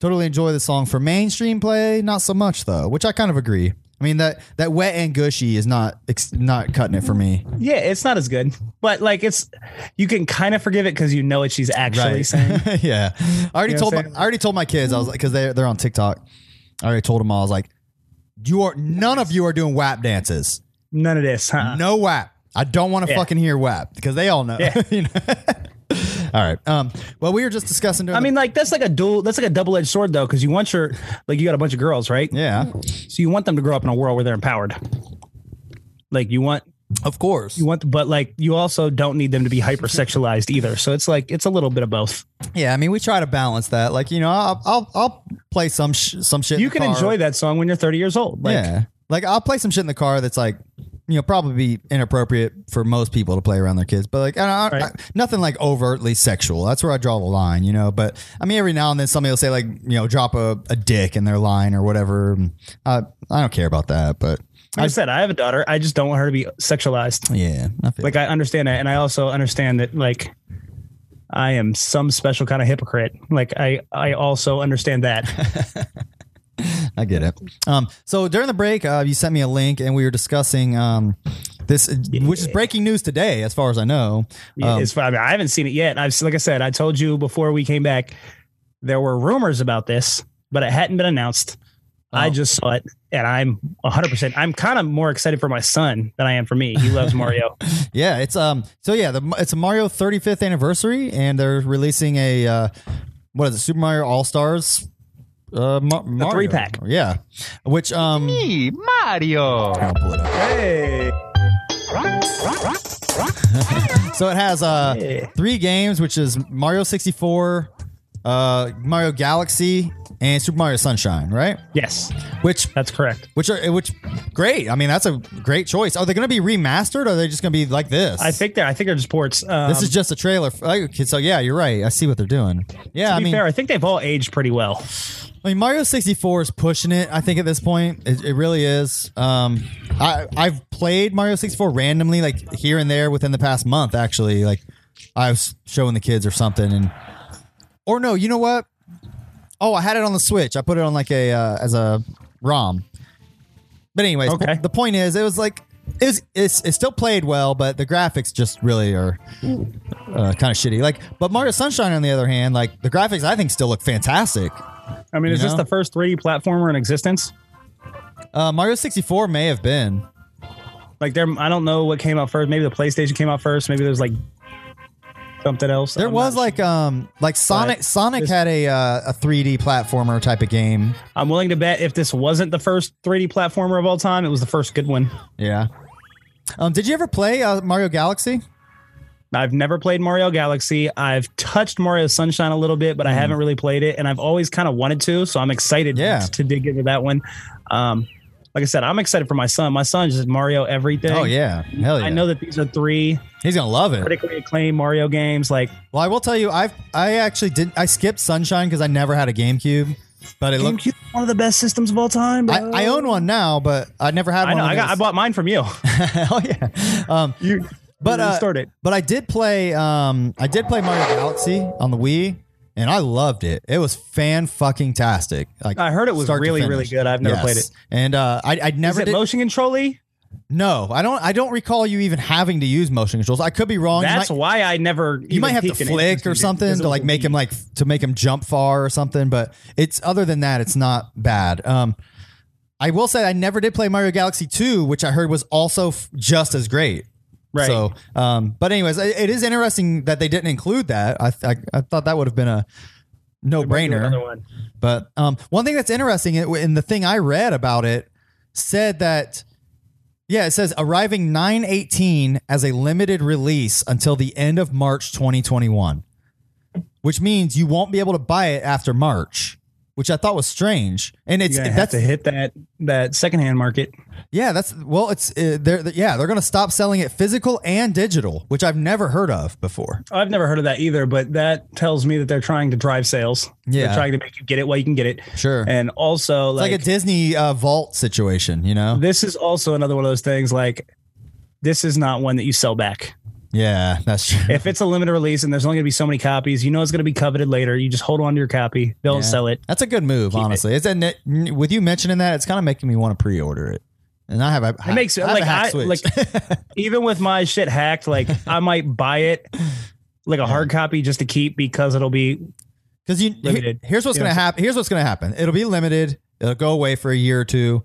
[SPEAKER 2] totally enjoy the song for mainstream play, not so much though, which I kind of agree. I mean that that wet and gushy is not it's not cutting it for me.
[SPEAKER 1] yeah, it's not as good, but like it's you can kind of forgive it because you know what she's actually *laughs* saying.
[SPEAKER 2] *laughs* yeah, I already
[SPEAKER 1] You know what
[SPEAKER 2] told my,
[SPEAKER 1] I'm saying?
[SPEAKER 2] I already told my kids I was like because they they're on TikTok. I already told them all I was like, you are none of you are doing WAP dances.
[SPEAKER 1] None of this, huh?
[SPEAKER 2] No WAP. I don't want to
[SPEAKER 1] Yeah.
[SPEAKER 2] fucking hear WAP because they all know.
[SPEAKER 1] Yeah.
[SPEAKER 2] *laughs* you know? all right. Um. Well, we were just discussing. during
[SPEAKER 1] I
[SPEAKER 2] the-
[SPEAKER 1] mean, like that's like a dual. That's like a double edged sword, though, because you want your like you got a bunch of girls, right?
[SPEAKER 2] yeah,
[SPEAKER 1] So you want them to grow up in a world where they're empowered. Like you want
[SPEAKER 2] of course.
[SPEAKER 1] you want, but like you also don't need them to be hypersexualized either. So it's like it's a little bit of both.
[SPEAKER 2] Yeah, I mean, we try to balance that. Like, you know, I'll I'll, I'll play some sh- some shit. in
[SPEAKER 1] You
[SPEAKER 2] the
[SPEAKER 1] can
[SPEAKER 2] car.
[SPEAKER 1] enjoy that song when you're 30 years old. Like,
[SPEAKER 2] yeah, like I'll play some shit in the car that's like, you know, probably be inappropriate for most people to play around their kids. But like, I, I,
[SPEAKER 1] Right.
[SPEAKER 2] I- nothing like overtly sexual. That's where I draw the line, you know. But I mean, every now and then somebody will say like, you know, drop a, a dick in their line or whatever. And I I don't care about that, but
[SPEAKER 1] like I said, I have a daughter. I just don't want her to be sexualized.
[SPEAKER 2] yeah, I feel
[SPEAKER 1] Like I understand that, and I also understand that like I am some special kind of hypocrite. Like I I also understand that.
[SPEAKER 2] I get it. Um, so during the break, uh, you sent me a link, and we were discussing um, this, which is breaking news today, as far as I know. Um,
[SPEAKER 1] it's fine. I haven't seen it yet. I've like I said, I told you before we came back, there were rumors about this, but it hadn't been announced. I
[SPEAKER 2] Oh.
[SPEAKER 1] just saw it, and I'm 100. percent I'm kind of more excited for my son than I am for me. He
[SPEAKER 2] *laughs*
[SPEAKER 1] loves Mario.
[SPEAKER 2] yeah, it's um. So yeah, the, it's a Mario 35th anniversary, and they're releasing a uh, what is it, Super Mario All Stars. Uh, Ma- Mario.
[SPEAKER 1] three-pack.
[SPEAKER 2] yeah. Which um, Mario.
[SPEAKER 1] hey,
[SPEAKER 2] So it has uh
[SPEAKER 1] Yeah.
[SPEAKER 2] three games, which is Mario 64, uh, Mario Galaxy, and Super Mario Sunshine, right?
[SPEAKER 1] yes,
[SPEAKER 2] Which
[SPEAKER 1] that's correct.
[SPEAKER 2] Which are which great. I mean, that's a great choice. Are they going to be remastered? Or are they just going to be like this?
[SPEAKER 1] I think they're I think they're just ports. Um,
[SPEAKER 2] this is just a trailer. For, okay, so yeah, you're right. I see what they're doing. Yeah,
[SPEAKER 1] to
[SPEAKER 2] I
[SPEAKER 1] be
[SPEAKER 2] mean,
[SPEAKER 1] fair, I think they've all aged pretty well.
[SPEAKER 2] I mean, Mario 64 is pushing it. I think at this point, it, it really is. Um, I I've played Mario 64 randomly, like here and there within the past month. Actually, like I was showing the kids or something, and or no, you know what? Oh, I had it on the Switch. I put it on like a uh, as a ROM. But anyways,
[SPEAKER 1] Okay.
[SPEAKER 2] the point is, it was like it was, it's it still played well, but the graphics just really are uh, kind of shitty. Like, but Mario Sunshine on the other hand, like the graphics I think still look fantastic.
[SPEAKER 1] I mean,
[SPEAKER 2] You
[SPEAKER 1] is this
[SPEAKER 2] know?
[SPEAKER 1] the first 3D platformer in existence?
[SPEAKER 2] Uh, Mario sixty four may have been.
[SPEAKER 1] Like, there, I don't know what came out first. Maybe the PlayStation came out first. Maybe there's like something else.
[SPEAKER 2] There
[SPEAKER 1] I'm
[SPEAKER 2] was
[SPEAKER 1] not-
[SPEAKER 2] like um like Sonic Sonic
[SPEAKER 1] this-
[SPEAKER 2] had a uh, a 3D platformer type of game.
[SPEAKER 1] I'm willing to bet if this wasn't the first 3D platformer of all time, it was the first good one.
[SPEAKER 2] Yeah. Um, did you ever play uh, Mario Galaxy?
[SPEAKER 1] I've never played Mario Galaxy. I've touched Mario Sunshine a little bit, but I haven't really played it, and I've always kind of wanted to. So I'm excited
[SPEAKER 2] Hmm. Yeah.
[SPEAKER 1] to dig into that one. Um, like I said, I'm excited for my son. My son just Mario everything.
[SPEAKER 2] Oh yeah, hell yeah!
[SPEAKER 1] I know that these are three
[SPEAKER 2] he's gonna love it.
[SPEAKER 1] critically acclaimed Mario games. Like
[SPEAKER 2] Well, I will tell you, I've I actually did I skipped Sunshine because I never had a GameCube, but it looked.
[SPEAKER 1] GameCube, one of the best systems of all time.
[SPEAKER 2] I,
[SPEAKER 1] bro.
[SPEAKER 2] I own one now, but I never had
[SPEAKER 1] I
[SPEAKER 2] one.
[SPEAKER 1] know.
[SPEAKER 2] when
[SPEAKER 1] I got. I
[SPEAKER 2] it
[SPEAKER 1] bought mine from you. *laughs*
[SPEAKER 2] was- *laughs* oh yeah, um,
[SPEAKER 1] you
[SPEAKER 2] But, uh,
[SPEAKER 1] started.
[SPEAKER 2] but I did play. Um, I did play Mario Galaxy on the Wii, and I loved it. It was fan fucking tastic. Like
[SPEAKER 1] I heard it was
[SPEAKER 2] start to
[SPEAKER 1] really, really
[SPEAKER 2] finish.
[SPEAKER 1] good. I've never played it.
[SPEAKER 2] and uh, I I
[SPEAKER 1] Is
[SPEAKER 2] never
[SPEAKER 1] it
[SPEAKER 2] did.
[SPEAKER 1] motion controlly?
[SPEAKER 2] no, I don't. I don't recall you even having to use motion controls. I could be wrong. You
[SPEAKER 1] That's
[SPEAKER 2] might-
[SPEAKER 1] why I never.
[SPEAKER 2] you might have to flick or something to like make him like to make him jump far or something but it's other than that it's not bad um i will say i never did play mario galaxy 2 which i heard was also f- just as great
[SPEAKER 1] Right.
[SPEAKER 2] so um but anyways it, it is interesting that they didn't include that i th- I, I thought that would have been a no
[SPEAKER 1] Another
[SPEAKER 2] brainer
[SPEAKER 1] one.
[SPEAKER 2] but um one thing that's interesting it- and the thing i read about it said that yeah, it says arriving 918 as a limited release until the end of March 2021. Which means you won't be able to buy it after March, which I thought was strange. And it's
[SPEAKER 1] You're gonna have
[SPEAKER 2] that's
[SPEAKER 1] to hit that that secondhand market.
[SPEAKER 2] yeah, that's well it's uh, they're yeah, they're going to stop selling it physical and digital, which I've never heard of before.
[SPEAKER 1] I've never heard of that either, but that tells me that they're trying to drive sales.
[SPEAKER 2] Yeah.
[SPEAKER 1] they're trying to make you get it while you can get it.
[SPEAKER 2] Sure.
[SPEAKER 1] And also,
[SPEAKER 2] it's like,
[SPEAKER 1] like,
[SPEAKER 2] a Disney uh, vault situation, you know?
[SPEAKER 1] this is also another one of those things. Like, this is not one that you sell back.
[SPEAKER 2] yeah,
[SPEAKER 1] *laughs*
[SPEAKER 2] that's true. *laughs*
[SPEAKER 1] If it's a limited release and there's only going to be so many copies, you know it's going to be coveted later. You just hold on to your copy. Don't
[SPEAKER 2] Yeah.
[SPEAKER 1] sell it.
[SPEAKER 2] That's a good move,
[SPEAKER 1] Keep it.
[SPEAKER 2] honestly. It's and it- with you mentioning that, it's kind of making me want to pre-order it. And I have a
[SPEAKER 1] It makes-
[SPEAKER 2] I have a
[SPEAKER 1] like,
[SPEAKER 2] hack
[SPEAKER 1] I-
[SPEAKER 2] switch. *laughs*
[SPEAKER 1] Even with my shit hacked, like I might buy it, like a
[SPEAKER 2] *laughs*
[SPEAKER 1] hard copy just to keep because it'll be
[SPEAKER 2] Because you
[SPEAKER 1] Limited.
[SPEAKER 2] he- here's what's
[SPEAKER 1] Yeah.
[SPEAKER 2] gonna happen. Here's what's gonna happen. It'll be limited. It'll go away for a year or two.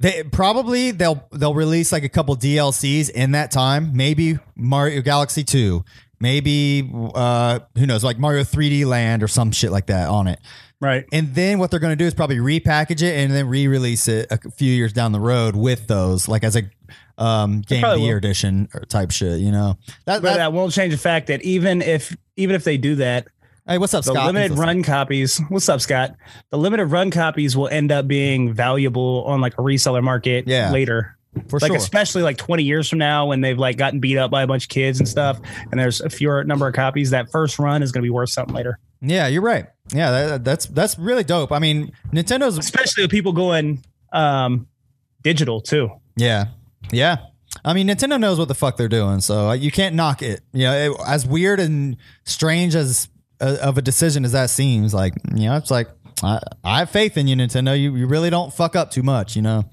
[SPEAKER 2] They probably they'll they'll release like a couple DLCs in that time. Maybe Mario Galaxy Two. Maybe uh, who knows, like Mario 3D Land or some shit like that on it.
[SPEAKER 1] right.
[SPEAKER 2] And then what they're going to do is probably repackage it and then re-release it a few years down the road with those, like as a um, game of the
[SPEAKER 1] probably
[SPEAKER 2] year
[SPEAKER 1] will.
[SPEAKER 2] edition or type shit. You know, that,
[SPEAKER 1] But uh,
[SPEAKER 2] that-
[SPEAKER 1] that won't change the fact that even if even if they do that,
[SPEAKER 2] hey, what's up,
[SPEAKER 1] the
[SPEAKER 2] Scott?
[SPEAKER 1] limited
[SPEAKER 2] What's up,
[SPEAKER 1] run copies. What's up, Scott? The limited run copies will end up being valuable on like a reseller market
[SPEAKER 2] Yeah.
[SPEAKER 1] later.
[SPEAKER 2] Scott? for
[SPEAKER 1] like
[SPEAKER 2] sure.
[SPEAKER 1] especially like 20 years from now when they've like gotten beat up by a bunch of kids and stuff and there's a fewer number of copies that first run is going to be worth something later
[SPEAKER 2] Yeah, you're right. Yeah, that, that's that's really dope. I mean, Nintendo's
[SPEAKER 1] especially with people going um digital too
[SPEAKER 2] yeah, yeah. I mean, Nintendo knows what the fuck they're doing, so uh, you can't knock it. You know, it, as weird and strange as uh, of a decision as that seems, like you know, it's like I, I have faith in you, Nintendo. You you really don't fuck up too much, you know.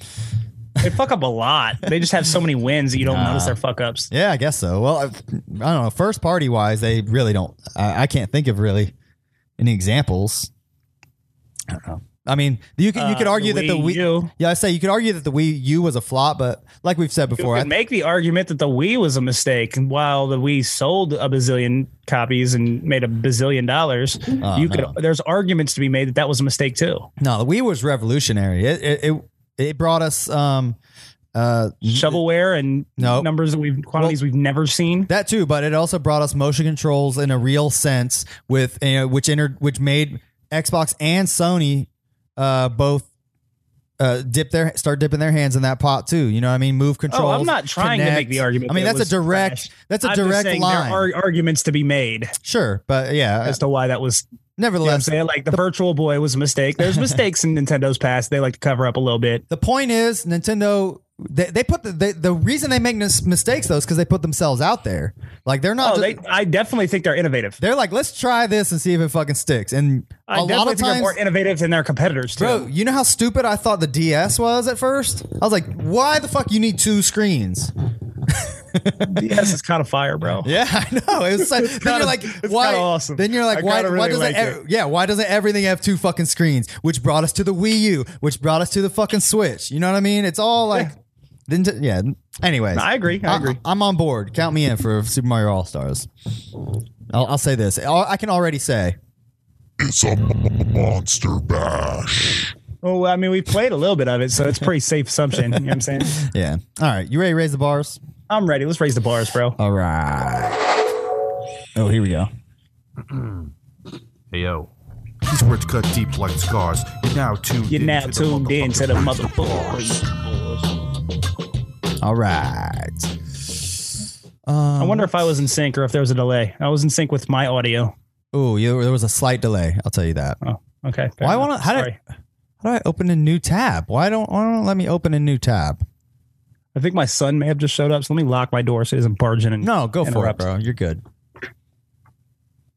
[SPEAKER 1] they fuck up a lot they just have so many wins that you don't
[SPEAKER 2] Nah.
[SPEAKER 1] notice their fuck ups
[SPEAKER 2] Yeah, I guess so. Well, I, I don't know. First party wise, they really don't. I, I can't think of really any examples. I don't know. I mean, you could you could
[SPEAKER 1] Uh,
[SPEAKER 2] argue that the Wii.
[SPEAKER 1] U.
[SPEAKER 2] Yeah, I say you could argue that the Wii U was a flop, but like we've said
[SPEAKER 1] You
[SPEAKER 2] before, I
[SPEAKER 1] could make the argument that the Wii was a mistake, and while the Wii sold a bazillion copies and made a bazillion dollars,
[SPEAKER 2] Oh,
[SPEAKER 1] you
[SPEAKER 2] no.
[SPEAKER 1] could. There's arguments to be made that that was a mistake too.
[SPEAKER 2] no, the Wii was revolutionary. It it it, it brought us um uh
[SPEAKER 1] Shovelware and
[SPEAKER 2] Nope.
[SPEAKER 1] numbers that we've quantities we've never seen.
[SPEAKER 2] that too, but it also brought us motion controls in a real sense with you know, which entered which made Xbox and Sony uh both uh, dip their start dipping their hands in that pot too. You know what I mean? Move controls.
[SPEAKER 1] Oh, I'm not trying to make
[SPEAKER 2] connect.
[SPEAKER 1] the argument.
[SPEAKER 2] I mean,
[SPEAKER 1] that it
[SPEAKER 2] that's a
[SPEAKER 1] was
[SPEAKER 2] direct.
[SPEAKER 1] trash.
[SPEAKER 2] That's a
[SPEAKER 1] I'm just
[SPEAKER 2] direct
[SPEAKER 1] saying
[SPEAKER 2] line. Uh,
[SPEAKER 1] There are arguments to be made
[SPEAKER 2] sure, but yeah.
[SPEAKER 1] as to why that was. You know what I'm
[SPEAKER 2] Nevertheless,
[SPEAKER 1] saying like the Virtual Boy was a mistake. There's mistakes in Nintendo's past. They like to cover up a little bit.
[SPEAKER 2] The point is, Nintendo They, they put the they, the reason they make mis- mistakes though is because they put themselves out there. Like they're not.
[SPEAKER 1] Oh, they,
[SPEAKER 2] just-
[SPEAKER 1] I definitely think they're innovative.
[SPEAKER 2] they're like, let's try this and see if it fucking sticks. And
[SPEAKER 1] I
[SPEAKER 2] a
[SPEAKER 1] definitely
[SPEAKER 2] lot of
[SPEAKER 1] think they're
[SPEAKER 2] times,
[SPEAKER 1] more innovative than their competitors too. *laughs*
[SPEAKER 2] bro, you know how stupid I thought the DS was at first. I was like, why the fuck you need two screens?
[SPEAKER 1] DS is kind of fire, bro.
[SPEAKER 2] Yeah, *laughs* I know. It was like then
[SPEAKER 1] kinda-
[SPEAKER 2] you're like,
[SPEAKER 1] it's
[SPEAKER 2] why?
[SPEAKER 1] kinda awesome.
[SPEAKER 2] Then you're like,
[SPEAKER 1] I
[SPEAKER 2] why?
[SPEAKER 1] kinda
[SPEAKER 2] why
[SPEAKER 1] really
[SPEAKER 2] doesn't?
[SPEAKER 1] like
[SPEAKER 2] ev- yeah, why doesn't everything have two fucking screens? Which brought us to the Wii U, which brought us to the fucking Switch. You know what I mean? It's all like, then t- yeah. Anyways,
[SPEAKER 1] I agree. I agree.
[SPEAKER 2] am on board. Count me in for Super Mario All Stars. I'll, I'll say this. I'll, I can already say
[SPEAKER 4] It's a m- monster bash.
[SPEAKER 1] Well, I mean, we played a little bit of it, so it's a pretty safe assumption. You know what I'm saying?
[SPEAKER 2] Yeah. All right. You ready to raise the bars?
[SPEAKER 1] I'm ready. Let's raise the bars, bro.
[SPEAKER 2] All right. Oh, here we go.
[SPEAKER 5] Hey, yo. These words cut deep like scars. You're now tuned
[SPEAKER 1] You're
[SPEAKER 5] in
[SPEAKER 1] now
[SPEAKER 5] to the
[SPEAKER 1] tuned in to the motherfuckers.
[SPEAKER 2] All right.
[SPEAKER 1] I wonder if I was in sync or if there was a delay. I was in sync with my audio.
[SPEAKER 2] Oh, you, there was a slight delay. I'll tell you that.
[SPEAKER 1] Oh, okay. fair
[SPEAKER 2] Why
[SPEAKER 1] enough.
[SPEAKER 2] won't I- how did-
[SPEAKER 1] Sorry.
[SPEAKER 2] How do I open a new tab? Why don't Why don't it let me open a new tab?
[SPEAKER 1] I think my son may have just showed up, so let me lock my door so he doesn't barge in. And
[SPEAKER 2] No, go for it,
[SPEAKER 1] Interrupt.
[SPEAKER 2] bro. You're good.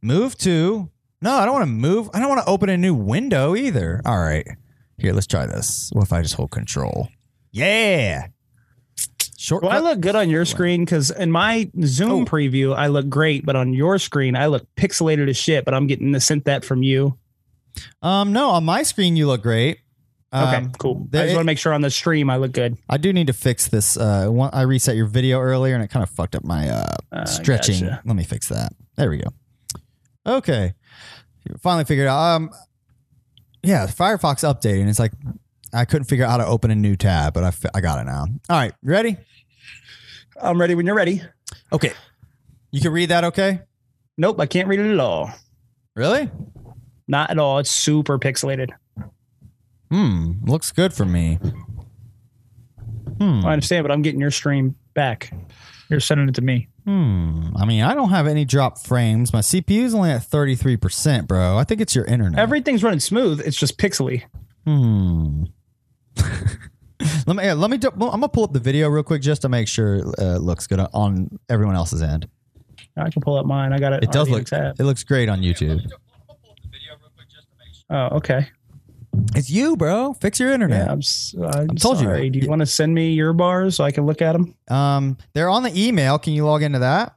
[SPEAKER 2] Move to. No, I don't want to move. I don't want to open a new window either. All right. Here, let's try this. What if I just hold control? Yeah.
[SPEAKER 1] Well, I
[SPEAKER 2] Shortcut.
[SPEAKER 1] look good on your screen because in my Zoom
[SPEAKER 2] Oh.
[SPEAKER 1] preview, I look great, but on your screen, I look pixelated as shit. But I'm getting the sent that from you.
[SPEAKER 2] um, no, on my screen you look great.
[SPEAKER 1] Okay,
[SPEAKER 2] Um,
[SPEAKER 1] cool.
[SPEAKER 2] there-
[SPEAKER 1] I just want to make sure on the stream I look good.
[SPEAKER 2] I do need to fix this. Uh, one, I reset your video earlier and it kind of fucked up my uh,
[SPEAKER 1] Uh,
[SPEAKER 2] stretching.
[SPEAKER 1] gotcha.
[SPEAKER 2] Let me fix that. There we go. Okay. Finally figured out. Um, yeah, Firefox updated. And it's like, I couldn't figure out how to open a new tab, but I, fi- I got it now. All right. You ready?
[SPEAKER 1] I'm ready when you're ready.
[SPEAKER 2] Okay. You can read that okay?
[SPEAKER 1] Nope, I can't read it at all.
[SPEAKER 2] Really?
[SPEAKER 1] Not at all. It's super pixelated.
[SPEAKER 2] Hmm. Looks good for me. Hmm.
[SPEAKER 1] I understand, but I'm getting your stream back. You're sending it to me.
[SPEAKER 2] Hmm. I mean, I don't have any drop frames. My CPU is only at 33%, bro. I think it's your internet.
[SPEAKER 1] Everything's running smooth. It's just pixely.
[SPEAKER 2] Hmm. *laughs* let me yeah, let me. Do, well, I'm gonna pull up the video real quick just to make sure uh, it looks good on everyone else's end.
[SPEAKER 1] I can pull up mine. I got it.
[SPEAKER 2] It does
[SPEAKER 1] already in
[SPEAKER 2] look.
[SPEAKER 1] tab.
[SPEAKER 2] It looks great on YouTube.
[SPEAKER 1] Oh, okay.
[SPEAKER 2] It's you, bro. Fix your
[SPEAKER 1] Yeah,
[SPEAKER 2] internet.
[SPEAKER 1] I'm, s- I'm
[SPEAKER 2] told you.
[SPEAKER 1] sorry. Do you want to send me your bars so I can look at them?
[SPEAKER 2] Um, they're on the email. Can you log into that?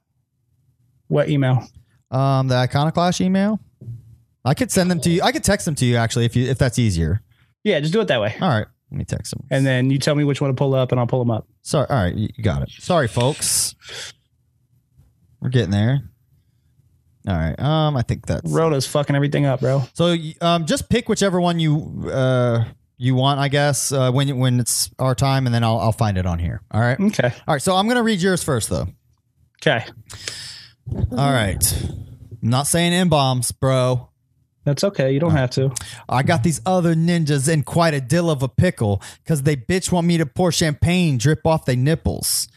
[SPEAKER 1] What email?
[SPEAKER 2] Um, the Iconoclash email. I could send them to you. I could text them to you actually if you if that's easier.
[SPEAKER 1] Yeah, just do it that way.
[SPEAKER 2] All right, let me text them.
[SPEAKER 1] And then you tell me which one to pull up and I'll pull them up.
[SPEAKER 2] Sorry. All right, you you got it. Sorry, folks. We're getting there. All right. Um, I think that's
[SPEAKER 1] Rona's fucking everything up, bro.
[SPEAKER 2] So y- um, just pick whichever one you uh, you want, I guess, uh, when when it's our time, and then I'll I'll find it on here. All right.
[SPEAKER 1] Okay.
[SPEAKER 2] All right. So I'm gonna read yours first, though.
[SPEAKER 1] Okay.
[SPEAKER 2] All right. I'm not saying n bombs, bro.
[SPEAKER 1] That's okay. You don't have to.
[SPEAKER 2] I got these other ninjas in quite a deal of a pickle because they bitch want me to pour champagne drip off their nipples.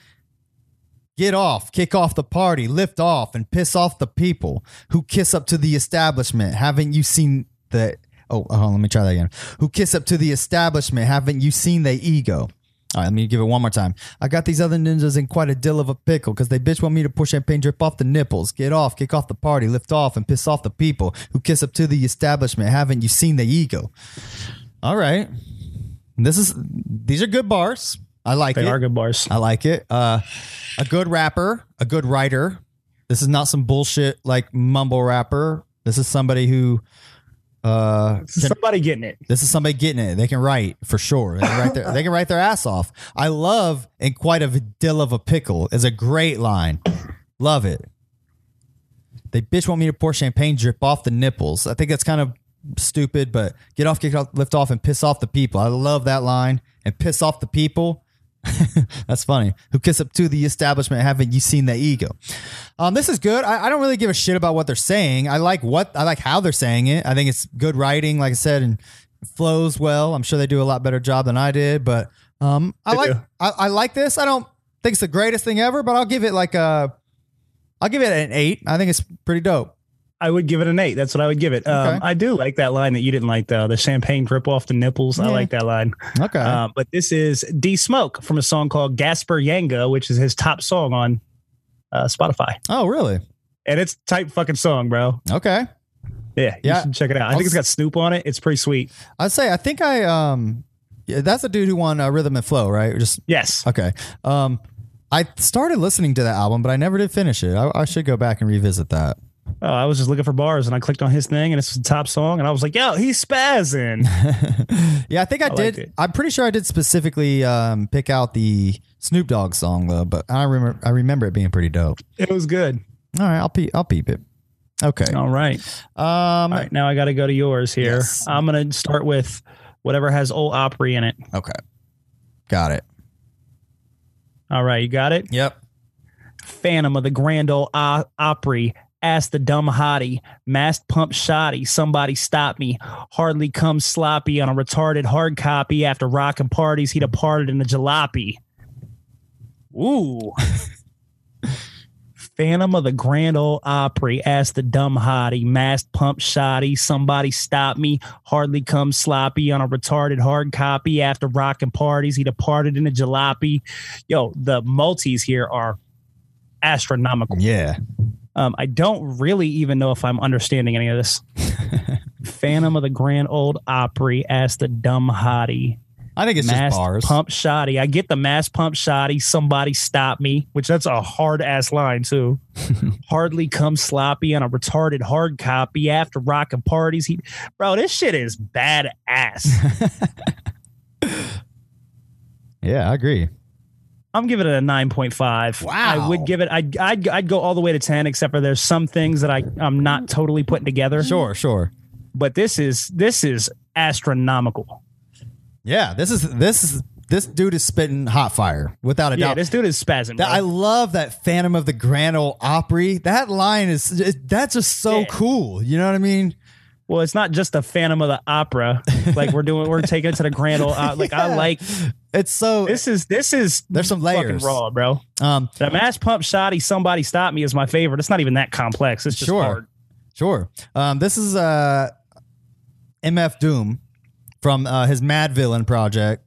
[SPEAKER 2] Get off, kick off the party, lift off, and piss off the people who kiss up to the establishment. Haven't you seen the. Oh, hold on, let me try that again. Who kiss up to the establishment. Haven't you seen their ego? All right, let me give it one more time. I got these other ninjas in quite a deal of a pickle because they bitch want me to pour champagne drip off the nipples. Get off, kick off the party, lift off, and piss off the people who kiss up to the establishment. Haven't you seen the ego? All right. This is these are good bars. I like
[SPEAKER 1] They
[SPEAKER 2] it.
[SPEAKER 1] are good bars.
[SPEAKER 2] I like it. Uh, a good rapper, a good writer. This is not some bullshit like mumble rapper. This is somebody who uh, can
[SPEAKER 1] Somebody getting it.
[SPEAKER 2] this is somebody getting it. They can write for sure. They can write their, they can write their ass off. I love and quite a dill of a pickle is a great line. Love it. They bitch want me to pour champagne drip off the nipples. I think that's kind of stupid, but get off, kick off, lift off, and piss off the people. I love that line and piss off the people. *laughs* that's funny. Who kiss up to the establishment? Haven't you seen the ego? Um, this is good. I, I don't really give a shit about what they're saying. I like what I like how they're saying it. I think it's good writing, like I said, and flows well. I'm sure they do a lot better job than I did, but um, I
[SPEAKER 1] They
[SPEAKER 2] like
[SPEAKER 1] do.
[SPEAKER 2] I, I like this. I don't think it's the greatest thing ever, but I'll give it like a I'll give it an eight. I think it's pretty dope.
[SPEAKER 1] I would give it an eight. That's what I would give it. Um,
[SPEAKER 2] Okay.
[SPEAKER 1] I do like that line that you didn't like though. The champagne drip off the nipples. I
[SPEAKER 2] Yeah.
[SPEAKER 1] like that line.
[SPEAKER 2] Okay.
[SPEAKER 1] Um, but this is D Smoke from a song called Gasper Yanga, which is his top song on uh, Spotify,
[SPEAKER 2] oh, really?
[SPEAKER 1] and it's a tight fucking song, bro.
[SPEAKER 2] Okay.
[SPEAKER 1] Yeah, you
[SPEAKER 2] Yeah.
[SPEAKER 1] should check it out. I think it's got Snoop on it. It's pretty sweet.
[SPEAKER 2] I'd say I think I um yeah, that's a dude who won uh, Rhythm and Flow, right? Just
[SPEAKER 1] Yes,
[SPEAKER 2] okay. Um I started listening to that album, but I never did finish it. I, I should go back and revisit that. *laughs*
[SPEAKER 1] oh, I was just looking for bars, and I clicked on his thing, and it's the top song, and I was like, "Yo, he's
[SPEAKER 2] *laughs*
[SPEAKER 1] spazzing."
[SPEAKER 2] yeah, I think I,
[SPEAKER 1] liked
[SPEAKER 2] did.
[SPEAKER 1] it.
[SPEAKER 2] I'm pretty sure I did specifically um, pick out the Snoop Dogg song though, but I remember I remember it being pretty dope.
[SPEAKER 1] it was good.
[SPEAKER 2] All right, I'll peep I'll peep it. Okay.
[SPEAKER 1] All right.
[SPEAKER 2] Um
[SPEAKER 1] All right, now I got to go to yours here.
[SPEAKER 2] Yes.
[SPEAKER 1] I'm gonna start with whatever has old Opry in it.
[SPEAKER 2] okay. Got it.
[SPEAKER 1] All right, you got it.
[SPEAKER 2] Yep.
[SPEAKER 1] Phantom of the Grand Ole O- Opry. Ask the dumb hottie, masked pump shoddy. Somebody stop me. Hardly come sloppy on a retarded hard copy. After rockin' parties, he departed in a jalopy. Ooh. *laughs* Phantom of the Grand Ole Opry. Ask the dumb hottie, masked pump shoddy. Somebody stop me. Hardly come sloppy on a retarded hard copy. After rockin' parties, he departed in a jalopy. Yo, the multis here are astronomical.
[SPEAKER 2] Yeah.
[SPEAKER 1] Um, I don't really even know if I'm understanding any of
[SPEAKER 2] *laughs*
[SPEAKER 1] this. Phantom of the Grand Old Opry as the dumb hottie.
[SPEAKER 2] I think it's
[SPEAKER 1] Mass
[SPEAKER 2] just bars.
[SPEAKER 1] pump shoddy. I get the mass pump shoddy. Somebody stop me, which that's a hard ass line too.
[SPEAKER 2] *laughs*
[SPEAKER 1] Hardly come sloppy on a retarded hard copy after rocking parties. He, bro, this shit is bad
[SPEAKER 2] *laughs*
[SPEAKER 1] ass.
[SPEAKER 2] Yeah, I agree.
[SPEAKER 1] I'm giving it a 9.5.
[SPEAKER 2] Wow.
[SPEAKER 1] I would give it. I'd, I'd I'd go all the way to 10, except for there's some things that I I'm not totally putting together.
[SPEAKER 2] Sure, sure.
[SPEAKER 1] but this is this is astronomical.
[SPEAKER 2] Yeah, this is this is this dude is spitting hot fire without a
[SPEAKER 1] Yeah,
[SPEAKER 2] doubt.
[SPEAKER 1] this dude is spazzing.
[SPEAKER 2] That-
[SPEAKER 1] bro.
[SPEAKER 2] I love that Phantom of the Grand Ole Opry. That line is it- that's just so
[SPEAKER 1] Yeah.
[SPEAKER 2] cool. You know what I mean?
[SPEAKER 1] well, it's not just the Phantom of the Opera. Like we're doing, we're taking it to the Grand Ole. Op- like I
[SPEAKER 2] Yeah.
[SPEAKER 1] like
[SPEAKER 2] It's so
[SPEAKER 1] this is this is
[SPEAKER 2] There's some
[SPEAKER 1] fucking
[SPEAKER 2] layers.
[SPEAKER 1] raw, bro.
[SPEAKER 2] um
[SPEAKER 1] The mass pump shoddy. Somebody stop me is my favorite. It's not even that complex. It's just
[SPEAKER 2] Sure.
[SPEAKER 1] hard.
[SPEAKER 2] sure. Um this is uh MF Doom from uh, his Mad Villain project.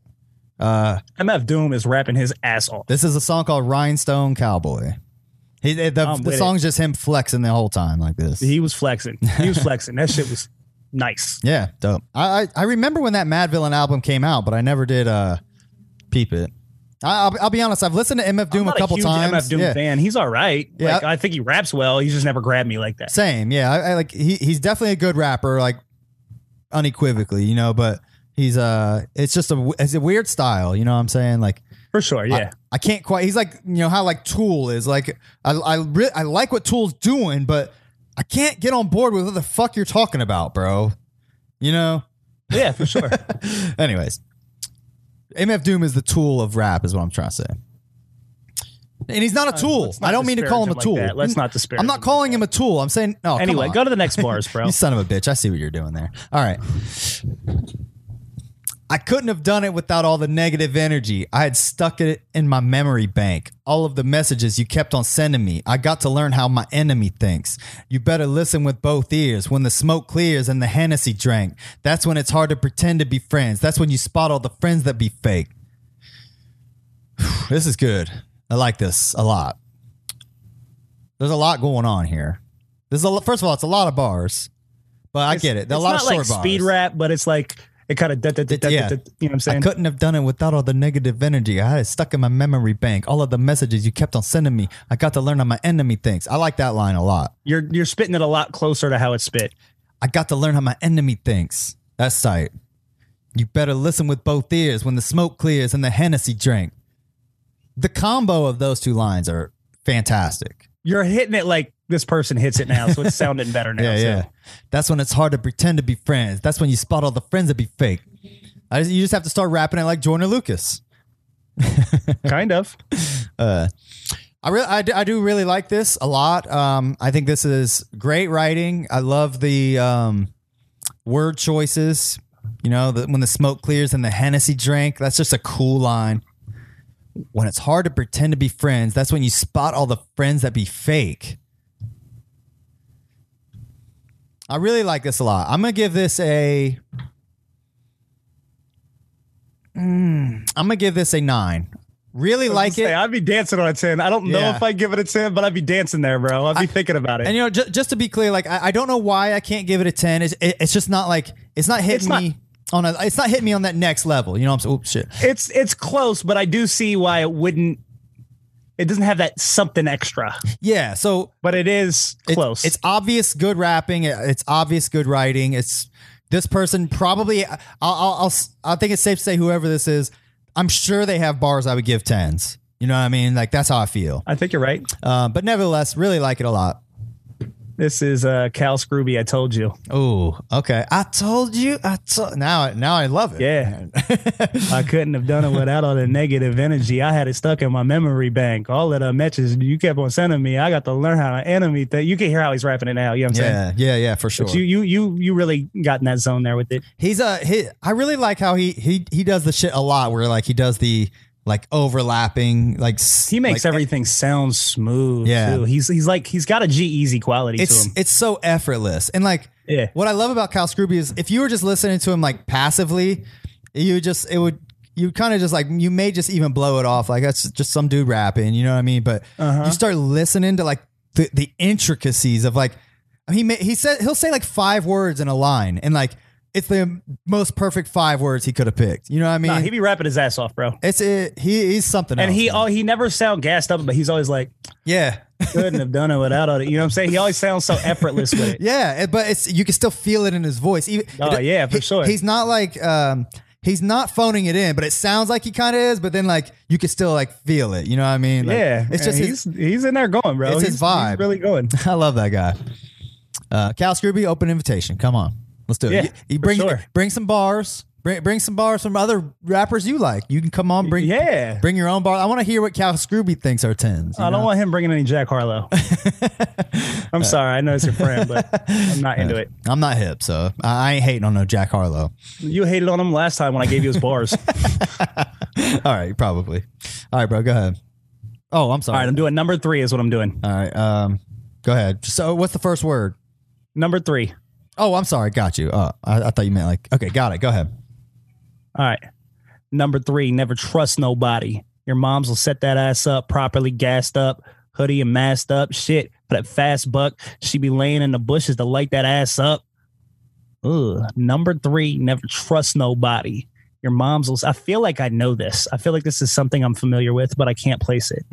[SPEAKER 2] Uh
[SPEAKER 1] MF Doom is rapping his ass off.
[SPEAKER 2] this is a song called Rhinestone Cowboy. He, the
[SPEAKER 1] I'm
[SPEAKER 2] the
[SPEAKER 1] with
[SPEAKER 2] song's just him flexing the whole time like this.
[SPEAKER 1] He was flexing. He was flexing. That shit was nice.
[SPEAKER 2] yeah, dope. I, I I remember when that Mad Villain album came out, but I never did uh peep it. I, I'll, I'll be honest. I've listened to MF Doom
[SPEAKER 1] I'm not
[SPEAKER 2] a couple
[SPEAKER 1] huge
[SPEAKER 2] times.
[SPEAKER 1] MF Doom
[SPEAKER 2] yeah.
[SPEAKER 1] fan. He's all right.
[SPEAKER 2] Yeah.
[SPEAKER 1] Like I think he raps well. He's just never grabbed me like that.
[SPEAKER 2] Same, yeah. I, I like he he's definitely a good rapper, like unequivocally, you know. But he's uh, it's just a w- it's a weird style, you know. what I'm saying like
[SPEAKER 1] For sure. Yeah.
[SPEAKER 2] I can't quite. He's like you know how like Tool is like I I re- I like what Tool's doing, but I can't get on board with what the fuck you're talking about, bro. You know.
[SPEAKER 1] yeah. For sure.
[SPEAKER 2] *laughs* Anyways, MF Doom is the tool of rap, is what I'm trying to say. And he's not a tool.
[SPEAKER 1] Uh, Let's not
[SPEAKER 2] I don't mean to call him a
[SPEAKER 1] disparage
[SPEAKER 2] tool.
[SPEAKER 1] like that. Let's not disparage.
[SPEAKER 2] I'm not calling him a tool. I'm saying no. come
[SPEAKER 1] Anyway,
[SPEAKER 2] on.
[SPEAKER 1] go to the next bars, bro.
[SPEAKER 2] *laughs* You son of a bitch. I see what you're doing there. All right. I couldn't have done it without all the negative energy. I had stuck it in my memory bank. All of the messages you kept on sending me. I got to learn how my enemy thinks. You better listen with both ears when the smoke clears and the Hennessy drank. That's when it's hard to pretend to be friends. That's when you spot all the friends that be fake. *sighs* This is good. I like this a lot. There's a lot going on here. This is a, lo- first of all, it's a lot of bars, but I get it. There's a
[SPEAKER 1] it's
[SPEAKER 2] lot
[SPEAKER 1] not
[SPEAKER 2] of short
[SPEAKER 1] like
[SPEAKER 2] bars.
[SPEAKER 1] speed rap, but it's like it kind of da, da, da, da,
[SPEAKER 2] Yeah.
[SPEAKER 1] da, da, you know what I'm
[SPEAKER 2] I
[SPEAKER 1] saying?
[SPEAKER 2] couldn't have done it without all the negative energy. I had it stuck in my memory bank. All of the messages you kept on sending me. I got to learn how my enemy thinks. I like that line a lot.
[SPEAKER 1] You're you're spitting it a lot closer to how it's spit.
[SPEAKER 2] I got to learn how my enemy thinks. That's tight. You better listen with both ears when the smoke clears and the Hennessy drink. The combo of those two lines are fantastic.
[SPEAKER 1] You're hitting it like this person hits it now, so it's sounding better now.
[SPEAKER 2] *laughs* Yeah,
[SPEAKER 1] too.
[SPEAKER 2] yeah. That's when it's hard to pretend to be friends. That's when you spot all the friends that be fake. I just, you just have to start rapping it like Jordan Lucas.
[SPEAKER 1] kind
[SPEAKER 2] *laughs*
[SPEAKER 1] of.
[SPEAKER 2] I really, I, do- I do really like this a lot. Um, I think this is great writing. I love the um, word choices. You know, the, when the smoke clears and the Hennessy drink, that's just a cool line. When it's hard to pretend to be friends, that's when you spot all the friends that be fake. I really like this a lot. I'm gonna give this a. Mm, I'm gonna give this a nine. Really like it.
[SPEAKER 1] Say, I'd be dancing on a 10. I don't know
[SPEAKER 2] Yeah.
[SPEAKER 1] if I give it a 10, but I'd be dancing there, bro. I'd be thinking about it.
[SPEAKER 2] and you know, just, just to be clear, like I, I don't know why I can't give it a ten. It's, it, it's just not like it's not hitting
[SPEAKER 1] It's not-
[SPEAKER 2] me on a. It's not hitting me on that next level. You know what I'm saying? Oops, shit.
[SPEAKER 1] it's it's close, but I do see why it wouldn't it doesn't have that something extra.
[SPEAKER 2] Yeah. So
[SPEAKER 1] But it is
[SPEAKER 2] It's-
[SPEAKER 1] close.
[SPEAKER 2] It's, obvious good rapping. it- It's obvious good writing. It's this person probably. I'll, I'll, I'll s- I think it's safe to say whoever this is. I'm sure they have bars I would give tens. You know what I mean? Like that's how I feel.
[SPEAKER 1] I think you're right.
[SPEAKER 2] Uh, but nevertheless, really like it a lot.
[SPEAKER 1] This is uh Cal Scrooby, I told you.
[SPEAKER 2] Oh, okay. I told you. I told. Now, now I love it.
[SPEAKER 1] Yeah. I couldn't have done it without all the negative energy. I had it stuck in my memory bank. All of the matches you kept on sending me, I got to learn how to enemy that. You can hear how he's rapping it now. You know what I'm saying?
[SPEAKER 2] *laughs* Yeah, yeah, yeah, for sure.
[SPEAKER 1] But you, you, you, you really got in that zone there with it.
[SPEAKER 2] He's a he, I really like how he he he does the shit a lot where like he does the like overlapping like s-
[SPEAKER 1] He makes
[SPEAKER 2] like,
[SPEAKER 1] everything sound smooth.
[SPEAKER 2] Yeah.
[SPEAKER 1] too. he's he's like he's got a G Easy quality
[SPEAKER 2] it's
[SPEAKER 1] to him.
[SPEAKER 2] it's so effortless and like
[SPEAKER 1] Yeah,
[SPEAKER 2] What I love about Kyle Scrooby is if you were just listening to him like passively, you would just it would you kind of just like you may just even blow it off like that's just some dude rapping, you know what I mean? But
[SPEAKER 1] Uh-huh.
[SPEAKER 2] you start listening to like the, the intricacies of like he may, he said he'll say like five words in a line and like it's the most perfect five words he could have picked. You know what I mean?
[SPEAKER 1] nah, he be rapping his ass off, bro.
[SPEAKER 2] it's it, he he's something
[SPEAKER 1] And
[SPEAKER 2] else,
[SPEAKER 1] he
[SPEAKER 2] man.
[SPEAKER 1] all he never sound gassed up, but he's always like
[SPEAKER 2] yeah.
[SPEAKER 1] couldn't have done it without all it. You know what I'm saying? He always sounds so effortless with it.
[SPEAKER 2] Yeah, it- but it's you can still feel it in his voice. Even,
[SPEAKER 1] Oh,
[SPEAKER 2] it-
[SPEAKER 1] yeah, for
[SPEAKER 2] he-
[SPEAKER 1] sure.
[SPEAKER 2] He's not like um, he's not phoning it in, but it sounds like he kind of is. But then like you can still like feel it. You know what I mean? Like,
[SPEAKER 1] yeah,
[SPEAKER 2] it's just
[SPEAKER 1] he's
[SPEAKER 2] his,
[SPEAKER 1] he's in there going, bro.
[SPEAKER 2] it's his
[SPEAKER 1] he's,
[SPEAKER 2] vibe.
[SPEAKER 1] He's really going.
[SPEAKER 2] *laughs* I love that guy. Uh, Cal Scrooby, open invitation. Come on, let's do it.
[SPEAKER 1] Yeah,
[SPEAKER 2] You- you
[SPEAKER 1] for
[SPEAKER 2] bring
[SPEAKER 1] sure.
[SPEAKER 2] bring some bars. Bring, bring some bars from other rappers you like. You can come on. Bring
[SPEAKER 1] Yeah.
[SPEAKER 2] Bring your own bar. I want to hear what Cal Scrooby thinks are tens. you
[SPEAKER 1] I don't
[SPEAKER 2] know?
[SPEAKER 1] want him bringing any Jack
[SPEAKER 2] *laughs*
[SPEAKER 1] Harlow. I'm sorry, I know it's your friend, but I'm not
[SPEAKER 2] *laughs*
[SPEAKER 1] into it.
[SPEAKER 2] I'm not hip, so I I ain't hating on no Jack Harlow.
[SPEAKER 1] You hated on him last time when I gave you his
[SPEAKER 2] *laughs*
[SPEAKER 1] bars. All
[SPEAKER 2] All right, probably. All right, bro, go ahead. Oh, I'm sorry.
[SPEAKER 1] right, I'm doing number three is what I'm doing.
[SPEAKER 2] All right, um, go ahead. So, what's the first word?
[SPEAKER 1] Number three.
[SPEAKER 2] Oh, I'm sorry. Got you. Oh, I, I thought you meant like. Okay, got it. Go ahead.
[SPEAKER 1] All right. Number three, never trust nobody. Your moms will set that ass up properly gassed up, hoodie and masked up. Shit, for that fast buck. She be laying in the bushes to light that ass up. Ugh. Number three, never trust nobody. Your moms will. I feel like I know this. I feel like this is something I'm familiar with, but I can't place it.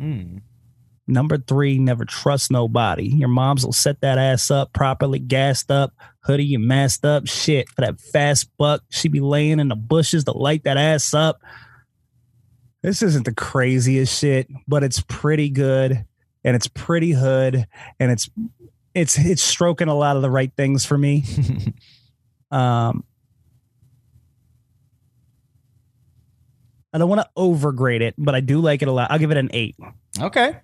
[SPEAKER 1] Number three, never trust nobody. Your moms will set that ass up properly, gassed up, hoodie and masked up. Shit, for that fast buck, she be laying in the bushes to light that ass up. This isn't the craziest shit, but it's pretty good and it's pretty hood and it's it's it's stroking a lot of the right things for me. um I don't want to overgrade it, but I do like it a lot. I'll give it an eight.
[SPEAKER 2] Okay.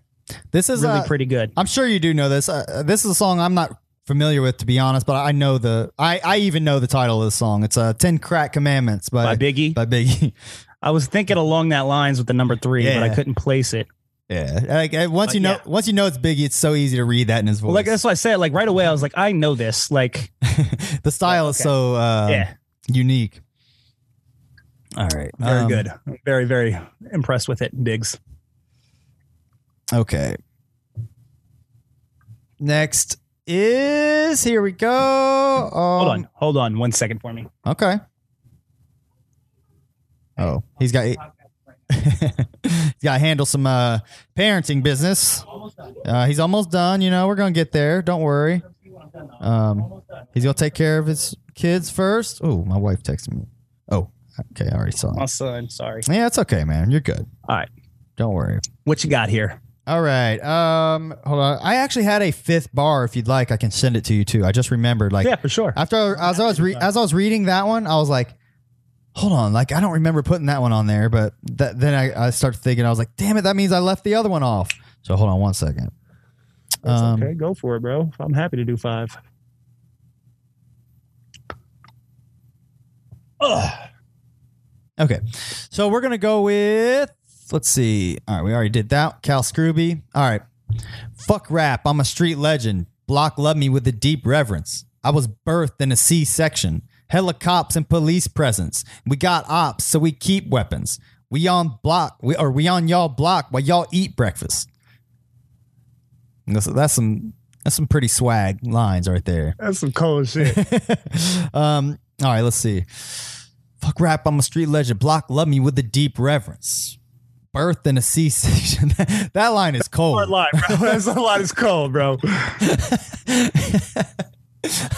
[SPEAKER 2] This is.
[SPEAKER 1] Really
[SPEAKER 2] uh,
[SPEAKER 1] pretty good.
[SPEAKER 2] I'm sure you do know this. Uh, uh, this is a song I'm not familiar with, to be honest, but I know the. I I even know the title of the song. It's uh, Ten Crack Commandments
[SPEAKER 1] by
[SPEAKER 2] by,
[SPEAKER 1] Biggie.
[SPEAKER 2] by Biggie. *laughs*
[SPEAKER 1] I was thinking along that lines with the number three, but I
[SPEAKER 2] Yeah.
[SPEAKER 1] couldn't place it.
[SPEAKER 2] yeah. Like uh, once
[SPEAKER 1] Uh,
[SPEAKER 2] you know,
[SPEAKER 1] yeah.
[SPEAKER 2] once you know it's Biggie, it's so easy to read that in his voice.
[SPEAKER 1] Well, like that's what I said. Like right away, I was like, I know this. Like,
[SPEAKER 2] *laughs* the style is
[SPEAKER 1] Okay.
[SPEAKER 2] so uh,
[SPEAKER 1] yeah,
[SPEAKER 2] unique. All right.
[SPEAKER 1] very
[SPEAKER 2] um,
[SPEAKER 1] good. Very, very impressed with it, Diggs.
[SPEAKER 2] Okay. Next is here we go. Um,
[SPEAKER 1] Hold on, hold on, one second for me.
[SPEAKER 2] Okay. Oh, he's got *laughs* he's got to handle some uh, parenting business. Uh, he's almost done. You know, we're gonna get there. Don't worry. Um, he's gonna take care of his kids first. Oh, my wife texted me. Oh, okay, I already saw.
[SPEAKER 1] My
[SPEAKER 2] It.
[SPEAKER 1] son, sorry.
[SPEAKER 2] Yeah, it's okay, man. You're good.
[SPEAKER 1] All right,
[SPEAKER 2] Don't worry.
[SPEAKER 1] what you got here?
[SPEAKER 2] All right. Um, hold on. I actually had a fifth bar. If you'd like, I can send it to you too. I just remembered. Like
[SPEAKER 1] Yeah, for sure.
[SPEAKER 2] after as I was re- as I was reading that one, I was like, hold on. Like I don't remember putting that one on there, but that, then I, I started thinking. I was like, damn it, that means I left the other one off. So hold on one second.
[SPEAKER 1] That's
[SPEAKER 2] um,
[SPEAKER 1] okay, go for it, bro. I'm happy to do five. Ugh.
[SPEAKER 2] Okay. So we're gonna go with let's see. All right, we already did that. Cal Scrooby. All right. Fuck rap. I'm a street legend. Block love me with a deep reverence. I was birthed in a C section. Hella cops and police presence. We got ops, so we keep weapons. We on block, we, or we on y'all block while y'all eat breakfast. That's, that's some that's some pretty swag lines right there.
[SPEAKER 1] That's some cold shit.
[SPEAKER 2] Um, all right, let's see. Fuck rap, I'm a street legend. Block love me with a deep reverence. Birth in a C section. *laughs* that line is
[SPEAKER 1] *laughs* Hard
[SPEAKER 2] cold.
[SPEAKER 1] line, bro. *laughs* That's a lot. It's cold, *laughs* bro.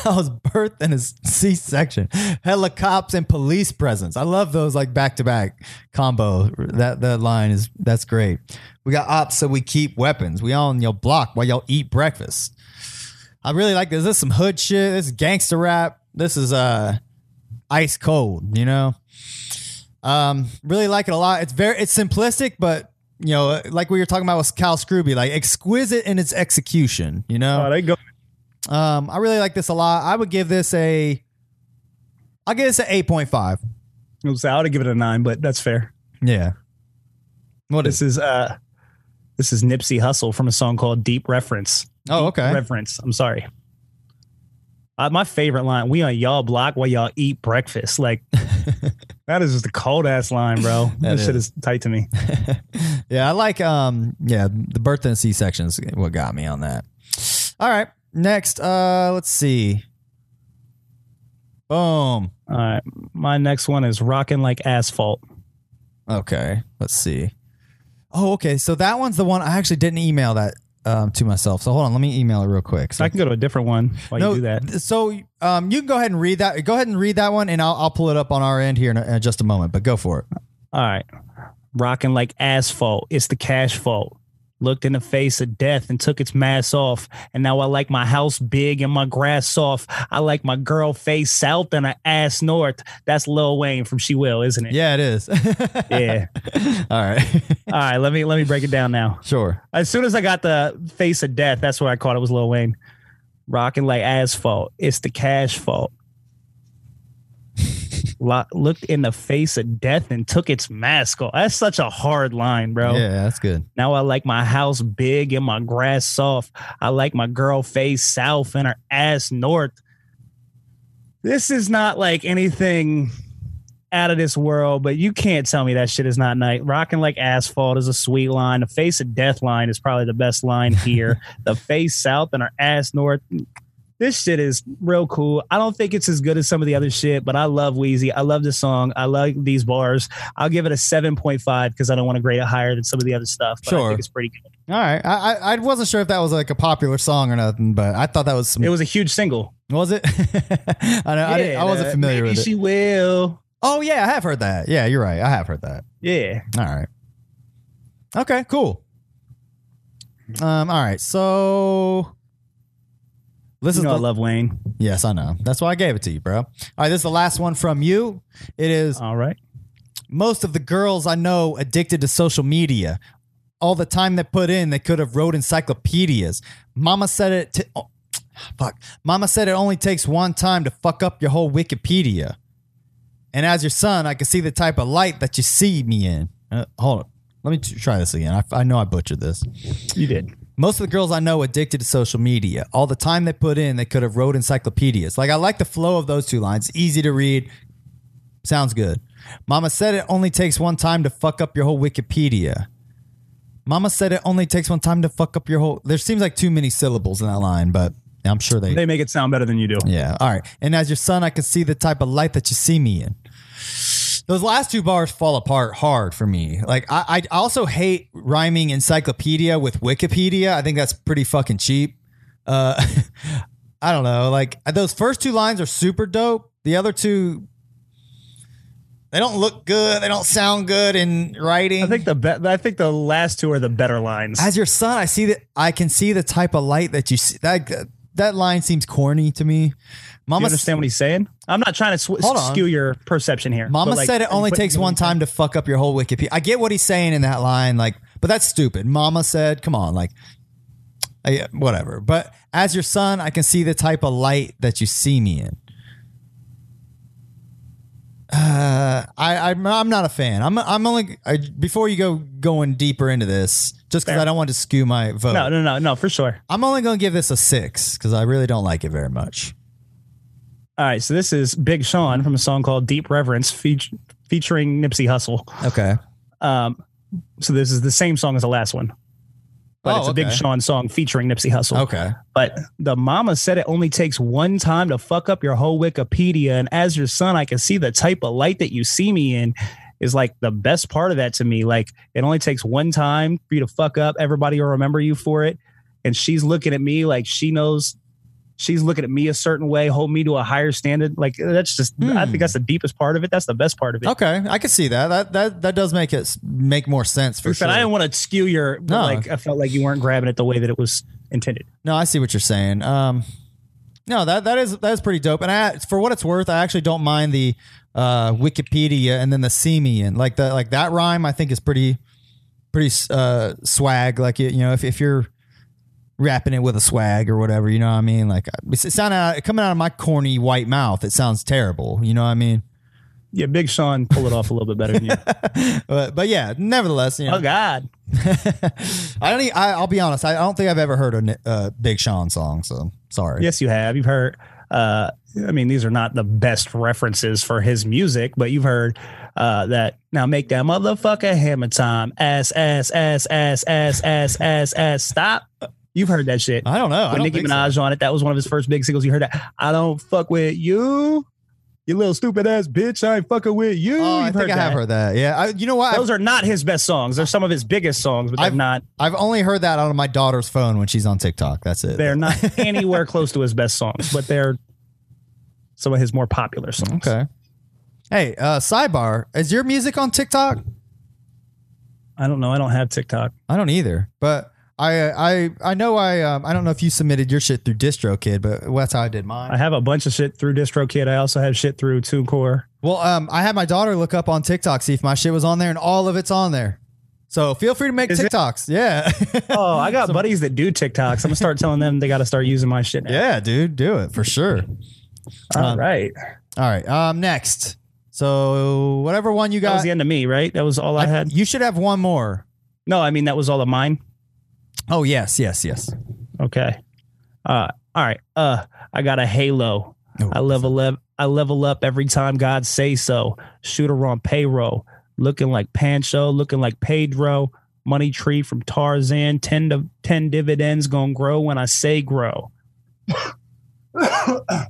[SPEAKER 2] I was birthed in a C section. Hella cops and police presence. I love those like back to back combo. That that line is that's great. We got ops, so we keep weapons. We on your block while y'all eat breakfast. I really like this. This is some hood shit. This is gangster rap. This is uh ice cold, you know? Um, really like it a lot. It's very it's simplistic, but you know, like we were talking about with Cal Scrooby, like exquisite in its execution, you know?
[SPEAKER 1] Oh, they go.
[SPEAKER 2] Um, I really like this a lot. I would give this a, I'll give this an eight point five.
[SPEAKER 1] I was- I ought to give it a nine, but that's fair.
[SPEAKER 2] Yeah. What is?
[SPEAKER 1] This is uh, this is Nipsey Hussle from a song called "Deep Reference."
[SPEAKER 2] Oh, okay.
[SPEAKER 1] Reference. I'm sorry. Uh, my favorite line: "We on y'all block while y'all eat breakfast."
[SPEAKER 2] *laughs*
[SPEAKER 1] Like that is just a cold ass line, bro.
[SPEAKER 2] That
[SPEAKER 1] this shit
[SPEAKER 2] is.
[SPEAKER 1] is tight to me.
[SPEAKER 2] *laughs* Yeah, I like. Um, yeah, the birth and C sections. What got me on that? All right. Next, uh, let's see. Boom.
[SPEAKER 1] All right, my next one is "Rocking Like Asphalt."
[SPEAKER 2] Okay. Let's see. Oh, okay. So that one's the one I actually didn't email that um, to myself. So hold on, let me email it real quick. So
[SPEAKER 1] So I can go to a different one while you do that.
[SPEAKER 2] th- So um, you can go ahead and read that. Go ahead and read that one, and I'll, I'll pull it up on our end here in, a, in just a moment. But go for it.
[SPEAKER 1] All right. Rocking like asphalt. It's the cash fault. Looked in the face of death and took its mask off. And now I like my house big and my grass soft. I like my girl face south and her ass north. That's Lil Wayne from She Will, isn't it?
[SPEAKER 2] Yeah, it is.
[SPEAKER 1] Yeah.
[SPEAKER 2] *laughs* All
[SPEAKER 1] *laughs*
[SPEAKER 2] right.
[SPEAKER 1] All right. Let me let me break it down now.
[SPEAKER 2] sure.
[SPEAKER 1] As soon as I got the face of death, that's what I caught it was Lil Wayne. Rocking like asphalt. It's the cash fault. *laughs* Lo- looked in the face of death and took its mask off. That's such a hard line, bro.
[SPEAKER 2] Yeah, that's good.
[SPEAKER 1] Now I like my house big and my grass soft. I like my girl face south and her ass north. This is not like anything out of this world, but you can't tell me that shit is not night. Rocking like asphalt is a sweet line. The face of death line is probably the best line here. the face south and her ass north. This shit is real cool. I don't think it's as good as some of the other shit, but I love Wheezy. I love this song. I love these bars. I'll give it a 7.5 because I don't want to grade it higher than some of the other stuff. But I
[SPEAKER 2] Sure.
[SPEAKER 1] think it's pretty good.
[SPEAKER 2] All right. I, I I wasn't sure if that was like a popular song or nothing, but I thought that was some.
[SPEAKER 1] It was a huge single.
[SPEAKER 2] was it? *laughs* I, know, I, didn't, I wasn't
[SPEAKER 1] Yeah,
[SPEAKER 2] familiar
[SPEAKER 1] maybe
[SPEAKER 2] with
[SPEAKER 1] she
[SPEAKER 2] it.
[SPEAKER 1] will.
[SPEAKER 2] Oh yeah, I have heard that. Yeah, you're right. I have heard that.
[SPEAKER 1] Yeah.
[SPEAKER 2] All right. Okay, cool. Um, all right, so this
[SPEAKER 1] This
[SPEAKER 2] is
[SPEAKER 1] is
[SPEAKER 2] the,
[SPEAKER 1] I love Wayne.
[SPEAKER 2] Yes, I know. That's why I gave it to you, bro. All right, this is the last one from you. It is
[SPEAKER 1] All right.
[SPEAKER 2] most of the girls I know addicted to social media. All the time they put in, they could have wrote encyclopedias. Mama said it. T- oh, fuck. Mama said it only takes one time to fuck up your whole Wikipedia. And as your son, I can see the type of light that you see me in. Uh, hold on. Let me t- try this again. I, I know I butchered this.
[SPEAKER 1] You did.
[SPEAKER 2] Most of the girls I know addicted to social media. All the time they put in, they could have wrote encyclopedias. Like I like the flow of those two lines. Easy to read. Sounds good. Mama said it only takes one time to fuck up your whole Wikipedia. Mama said it only takes one time to fuck up your whole. There seems like too many syllables in that line, but I'm sure
[SPEAKER 1] They make it sound better than you do.
[SPEAKER 2] yeah. All right. And as your son, I can see the type of light that you see me in. Those last two bars fall apart hard for me. Like I, I also hate rhyming encyclopedia with Wikipedia. I think that's pretty fucking cheap. Uh, *laughs* I don't know. Like those first two lines are super dope. The other two, they don't look good. They don't sound good in writing.
[SPEAKER 1] I think the be- I think the last two are the better lines.
[SPEAKER 2] As your son, I see that I can see the type of light that you see. That that line seems corny to me.
[SPEAKER 1] Do you
[SPEAKER 2] Mama,
[SPEAKER 1] understand what he's saying? I'm not trying to sw-
[SPEAKER 2] Hold on.
[SPEAKER 1] skew your perception here.
[SPEAKER 2] Mama
[SPEAKER 1] but, like,
[SPEAKER 2] said it only
[SPEAKER 1] but-
[SPEAKER 2] takes one time to fuck up your whole Wikipedia. I get what he's saying in that line, like, but that's stupid. Mama said, "Come on, like, I, whatever." But as your son, I can see the type of light that you see me in. Uh, I, I'm I'm not a fan. I'm I'm only I, before you go going deeper into this, just because
[SPEAKER 1] Fair.
[SPEAKER 2] I don't want to skew my vote.
[SPEAKER 1] No, no, no, no, for sure.
[SPEAKER 2] I'm only going to give this a six because I really don't like it very much.
[SPEAKER 1] All right, so this is Big Sean from a song called Deep Reverence feat- featuring Nipsey Hussle.
[SPEAKER 2] Okay.
[SPEAKER 1] Um, so this is the same song as the last one, but
[SPEAKER 2] Oh,
[SPEAKER 1] it's a Big
[SPEAKER 2] okay.
[SPEAKER 1] Sean song featuring Nipsey Hussle.
[SPEAKER 2] Okay.
[SPEAKER 1] But the mama said it only takes one time to fuck up your whole Wikipedia. And as your son, I can see the type of light that you see me in is like the best part of that to me. Like it only takes one time for you to fuck up. Everybody will remember you for it. And she's looking at me like she knows she's looking at me a certain way, hold me to a higher standard. Like that's just I
[SPEAKER 2] Hmm.
[SPEAKER 1] think that's the deepest part of it. That's the best part of it.
[SPEAKER 2] Okay. I can see that. That that that does make it s- make more sense for
[SPEAKER 1] But
[SPEAKER 2] sure.
[SPEAKER 1] I didn't want to skew your but,
[SPEAKER 2] No.
[SPEAKER 1] like I felt like you weren't grabbing it the way that it was intended.
[SPEAKER 2] No, I see what you're saying. Um, no, that that is that is pretty dope. And I, for what it's worth, I actually don't mind the uh, Wikipedia and then the see me in like the like that rhyme. I think is pretty pretty uh, swag. Like you, you know, if if you're rapping it with a swag or whatever, you know what I mean. Like uh, it's, it sound out coming out of my corny white mouth. It sounds terrible. You know what I mean. *laughs*
[SPEAKER 1] Yeah, Big Sean pull it off a little bit better than you.
[SPEAKER 2] But but yeah, nevertheless, you
[SPEAKER 1] *laughs*
[SPEAKER 2] know,
[SPEAKER 1] oh God.
[SPEAKER 2] *laughs* I don't. e- I, I'll be honest. I don't think I've ever heard a Ni- uh, Big Sean song. So sorry.
[SPEAKER 1] Yes, you have. You've heard. Uh, I mean, these are not the best references for his music, but you've heard uh, that. Now make that motherfucker hammer time. Ass, ass, ass, ass, ass, ass, ass, ass. Stop. You've heard that shit.
[SPEAKER 2] I don't know. I
[SPEAKER 1] With
[SPEAKER 2] don't
[SPEAKER 1] Nicki
[SPEAKER 2] think so.
[SPEAKER 1] Minaj on it, that was one of his first big singles. You heard that. I don't fuck with you, you little stupid ass bitch. I ain't fucking with you.
[SPEAKER 2] Oh, I
[SPEAKER 1] You've heard
[SPEAKER 2] think I have
[SPEAKER 1] that.
[SPEAKER 2] heard that. Yeah, I, you know what? I've,
[SPEAKER 1] Those are not his best songs. They're some of his biggest songs, but they're
[SPEAKER 2] I've-
[SPEAKER 1] not.
[SPEAKER 2] I've only heard that on my daughter's phone when she's on TikTok. That's it.
[SPEAKER 1] They're not
[SPEAKER 2] *laughs*
[SPEAKER 1] anywhere close to his best songs, but they're some of his more popular songs.
[SPEAKER 2] okay. Hey, uh, sidebar: Is your music on TikTok?
[SPEAKER 1] I don't know. I don't have TikTok.
[SPEAKER 2] I don't either, but I I I know I um, I don't know if you submitted your shit through DistroKid, but well, that's how I did mine.
[SPEAKER 1] I have a bunch of shit through DistroKid. I also have shit through TuneCore.
[SPEAKER 2] well, um, I had my daughter look up on TikTok see if my shit was on there, and all of it's on there. So feel free to make
[SPEAKER 1] Is it-
[SPEAKER 2] TikToks. Yeah. *laughs*
[SPEAKER 1] Oh, I got buddies that do TikToks. I'm gonna start telling them they got to start using my shit. Now.
[SPEAKER 2] Yeah, dude, do it for sure.
[SPEAKER 1] All right.
[SPEAKER 2] All right. Um, next. So whatever one you
[SPEAKER 1] That was
[SPEAKER 2] got,
[SPEAKER 1] the end of me, right? That was all I, had.
[SPEAKER 2] you should have one more.
[SPEAKER 1] No, I mean that was all of mine.
[SPEAKER 2] Oh yes, yes, yes.
[SPEAKER 1] Okay. Uh, all right. Uh, I got a halo.
[SPEAKER 2] Oh,
[SPEAKER 1] I level up. I level up every time God say so. Shooter on payroll, looking like Pancho, looking like Pedro. Money tree from Tarzan. Ten to ten dividends gonna grow when I say
[SPEAKER 2] *coughs*
[SPEAKER 1] grow.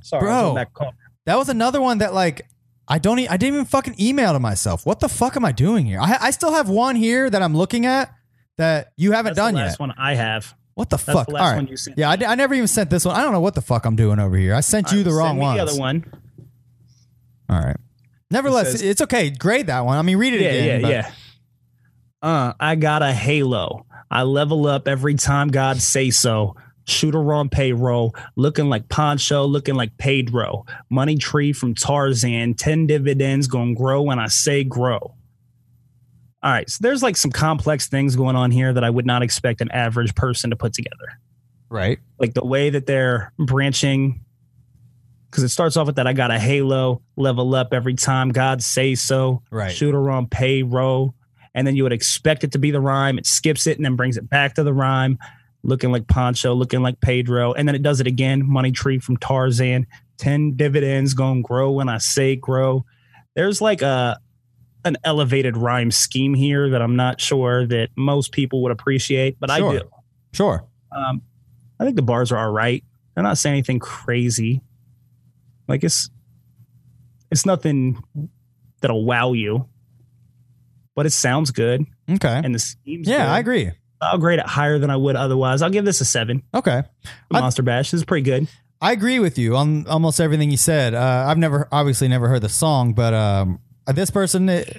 [SPEAKER 1] Sorry,
[SPEAKER 2] Bro.
[SPEAKER 1] I was in that call.
[SPEAKER 2] That was another one that like I don't. E- I didn't even fucking email to myself. What the fuck am I doing here? I I still have one here that I'm looking at that you haven't
[SPEAKER 1] That's
[SPEAKER 2] done
[SPEAKER 1] the last
[SPEAKER 2] yet.
[SPEAKER 1] one I have.
[SPEAKER 2] What the
[SPEAKER 1] That's
[SPEAKER 2] fuck?
[SPEAKER 1] the
[SPEAKER 2] All
[SPEAKER 1] last
[SPEAKER 2] right.
[SPEAKER 1] one you sent.
[SPEAKER 2] yeah, I, di- I never even sent this one. I don't know what the fuck I'm doing over here. I sent
[SPEAKER 1] All
[SPEAKER 2] you
[SPEAKER 1] right,
[SPEAKER 2] the wrong
[SPEAKER 1] send me
[SPEAKER 2] ones.
[SPEAKER 1] The other one.
[SPEAKER 2] All right. Nevertheless,
[SPEAKER 1] says-
[SPEAKER 2] it's okay. Grade that one. I mean, read it
[SPEAKER 1] Yeah,
[SPEAKER 2] again.
[SPEAKER 1] yeah,
[SPEAKER 2] but-
[SPEAKER 1] yeah. Uh, I got a halo. I level up every time God say so. Shooter on payroll, looking like Poncho, looking like Pedro. Money tree from Tarzan. Ten dividends gonna grow when I say grow. All right, so there's like some complex things going on here that I would not expect an average person to put together
[SPEAKER 2] Right.
[SPEAKER 1] like the way that they're branching because it starts off with that I got a halo level up every time God say so
[SPEAKER 2] Right.
[SPEAKER 1] shooter on payroll and then you would expect it to be the rhyme it skips it and then brings it back to the rhyme looking like Poncho looking like Pedro and then it does it again money tree from Tarzan 10 dividends gonna grow when I say grow there's like a an elevated rhyme scheme here that I'm not sure that most people would appreciate but I
[SPEAKER 2] Sure.
[SPEAKER 1] do
[SPEAKER 2] Sure.
[SPEAKER 1] um, I think the bars are all right. They're not saying anything crazy. Like it's it's nothing that'll wow you, but it sounds good
[SPEAKER 2] Okay.
[SPEAKER 1] and the scheme's
[SPEAKER 2] Yeah, I
[SPEAKER 1] good.
[SPEAKER 2] agree.
[SPEAKER 1] I'll grade it higher than I would otherwise. I'll give this a seven.
[SPEAKER 2] Okay.
[SPEAKER 1] The
[SPEAKER 2] I-
[SPEAKER 1] Monster Bash this is pretty good.
[SPEAKER 2] I agree with you on almost everything you said. Uh, I've never, obviously, never heard the song, but um, this person, it-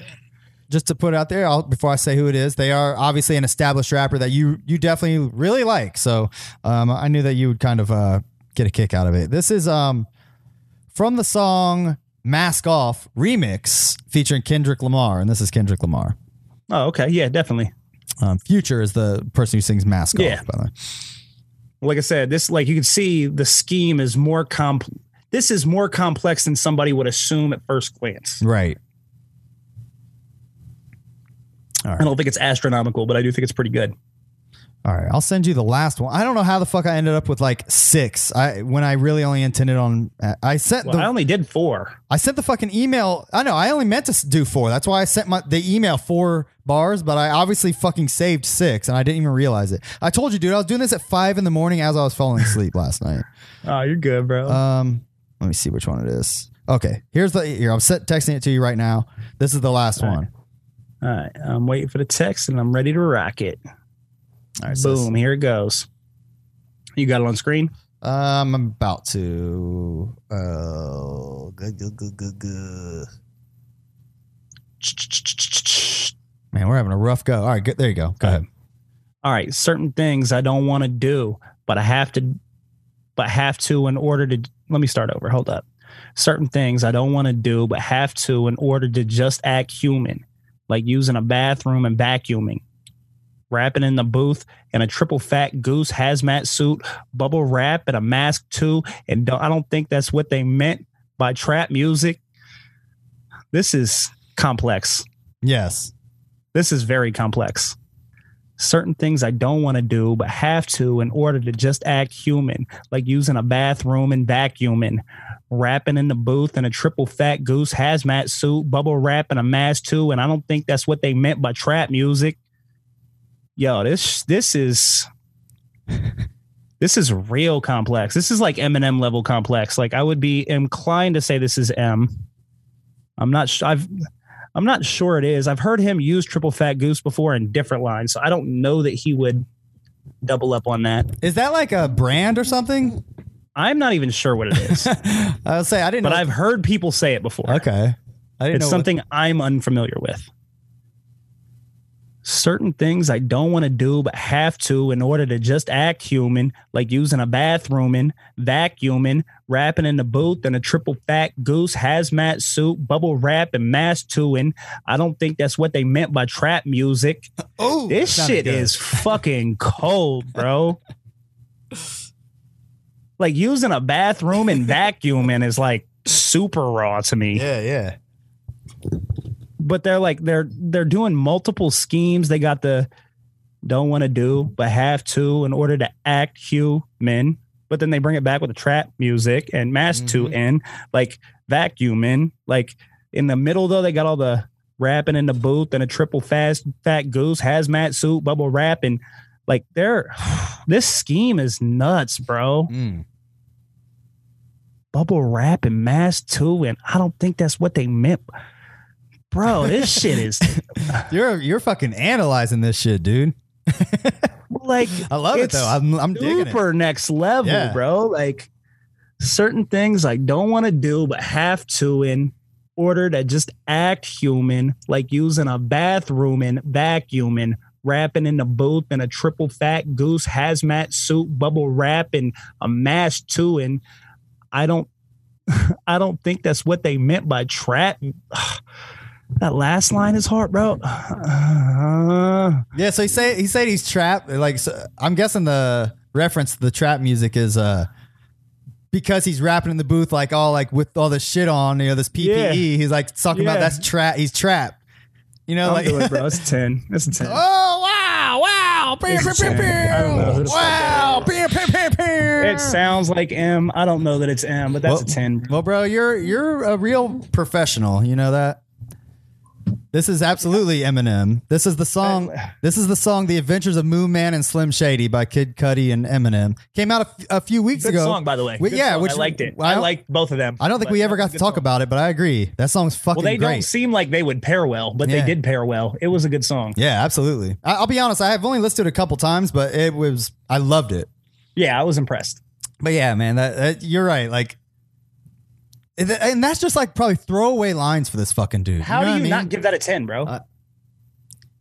[SPEAKER 2] just to put it out there, I'll, before I say who it is, they are obviously an established rapper that you you definitely really like. So um, I knew that you would kind of uh, get a kick out of it. This is um, from the song "Mask Off" remix featuring Kendrick Lamar, and this is Kendrick Lamar.
[SPEAKER 1] Oh, okay, yeah, definitely.
[SPEAKER 2] Um, Future is the person who sings "Mask
[SPEAKER 1] Yeah.
[SPEAKER 2] Off." By the way.
[SPEAKER 1] Like I said, this like you can see the scheme is more comp. This is more complex than somebody would assume at first glance.
[SPEAKER 2] Right.
[SPEAKER 1] I don't think it's astronomical, but I do think it's pretty good.
[SPEAKER 2] All right, I'll send you the last one. I don't know how the fuck I ended up with like six. I when I really only intended on I sent
[SPEAKER 1] Well,
[SPEAKER 2] the
[SPEAKER 1] I only did four.
[SPEAKER 2] I sent the fucking email. I know I only meant to s- do four. That's why I sent my the email four bars, but I obviously fucking saved six, and I didn't even realize it. I told you, dude, I was doing this at five in the morning as I was falling asleep *laughs* last night.
[SPEAKER 1] Oh, you're good, bro.
[SPEAKER 2] Um, let me see which one it is. Okay, here's the here. I'm set, texting it to you right now. This is the last one.
[SPEAKER 1] All right, I'm waiting for the text and I'm ready to rock it.
[SPEAKER 2] All right, so this-
[SPEAKER 1] Boom, here it goes. You got it on screen?
[SPEAKER 2] I'm about to. Oh, good, good, good, good, good. Man, we're having a rough go. All right, good. There you go. Go ahead.
[SPEAKER 1] All right, certain things I don't want to do, but I have to, but have to in order to. Let me start over. Hold up. Certain things I don't want to do, but have to in order to just act human, like using a bathroom and vacuuming, rapping in the booth in a triple fat goose hazmat suit, bubble wrap and a mask too. And don't, I don't think that's what they meant by trap music. This is complex.
[SPEAKER 2] Yes.
[SPEAKER 1] This is very complex. Certain things I don't want to do, but have to in order to just act human, like using a bathroom and vacuuming, rapping in the booth in a triple fat goose hazmat suit, bubble wrap and a mask too. And I don't think that's what they meant by trap music. Yo, this this is *laughs* this is real complex. This is like Eminem level complex. Like I would be inclined to say this is M. I'm not. Sh- I've I'm not sure it is. I've heard him use triple fat goose before in different lines, so I don't know that he would double up on that.
[SPEAKER 2] Is that like a brand or something? *laughs*
[SPEAKER 1] I'm not even sure what it is,
[SPEAKER 2] I'll say I didn't.
[SPEAKER 1] but
[SPEAKER 2] know.
[SPEAKER 1] I've heard people say it before.
[SPEAKER 2] okay. I didn't
[SPEAKER 1] It's
[SPEAKER 2] know what-
[SPEAKER 1] something I'm unfamiliar with. Certain things I don't want to do, but have to in order to just act human, like using a bathroom and vacuuming, rapping in the booth in a triple fat goose hazmat suit, bubble wrap, and mask to. And I don't think that's what they meant by trap music.
[SPEAKER 2] oh,
[SPEAKER 1] This
[SPEAKER 2] sounded
[SPEAKER 1] shit
[SPEAKER 2] good.
[SPEAKER 1] is fucking cold, bro. like using a bathroom and vacuuming is like super raw to me.
[SPEAKER 2] Yeah, yeah.
[SPEAKER 1] But they're like they're they're doing multiple schemes. They got the don't want to do but have to in order to act human. But then they bring it back with the trap music and mask to
[SPEAKER 2] Mhm.
[SPEAKER 1] in like vacuuming. Like in the middle though, they got all the rapping in the booth and a triple fast fat goose hazmat suit bubble wrap and like they're *sighs* this scheme is nuts, bro.
[SPEAKER 2] Mm.
[SPEAKER 1] Bubble wrap and mask too, and I don't think that's what they meant. Bro, this shit is
[SPEAKER 2] You're you're fucking analyzing this shit, dude.
[SPEAKER 1] like
[SPEAKER 2] I love it
[SPEAKER 1] It's
[SPEAKER 2] though. I'm I'm digging it.
[SPEAKER 1] super next level,
[SPEAKER 2] Yeah.
[SPEAKER 1] bro. Like certain things I don't want to do but have to in order to just act human, like using a bathroom and vacuuming, rapping in the booth in a triple fat goose hazmat suit, bubble wrap and a mask too. And I don't *laughs* I don't think that's what they meant by trap. *sighs* That last line is hard, bro. *sighs*
[SPEAKER 2] Yeah, so he say he said he's trap. Like so I'm guessing the reference to the trap music is uh because he's rapping in the booth like all like with all this shit on, you know, this PPE.
[SPEAKER 1] Yeah.
[SPEAKER 2] He's like talking about
[SPEAKER 1] Yeah.
[SPEAKER 2] that's trap. He's trapped. You know,
[SPEAKER 1] I'll
[SPEAKER 2] like
[SPEAKER 1] do
[SPEAKER 2] *laughs*
[SPEAKER 1] it, bro. It's a ten. It's a ten.
[SPEAKER 2] oh wow, wow, pew,
[SPEAKER 1] It's
[SPEAKER 2] pew,
[SPEAKER 1] Sam.
[SPEAKER 2] pew, pew.
[SPEAKER 1] I don't know who the fuck
[SPEAKER 2] wow, pew, pew, pew, pew.
[SPEAKER 1] It sounds like M. I don't know that it's M, but that's
[SPEAKER 2] Well-
[SPEAKER 1] a 10.
[SPEAKER 2] Well, bro, you're you're a real professional. You know that. This is absolutely Eminem. This is the song. This is the song "The Adventures of Moon Man and Slim Shady" by Kid Cudi and Eminem. Came out a, f- a few weeks
[SPEAKER 1] Good
[SPEAKER 2] ago.
[SPEAKER 1] song, by the way.
[SPEAKER 2] We-
[SPEAKER 1] Good
[SPEAKER 2] yeah,
[SPEAKER 1] song.
[SPEAKER 2] which
[SPEAKER 1] I liked it.
[SPEAKER 2] I
[SPEAKER 1] I,
[SPEAKER 2] don't-
[SPEAKER 1] liked both of them.
[SPEAKER 2] I don't think
[SPEAKER 1] But
[SPEAKER 2] we ever
[SPEAKER 1] that's
[SPEAKER 2] got
[SPEAKER 1] a
[SPEAKER 2] to
[SPEAKER 1] good
[SPEAKER 2] talk
[SPEAKER 1] song.
[SPEAKER 2] about it, but I agree. That song's fucking
[SPEAKER 1] Well, they
[SPEAKER 2] great.
[SPEAKER 1] don't seem like they would pair well, but
[SPEAKER 2] Yeah.
[SPEAKER 1] they did pair well. It was a good song.
[SPEAKER 2] yeah, absolutely. I, I'll be honest. I've only listened to it a couple times, but it was I loved it.
[SPEAKER 1] Yeah, I was impressed.
[SPEAKER 2] But yeah, man, that, that you're right. Like, and th- and that's just like probably throwaway lines for this fucking dude.
[SPEAKER 1] How
[SPEAKER 2] know
[SPEAKER 1] do
[SPEAKER 2] what
[SPEAKER 1] you
[SPEAKER 2] I mean?
[SPEAKER 1] not give that a 10, bro?
[SPEAKER 2] Uh,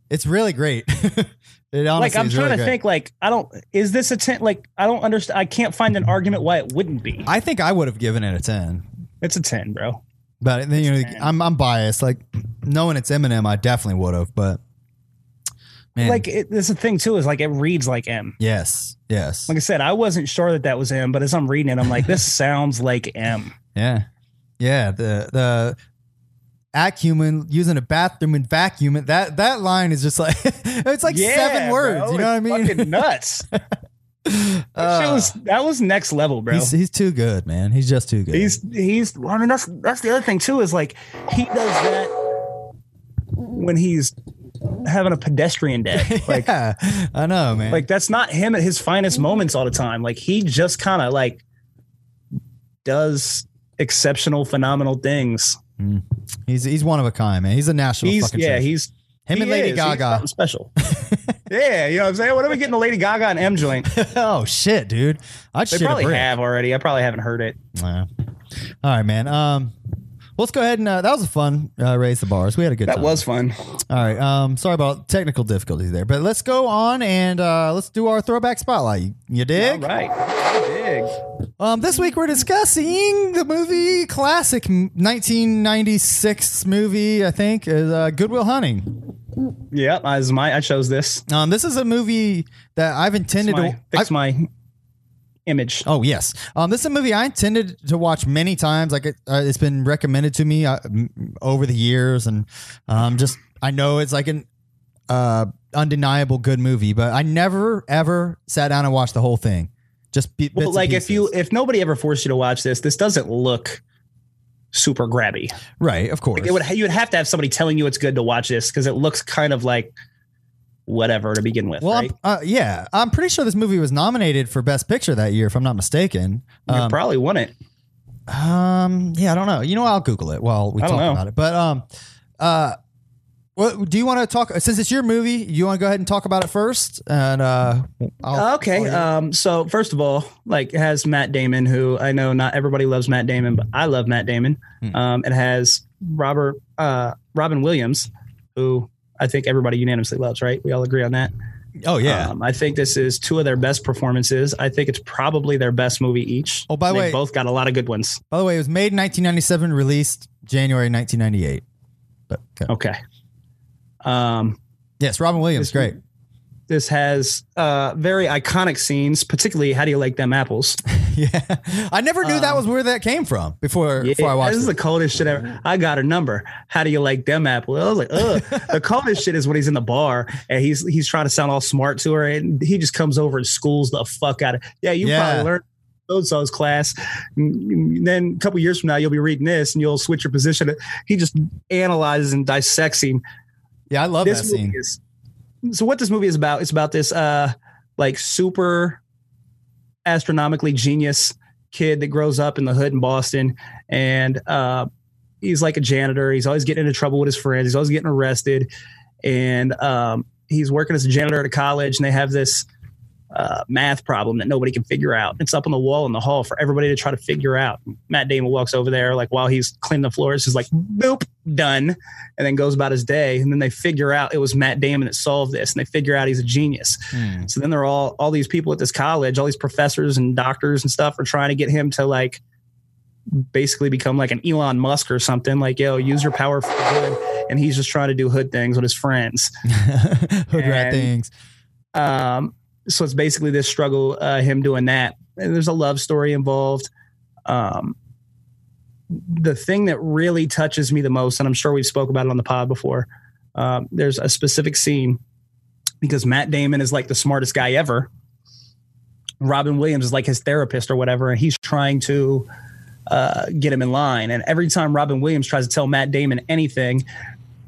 [SPEAKER 2] It's really great. *laughs* it honestly
[SPEAKER 1] like I'm
[SPEAKER 2] is
[SPEAKER 1] trying
[SPEAKER 2] really
[SPEAKER 1] to
[SPEAKER 2] great.
[SPEAKER 1] think like I don't is this a 10 like I don't understand I can't find an argument why it wouldn't be.
[SPEAKER 2] I think I would have given it a ten,
[SPEAKER 1] It's a 10, bro.
[SPEAKER 2] but then you know I'm I'm biased. Like knowing it's Eminem, I definitely would have. But man,
[SPEAKER 1] Like it, it's a thing too is like it reads like M.
[SPEAKER 2] yes, yes,
[SPEAKER 1] Like I said, I wasn't sure that that was M, but as I'm
[SPEAKER 2] *laughs*
[SPEAKER 1] reading it I'm like this sounds like M.
[SPEAKER 2] yeah, yeah. The the act human using a bathroom and vacuum it. That that line is just like *laughs* it's like
[SPEAKER 1] Yeah,
[SPEAKER 2] seven
[SPEAKER 1] bro,
[SPEAKER 2] words. You know what I
[SPEAKER 1] it's
[SPEAKER 2] mean? *laughs*
[SPEAKER 1] Fucking nuts. that, shit
[SPEAKER 2] Uh,
[SPEAKER 1] was, that was next level, bro.
[SPEAKER 2] he's he's too good, man. He's just too good.
[SPEAKER 1] He's he's. well, I mean, that's that's the other thing too. Is like he does that when he's having a pedestrian
[SPEAKER 2] *laughs*
[SPEAKER 1] day. Like
[SPEAKER 2] *laughs* yeah, I know, man.
[SPEAKER 1] like that's not him at his finest moments all the time. Like he just kind of like does exceptional, phenomenal things.
[SPEAKER 2] he's he's one of a kind, man. He's a national
[SPEAKER 1] He's
[SPEAKER 2] fucking
[SPEAKER 1] yeah.
[SPEAKER 2] treasure.
[SPEAKER 1] He's
[SPEAKER 2] him and
[SPEAKER 1] he
[SPEAKER 2] Lady
[SPEAKER 1] is. He's
[SPEAKER 2] Gaga.
[SPEAKER 1] something special. yeah, you know what I'm saying. What are we getting the Lady Gaga and M
[SPEAKER 2] *laughs*
[SPEAKER 1] joint?
[SPEAKER 2] *laughs* oh shit, dude. I
[SPEAKER 1] They
[SPEAKER 2] should
[SPEAKER 1] probably
[SPEAKER 2] have.
[SPEAKER 1] have already. I probably haven't heard it.
[SPEAKER 2] All right, man. Um, let's go ahead and uh, that was a fun uh, raise the bars. We had a good
[SPEAKER 1] That
[SPEAKER 2] time.
[SPEAKER 1] was fun.
[SPEAKER 2] All right. Um, sorry about technical difficulties there, but let's go on and uh, let's do our throwback spotlight. You, you
[SPEAKER 1] All
[SPEAKER 2] dig?
[SPEAKER 1] right, dig.
[SPEAKER 2] Um, this week we're discussing the movie classic m- 1996 movie. I think is uh, Goodwill Hunting.
[SPEAKER 1] Yep, I was my I chose this.
[SPEAKER 2] Um, this is a movie that I've intended
[SPEAKER 1] Fix my,
[SPEAKER 2] to. I-
[SPEAKER 1] fix my image.
[SPEAKER 2] Oh yes, um, this is a movie I intended to watch many times. Like it, uh, it's been recommended to me uh, m- over the years, and um, just I know it's like an uh, undeniable good movie, but I never ever sat down and watched the whole thing. Just be, bits
[SPEAKER 1] Well,
[SPEAKER 2] and
[SPEAKER 1] like if you
[SPEAKER 2] pieces.
[SPEAKER 1] if nobody ever forced you to watch this, this doesn't look super grabby.
[SPEAKER 2] right, of course,
[SPEAKER 1] Like it would you would have to have somebody telling you it's good to watch this because it looks kind of like whatever to begin with.
[SPEAKER 2] Well, I'm-
[SPEAKER 1] right?
[SPEAKER 2] uh, yeah, I'm pretty sure this movie was nominated for Best Picture that year, if I'm not mistaken.
[SPEAKER 1] you
[SPEAKER 2] Um,
[SPEAKER 1] probably won it.
[SPEAKER 2] um, yeah, I don't know. You know, I'll Google it while we
[SPEAKER 1] I
[SPEAKER 2] talk
[SPEAKER 1] don't know.
[SPEAKER 2] about it. But um, uh, what do you want to talk? Since it's your movie, you want to go ahead and talk about it first, and uh, I'll,
[SPEAKER 1] okay. Um, so first of all, like it has Matt Damon, who I know not everybody loves Matt Damon, but I love Matt Damon.
[SPEAKER 2] Hmm.
[SPEAKER 1] Um, it has Robert uh, Robin Williams, who I think everybody unanimously loves. Right? We all agree on that.
[SPEAKER 2] oh yeah.
[SPEAKER 1] Um, I think this is two of their best performances. I think it's probably their best movie each.
[SPEAKER 2] Oh, by the
[SPEAKER 1] they
[SPEAKER 2] way-
[SPEAKER 1] both got a lot of good ones.
[SPEAKER 2] By the way, it was made in 1997, released January 1998. But okay.
[SPEAKER 1] Okay. Um,
[SPEAKER 2] yes, Robin Williams,
[SPEAKER 1] This-
[SPEAKER 2] great. *laughs*
[SPEAKER 1] this has uh, very iconic scenes, particularly "How do you like them apples?"
[SPEAKER 2] yeah, I never knew that
[SPEAKER 1] Um,
[SPEAKER 2] was where that came from before
[SPEAKER 1] Yeah,
[SPEAKER 2] before I watched
[SPEAKER 1] this is
[SPEAKER 2] it.
[SPEAKER 1] the coldest shit ever. I got a number. How do you like them apples? I was like, ugh.
[SPEAKER 2] *laughs*
[SPEAKER 1] the coldest shit is when he's in the bar and he's he's trying to sound all smart to her, and he just comes over and schools the fuck out of. Yeah, you
[SPEAKER 2] Yeah.
[SPEAKER 1] probably learned. So-and-so's class. And Then a couple years from now, you'll be reading this, and you'll switch your position. He just analyzes and dissects him
[SPEAKER 2] yeah, I love that
[SPEAKER 1] this
[SPEAKER 2] scene.
[SPEAKER 1] movie is so what this movie is about it's about this uh like super astronomically genius kid that grows up in the hood in boston and uh he's like a janitor he's always getting into trouble with his friends he's always getting arrested and um he's working as a janitor at a college and they have this uh, math problem that nobody can figure out. It's up on the wall in the hall for everybody to try to figure out. Matt Damon walks over there, like while he's cleaning the floors, is like, boop, done, and then goes about his day. And then they figure out it was Matt Damon that solved this, and they figure out he's a genius.
[SPEAKER 2] Hmm.
[SPEAKER 1] So then they're all all these people at this college, all these professors and doctors and stuff are trying to get him to like basically become like an Elon Musk or something. Like, yo, use your power for good. And he's just trying to do hood things with his friends.
[SPEAKER 2] *laughs* Hood rat
[SPEAKER 1] And-
[SPEAKER 2] Hmm. things.
[SPEAKER 1] Um, so it's basically this struggle, uh, him doing that. And there's a love story involved. Um, the thing that really touches me the most, and I'm sure we've spoke about it on the pod before, um, there's a specific scene because Matt Damon is like the smartest guy ever. Robin Williams is like his therapist or whatever, and he's trying to uh, get him in line. And every time Robin Williams tries to tell Matt Damon anything,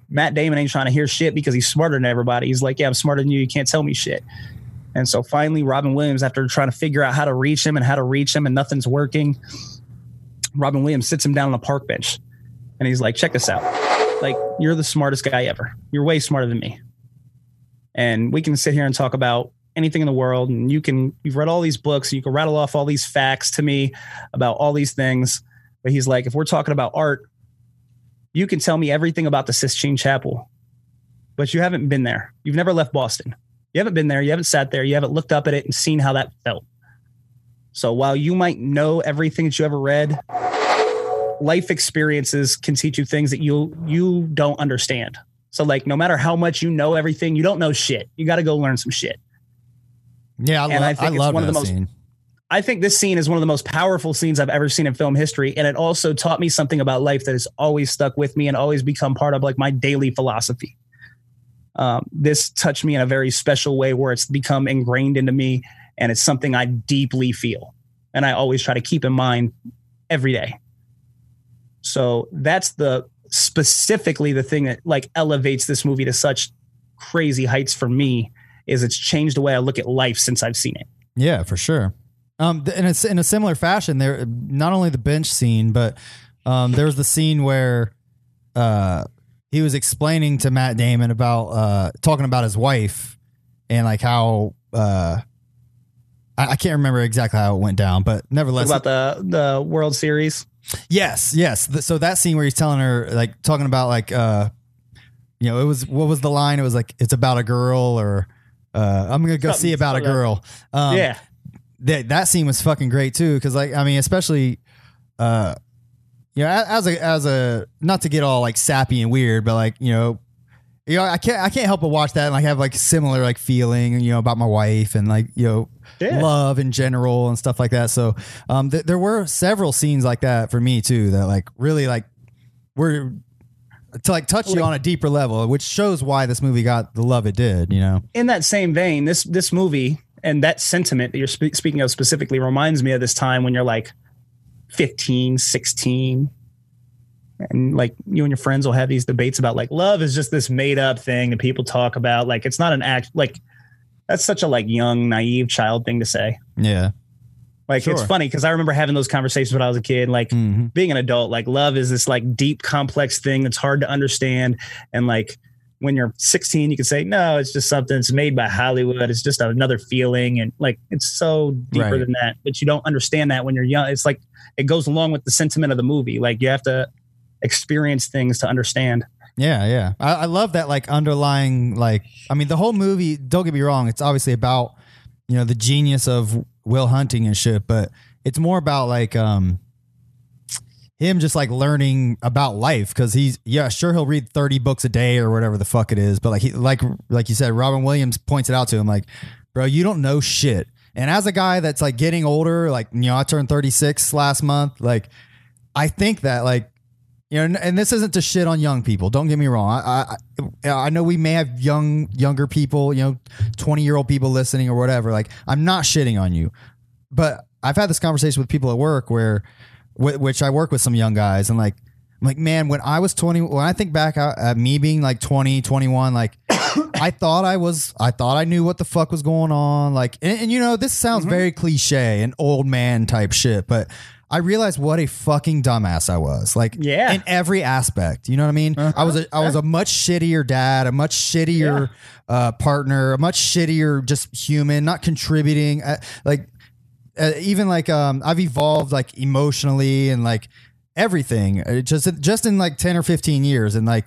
[SPEAKER 1] Matt Damon ain't trying to hear shit because he's smarter than everybody. He's like, yeah, I'm smarter than you. You can't tell me shit. And so finally, Robin Williams, after trying to figure out how to reach him and how to reach him and nothing's working, Robin Williams sits him down on a park bench and he's like, check this out. Like, you're the smartest guy ever. You're way smarter than me. And we can sit here and talk about anything in the world. And you can, you've read all these books, you can rattle off all these facts to me about all these things. But he's like, if we're talking about art, you can tell me everything about the Sistine Chapel, but you haven't been there. You've never left Boston. You haven't been there. You haven't sat there. You haven't looked up at it and seen how that felt. So while you might know everything that you ever read, life experiences can teach you things that you you don't understand. So like no matter how much you know everything, you don't know shit. You got to go learn some shit.
[SPEAKER 2] Yeah, I,
[SPEAKER 1] And
[SPEAKER 2] lo-
[SPEAKER 1] I think
[SPEAKER 2] I
[SPEAKER 1] it's
[SPEAKER 2] love
[SPEAKER 1] one of
[SPEAKER 2] that
[SPEAKER 1] the most-
[SPEAKER 2] scene.
[SPEAKER 1] I think this scene is one of the most powerful scenes I've ever seen in film history, and it also taught me something about life that has always stuck with me and always become part of like my daily philosophy. Um, this touched me in a very special way, where it's become ingrained into me, and it's something I deeply feel, and I always try to keep in mind every day. So that's the specifically the thing that like elevates this movie to such crazy heights for me is it's changed the way I look at life since I've seen it.
[SPEAKER 2] Yeah, for sure. Um, th- in a, in a similar fashion, there not only the bench scene, but um, there was the scene where uh, he was explaining to Matt Damon about uh, talking about his wife and like how uh, I, I can't remember exactly how it went down, but
[SPEAKER 1] What
[SPEAKER 2] nevertheless,
[SPEAKER 1] about the the World Series?
[SPEAKER 2] Yes, yes. Th- So that scene where he's telling her, like, talking about, like, uh, you know, it was what was the line? It was like, it's about a girl, or uh, I'm gonna go
[SPEAKER 1] Something-
[SPEAKER 2] see about a girl. Um,
[SPEAKER 1] yeah,
[SPEAKER 2] that that scene was fucking great too because like i mean especially uh you know a- as a as a not to get all like sappy and weird but like you know you know i can't i can't help but watch that and like have like similar like feeling you know about my wife and like you know
[SPEAKER 1] Yeah.
[SPEAKER 2] love in general and stuff like that so um th- there were several scenes like that for me too that like really like were to like touch you on a deeper level which shows why this movie got the love it did you know
[SPEAKER 1] in that same vein, this this movie and that sentiment that you're spe- speaking of specifically reminds me of this time when you're like 15, 16 and like you and your friends will have these debates about like love is just this made up thing that people talk about like it's not an act like that's such a like young naive child thing to say.
[SPEAKER 2] yeah
[SPEAKER 1] Like it's
[SPEAKER 2] Sure.
[SPEAKER 1] funny cuz I remember having those conversations when I was a kid like
[SPEAKER 2] mm-hmm.
[SPEAKER 1] being an adult like love is this like deep complex thing that's hard to understand and like when you're 16 you can say no it's just something that's made by hollywood it's just another feeling and like it's so deeper
[SPEAKER 2] Right.
[SPEAKER 1] than that but you don't understand that when you're young it's like it goes along with the sentiment of the movie like you have to experience things to understand
[SPEAKER 2] Yeah, yeah. I, I love that like underlying like I mean the whole movie, don't get me wrong, it's obviously about, you know, the genius of Will Hunting and shit, but it's more about like um him just like learning about life because he's yeah sure he'll read 30 books a day or whatever the fuck it is but like he like like you said robin williams points it out to him like bro you don't know shit and as a guy that's like getting older like you know i turned 36 last month like i think that like you know, and, and this isn't to shit on young people. Don't get me wrong. I, I I know we may have young younger people, you know, twenty year old people listening or whatever. Like, I'm not shitting on you, but I've had this conversation with people at work where, wh- which I work with some young guys, and like, I'm like, man, when I was 20, when I think back at at me being like 20, 21, like, *coughs* I thought I was, I thought I knew what the fuck was going on. Like, and, and you know, this sounds very cliche and old man type shit, but. I realized what a fucking dumbass I was. Like,
[SPEAKER 1] Yeah. Uh-huh.
[SPEAKER 2] in every aspect. You know what I mean? I was a, I was a much shittier dad, a much shittier uh, partner, a much shittier just human, not contributing. Uh, like uh, even like um, I've evolved like emotionally and like everything. Uh, just just in like ten or fifteen years, and like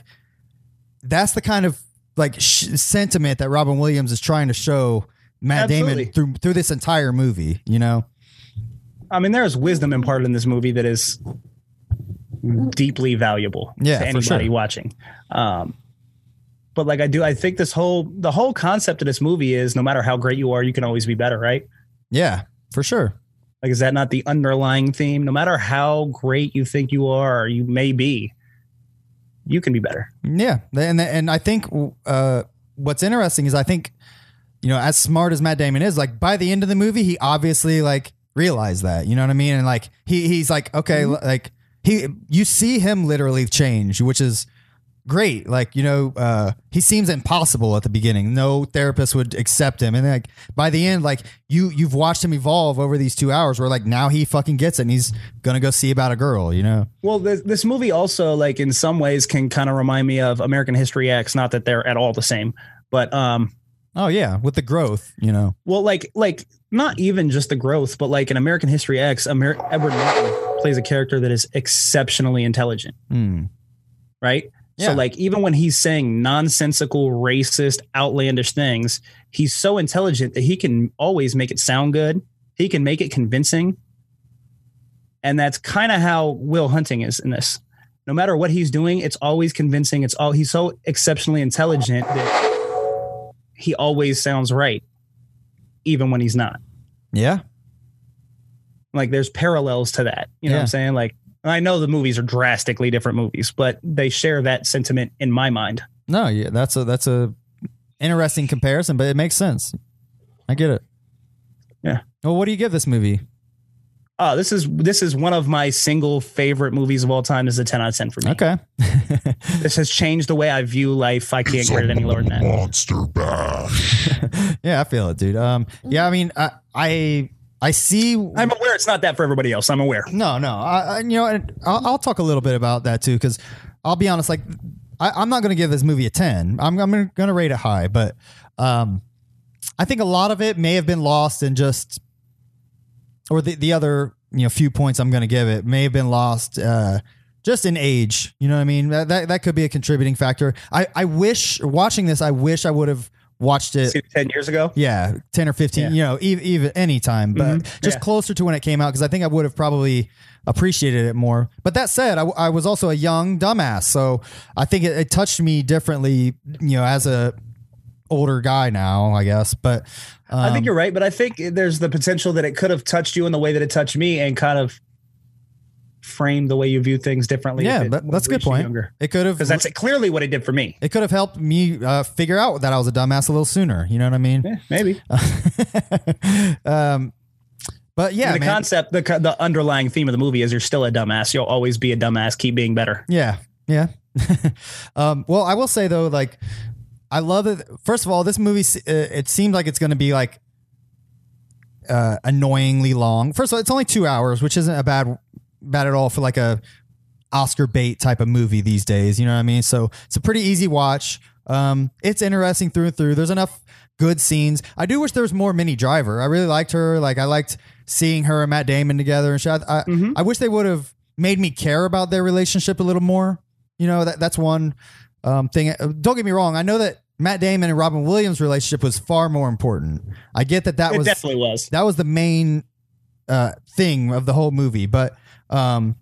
[SPEAKER 2] that's the kind of like sh- sentiment that Robin Williams is trying to show Matt
[SPEAKER 1] Absolutely.
[SPEAKER 2] Damon through through this entire movie. You know?
[SPEAKER 1] i mean there is wisdom imparted in this movie that is deeply valuable
[SPEAKER 2] Yeah,
[SPEAKER 1] to
[SPEAKER 2] for
[SPEAKER 1] anybody
[SPEAKER 2] sure.
[SPEAKER 1] watching um but like i do i think this whole the whole concept of this movie is no matter how great you are you can always be better right
[SPEAKER 2] Yeah, for sure.
[SPEAKER 1] Like, is that not the underlying theme? No matter how great you think you are, or you may be, you can be better.
[SPEAKER 2] Yeah, and and I think uh, what's interesting is I think you know as smart as Matt Damon is, like by the end of the movie, he obviously like realized that. You know what I mean? And like he he's like okay, like he you see him literally change, which is great. Like you know uh, he seems impossible at the beginning. No therapist would accept him, and like by the end, like you you've watched him evolve over these two hours, where like now he fucking gets it, and he's gonna go see about a girl. You know?
[SPEAKER 1] Well, this, this movie also, like, in some ways, can kind of remind me of American History X. Not that they're at all the same, but um,
[SPEAKER 2] Oh yeah, with the growth, you know.
[SPEAKER 1] well, like, like not even just the growth, but like in American History X, Amer- Edward Norton plays a character that is exceptionally intelligent.
[SPEAKER 2] Hmm.
[SPEAKER 1] right?
[SPEAKER 2] Yeah.
[SPEAKER 1] So like even when he's saying nonsensical, racist, outlandish things, he's so intelligent that he can always make it sound good. He can make it convincing. And that's kind of how Will Hunting is in this. No matter what he's doing, it's always convincing. It's all he's so exceptionally intelligent that he always sounds right, even when he's not.
[SPEAKER 2] Yeah.
[SPEAKER 1] Like there's parallels to that. You know what
[SPEAKER 2] Yeah.
[SPEAKER 1] I'm saying? Like I know the movies are drastically different movies, but they share that sentiment in my mind.
[SPEAKER 2] No, yeah, that's a that's a interesting comparison, but it makes sense. I get it.
[SPEAKER 1] Yeah.
[SPEAKER 2] Well, what do you give this movie?
[SPEAKER 1] Oh, this is this is one of my single favorite movies of all time. Is a ten out of ten for me.
[SPEAKER 2] Okay. *laughs*
[SPEAKER 1] This has changed the way I view life. I can't
[SPEAKER 4] It's
[SPEAKER 1] get
[SPEAKER 4] a
[SPEAKER 1] it any lower than that.
[SPEAKER 4] monster bash.
[SPEAKER 2] yeah, I feel it, dude. Um, yeah, I mean, I I, I see.
[SPEAKER 1] I'm aware it's not that for everybody else. I'm aware.
[SPEAKER 2] no, no. I, I you know, and I'll, I'll talk a little bit about that too, because I'll be honest. Like, I, I'm not going to give this movie a ten. I'm I'm going to rate it high, but um, I think a lot of it may have been lost in just, or the the other you know few points I'm going to give it may have been lost. Uh, just in age, you know what I mean. That, that that could be a contributing factor. I I wish watching this, I wish I would have watched it
[SPEAKER 1] See, ten years ago.
[SPEAKER 2] yeah 10 or 15
[SPEAKER 1] Yeah. Mm-hmm.
[SPEAKER 2] you know even, even any time but just
[SPEAKER 1] Yeah.
[SPEAKER 2] closer to when it came out because i think i would have probably appreciated it more but that said i, w- I was also a young dumbass so i think it, it touched me differently you know as a older guy now i guess but um,
[SPEAKER 1] I think you're right, but I think there's the potential that it could have touched you in the way that it touched me and kind of framed the way you view things differently. if
[SPEAKER 2] yeah
[SPEAKER 1] it
[SPEAKER 2] that, that's a good
[SPEAKER 1] reached you
[SPEAKER 2] point
[SPEAKER 1] Younger.
[SPEAKER 2] it could have
[SPEAKER 1] Because that's clearly what it did for me.
[SPEAKER 2] it could have helped me uh, figure out that i was a dumbass a little sooner you know what i mean
[SPEAKER 1] Yeah, maybe.
[SPEAKER 2] *laughs* um but yeah
[SPEAKER 1] the
[SPEAKER 2] man.
[SPEAKER 1] concept, the co- the underlying theme of the movie is you're still a dumbass. You'll always be a dumbass. Keep being better.
[SPEAKER 2] Yeah. Yeah. *laughs* um, well, I will say though, like, I love it. First of all, this movie, se- uh, it seems like it's going to be like uh, annoyingly long. First of all, it's only two hours, which isn't a bad, bad at all for like a Oscar bait type of movie these days. You know what I mean? So it's a pretty easy watch. Um, it's interesting through and through. There's enough good scenes. I do wish there was more Minnie Driver. I really liked her. Like I liked seeing her and Matt Damon together and shit. I, I wish they would have made me care about their relationship a little more. You know that that's one um, thing. Uh, Don't get me wrong. I know that Matt Damon and Robin Williams' relationship was far more important. I get that that
[SPEAKER 1] it
[SPEAKER 2] was
[SPEAKER 1] definitely was.
[SPEAKER 2] that was the main uh, thing of the whole movie. But um,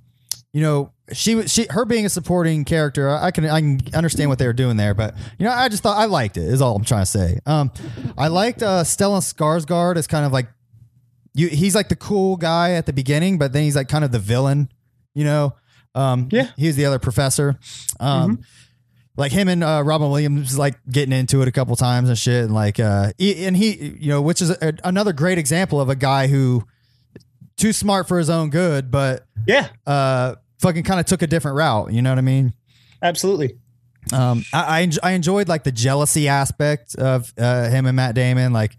[SPEAKER 2] you know, she was she her being a supporting character. I I can I can understand what they were doing there, but you know, I just thought I liked it. Is all I'm trying to say. Um, I liked uh, Stellan Skarsgård as kind of like you. He's like the cool guy at the beginning, but then he's like kind of the villain. You know. Um,
[SPEAKER 1] Yeah.
[SPEAKER 2] He was the other professor. Um, like him and uh, Robin Williams like getting into it a couple times and shit, and like uh, he, and he, you know, which is a, another great example of a guy who too smart for his own good, but
[SPEAKER 1] Yeah,
[SPEAKER 2] uh, fucking kind of took a different route. You know what I mean?
[SPEAKER 1] absolutely.
[SPEAKER 2] Um, I I, enj- I enjoyed like the jealousy aspect of uh, him and Matt Damon. Like,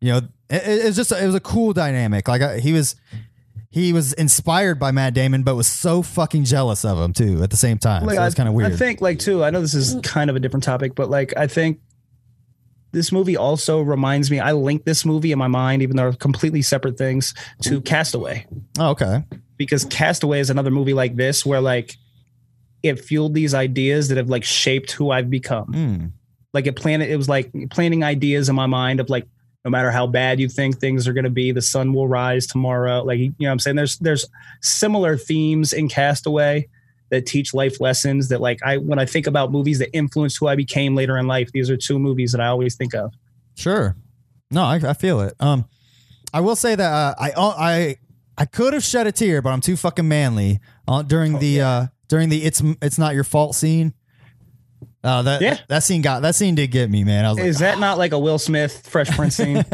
[SPEAKER 2] you know, it, it was just it was a cool dynamic. Like I, he was he was inspired by Matt Damon, but was so fucking jealous of him too at the same time.
[SPEAKER 1] Like,
[SPEAKER 2] so it's
[SPEAKER 1] I-
[SPEAKER 2] kind of weird.
[SPEAKER 1] I think, like, too, I know this is kind of a different topic, but like, I think this movie also reminds me. I link this movie in my mind, even though they're completely separate things, to Castaway.
[SPEAKER 2] oh, okay.
[SPEAKER 1] because Castaway is another movie like this where like it fueled these ideas that have like shaped who I've become.
[SPEAKER 2] Hmm.
[SPEAKER 1] Like it planted, it was like planting ideas in my mind of like no matter how bad you think things are going to be, the sun will rise tomorrow. Like you know, what I'm saying there's there's similar themes in Castaway that teach life lessons that like I when I think about movies that influence who I became later in life, these are two movies that I always think of.
[SPEAKER 2] Sure. No, I, I feel it. Um, I will say that uh, I I I could have shed a tear, but I'm too fucking manly uh, during
[SPEAKER 1] Oh,
[SPEAKER 2] the uh, during the it's it's not your fault scene. Uh, that
[SPEAKER 1] Yeah.
[SPEAKER 2] that scene got that scene did get me, man. I was like,
[SPEAKER 1] Is that not like a Will Smith Fresh Prince
[SPEAKER 2] *laughs*
[SPEAKER 1] scene?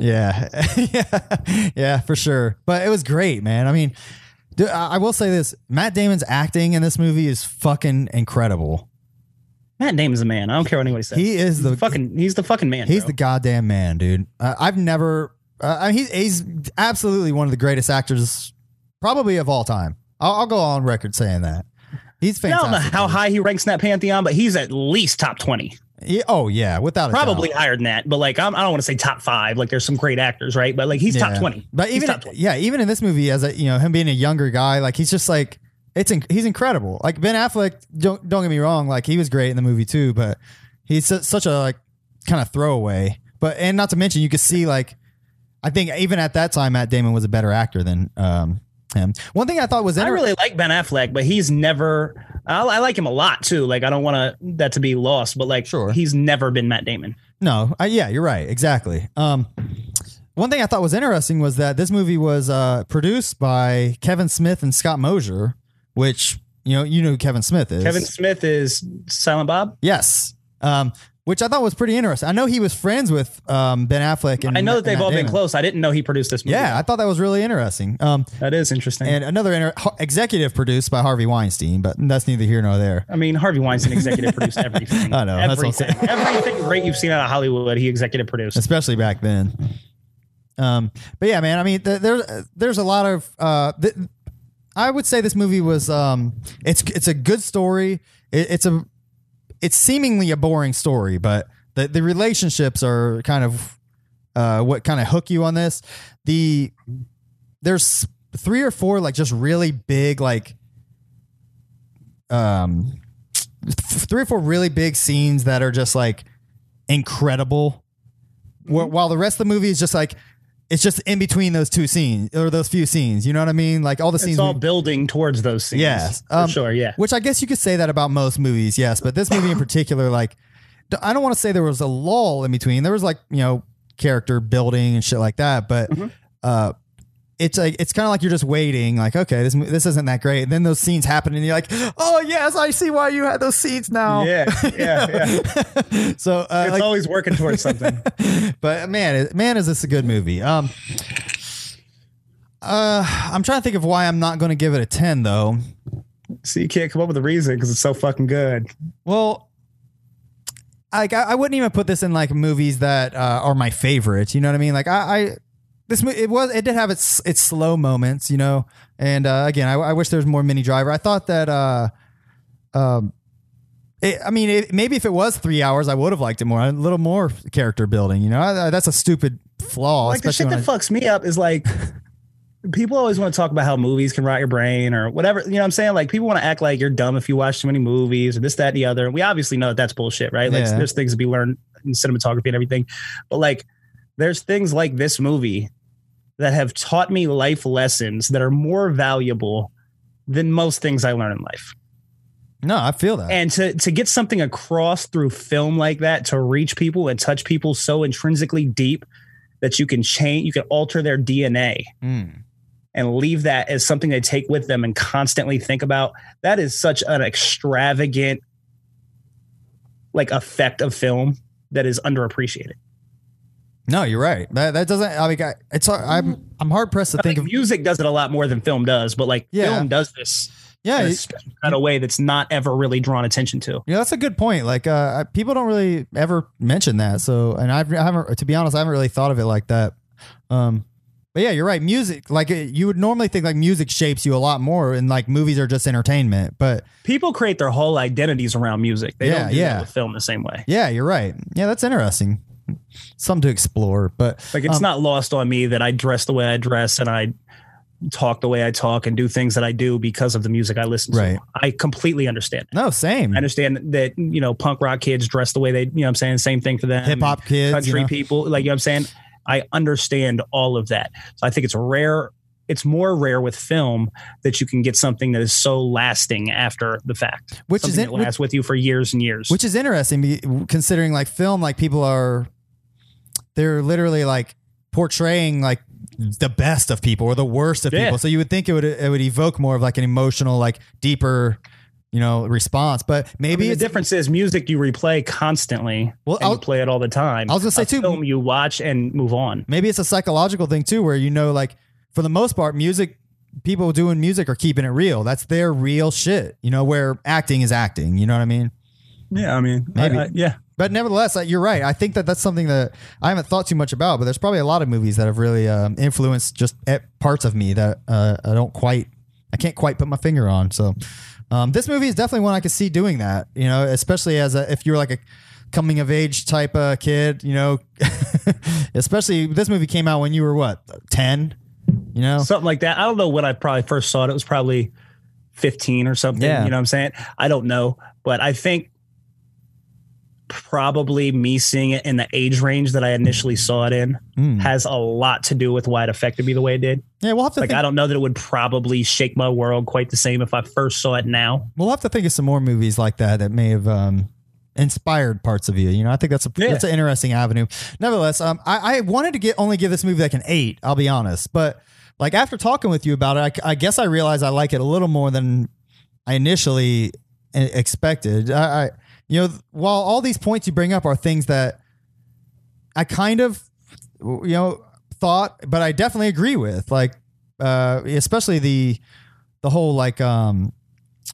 [SPEAKER 2] yeah, *laughs* yeah, yeah, for sure. But it was great, man. I mean, dude, I, I will say this: Matt Damon's acting in this movie is fucking incredible.
[SPEAKER 1] Matt Damon's a man. I don't care what anybody says.
[SPEAKER 2] He is the
[SPEAKER 1] fucking he's the fucking man.
[SPEAKER 2] He's
[SPEAKER 1] bro.
[SPEAKER 2] the goddamn man, dude. Uh, I've never. Uh, I mean, he's he's absolutely one of the greatest actors, probably of all time. I'll, I'll go on record saying that. He's
[SPEAKER 1] I don't
[SPEAKER 2] fantastic.
[SPEAKER 1] know how high he ranks in that pantheon, but he's at least top 20.
[SPEAKER 2] He- oh yeah, without a
[SPEAKER 1] Probably
[SPEAKER 2] doubt.
[SPEAKER 1] higher than that. But like, I'm, I don't want to say top five. Like, there's some great actors, right? But like, he's
[SPEAKER 2] Yeah.
[SPEAKER 1] top 20.
[SPEAKER 2] But
[SPEAKER 1] He's
[SPEAKER 2] even
[SPEAKER 1] top 20.
[SPEAKER 2] yeah, even in this movie, as a you know him being a younger guy, like he's just like it's inc- he's incredible. Like Ben Affleck, don't don't get me wrong, like he was great in the movie too, but he's su- such a like kind of throwaway. But and not to mention, you could see like I think even at that time, Matt Damon was a better actor than um him. One thing I thought was
[SPEAKER 1] I
[SPEAKER 2] inter-
[SPEAKER 1] really like Ben Affleck, but he's never. I, I like him a lot too. Like, I don't want to that to be lost, but like,
[SPEAKER 2] Sure.
[SPEAKER 1] he's never been Matt Damon.
[SPEAKER 2] No, I, yeah, you're right. Exactly. Um, one thing I thought was interesting was that this movie was uh, produced by Kevin Smith and Scott Mosier, which you know you know who Kevin Smith is.
[SPEAKER 1] Kevin Smith is Silent Bob.
[SPEAKER 2] Yes. Um, which I thought was pretty interesting. I know he was friends with um, Ben Affleck. And
[SPEAKER 1] I know that they've
[SPEAKER 2] and
[SPEAKER 1] all been
[SPEAKER 2] Damon.
[SPEAKER 1] close. I didn't know he produced this movie.
[SPEAKER 2] Yeah, I thought that was really interesting. Um,
[SPEAKER 1] that is interesting.
[SPEAKER 2] and another inter- ho- executive produced by Harvey Weinstein, but that's neither here nor there.
[SPEAKER 1] I mean, Harvey Weinstein executive
[SPEAKER 2] *laughs*
[SPEAKER 1] produced everything.
[SPEAKER 2] I know, that's what I'm
[SPEAKER 1] everything.
[SPEAKER 2] saying.
[SPEAKER 1] *laughs* everything great you've seen out of Hollywood, he executive produced.
[SPEAKER 2] especially back then. Um, but yeah, man. I mean, th- there's there's a lot of. Uh, th- I would say this movie was. Um, it's it's a good story. It, it's a it's seemingly a boring story, but the the relationships are kind of uh, what kind of hook you on this. The there's three or four like just really big like um three or four really big scenes that are just like incredible
[SPEAKER 1] Mm-hmm.
[SPEAKER 2] Wh- while the rest of the movie is just like it's just in between those two scenes or those few scenes. You know what I mean? Like all the scenes.
[SPEAKER 1] It's all
[SPEAKER 2] we-
[SPEAKER 1] building towards those scenes.
[SPEAKER 2] yes,
[SPEAKER 1] for
[SPEAKER 2] Um,
[SPEAKER 1] sure. Yeah,
[SPEAKER 2] Which I guess you could say that about most movies. Yes, but this movie in particular, like, d- I don't want to say there was a lull in between. There was like you know character building and shit like that, but.
[SPEAKER 1] Mm-hmm.
[SPEAKER 2] uh it's like it's kind of like you're just waiting, like okay, this mo- this isn't that great. And then those scenes happen, and you're like, oh yes, I see why you had those scenes now.
[SPEAKER 1] yeah, yeah,
[SPEAKER 2] *laughs*
[SPEAKER 1] yeah.
[SPEAKER 2] so uh,
[SPEAKER 1] It's
[SPEAKER 2] like,
[SPEAKER 1] always working towards something.
[SPEAKER 2] *laughs* but man, is- man, is this a good movie? Um, uh, I'm trying to think of why I'm not going to give it a ten though.
[SPEAKER 1] so you can't come up with a reason because it's so fucking good.
[SPEAKER 2] Well, like I, I wouldn't even put this in like movies that uh, are my favorites. You know what I mean? Like I, I this mo- it was it did have its its slow moments. You know, and uh, again, I, I wish there was more Mini Driver. I thought that. Uh, um, it, I mean, it, maybe if it was three hours, I would have liked it more. A little more character building. You know, I, I- that's a stupid flaw.
[SPEAKER 1] like the
[SPEAKER 2] especially
[SPEAKER 1] shit that
[SPEAKER 2] when I-
[SPEAKER 1] fucks me up is like people always want to talk about how movies can rot your brain or whatever you know what i'm saying like people want to act like you're dumb if you watch too many movies or this that and the other and we obviously know that that's bullshit right like
[SPEAKER 2] Yeah.
[SPEAKER 1] there's things to be learned in cinematography and everything but like there's things like this movie that have taught me life lessons that are more valuable than most things i learn in life
[SPEAKER 2] no, I feel that.
[SPEAKER 1] and to to get something across through film like that to reach people and touch people so intrinsically deep that you can change you can alter their dna
[SPEAKER 2] Mm.
[SPEAKER 1] and leave that as something they take with them and constantly think about that is such an extravagant like effect of film that is underappreciated
[SPEAKER 2] No, you're right. That that doesn't. I mean, I, it's hard- I'm I'm hard pressed to
[SPEAKER 1] i think
[SPEAKER 2] think of.
[SPEAKER 1] music does it a lot more than film does but like
[SPEAKER 2] Yeah.
[SPEAKER 1] film does this
[SPEAKER 2] Yeah,
[SPEAKER 1] in a
[SPEAKER 2] you-
[SPEAKER 1] special kind of way that's not ever really drawn attention to
[SPEAKER 2] Yeah, that's a good point. Like, uh, I- people don't really ever mention that. So, and I've, I haven't, to be honest, I haven't really thought of it like that. Um, but yeah, you're right. Music, like uh, you would normally think, like music shapes you a lot more, and like movies are just entertainment. But
[SPEAKER 1] people create their whole identities around music they
[SPEAKER 2] Yeah,
[SPEAKER 1] don't do
[SPEAKER 2] yeah.
[SPEAKER 1] that with film the same way
[SPEAKER 2] yeah, you're right. Yeah, that's interesting. Something to explore. But
[SPEAKER 1] Like it's
[SPEAKER 2] um,
[SPEAKER 1] not lost on me that I dress the way I dress and I talk the way I talk and do things that I do because of the music I listen
[SPEAKER 2] Right. Mm.
[SPEAKER 1] to. I completely understand. it.
[SPEAKER 2] no, same
[SPEAKER 1] I understand that you know punk rock kids dress the way they you know what I'm saying same thing for them.
[SPEAKER 2] hip hop kids.
[SPEAKER 1] country
[SPEAKER 2] you know?
[SPEAKER 1] people like you know what I'm saying I understand all of that. So I think it's rare it's more rare with film that you can get something that is so lasting after the fact.
[SPEAKER 2] Which is
[SPEAKER 1] Something
[SPEAKER 2] it-
[SPEAKER 1] that lasts with you for years and years.
[SPEAKER 2] which is interesting be- considering like film like people are they're literally like portraying like the best of people or the worst of
[SPEAKER 1] Yeah.
[SPEAKER 2] people so you would think it would it would evoke more of like an emotional like deeper you know response but
[SPEAKER 1] I
[SPEAKER 2] maybe
[SPEAKER 1] mean, the
[SPEAKER 2] it's
[SPEAKER 1] difference is music you replay constantly.
[SPEAKER 2] Well,
[SPEAKER 1] and
[SPEAKER 2] I'll-
[SPEAKER 1] you play it all the time.
[SPEAKER 2] I was gonna say,
[SPEAKER 1] A
[SPEAKER 2] too-
[SPEAKER 1] Film you watch and move on.
[SPEAKER 2] maybe it's a psychological thing too where you know like for the most part music people doing music are keeping it real that's their real shit you know where acting is acting you know what i mean
[SPEAKER 1] Yeah, I mean,
[SPEAKER 2] Maybe. I-
[SPEAKER 1] yeah,
[SPEAKER 2] But nevertheless, uh, you're right. I think that that's something that I haven't thought too much about. But there's probably a lot of movies that have really um, influenced just e- parts of me that uh, I don't quite, I can't quite put my finger on. So um, this movie is definitely one I could see doing that. You know, especially as a, if you're like a coming of age type of kid. You know, *laughs* especially this movie came out when you were what ten. You know,
[SPEAKER 1] something like that. I don't know when I probably first saw it. It was probably fifteen or something.
[SPEAKER 2] Yeah.
[SPEAKER 1] You know what I'm saying? I don't know, but I think probably me seeing it in the age range that I initially saw it in
[SPEAKER 2] Mm.
[SPEAKER 1] has a lot to do with why it affected me the way it did.
[SPEAKER 2] yeah, we'll have to
[SPEAKER 1] Like
[SPEAKER 2] think,
[SPEAKER 1] I don't know that it would probably shake my world quite the same if I first saw it now.
[SPEAKER 2] we'll have to think of some more movies like that that may have um, inspired parts of you. You know, I think that's a
[SPEAKER 1] Yeah.
[SPEAKER 2] that's an interesting avenue. Nevertheless, um, I, I wanted to get only give this movie like an eight. I'll be honest, but like after talking with you about it, I, I guess I realized I like it a little more than I initially e- expected. I, I you know, while all these points you bring up are things that I kind of you know thought, but I definitely agree with like uh, especially the the whole like um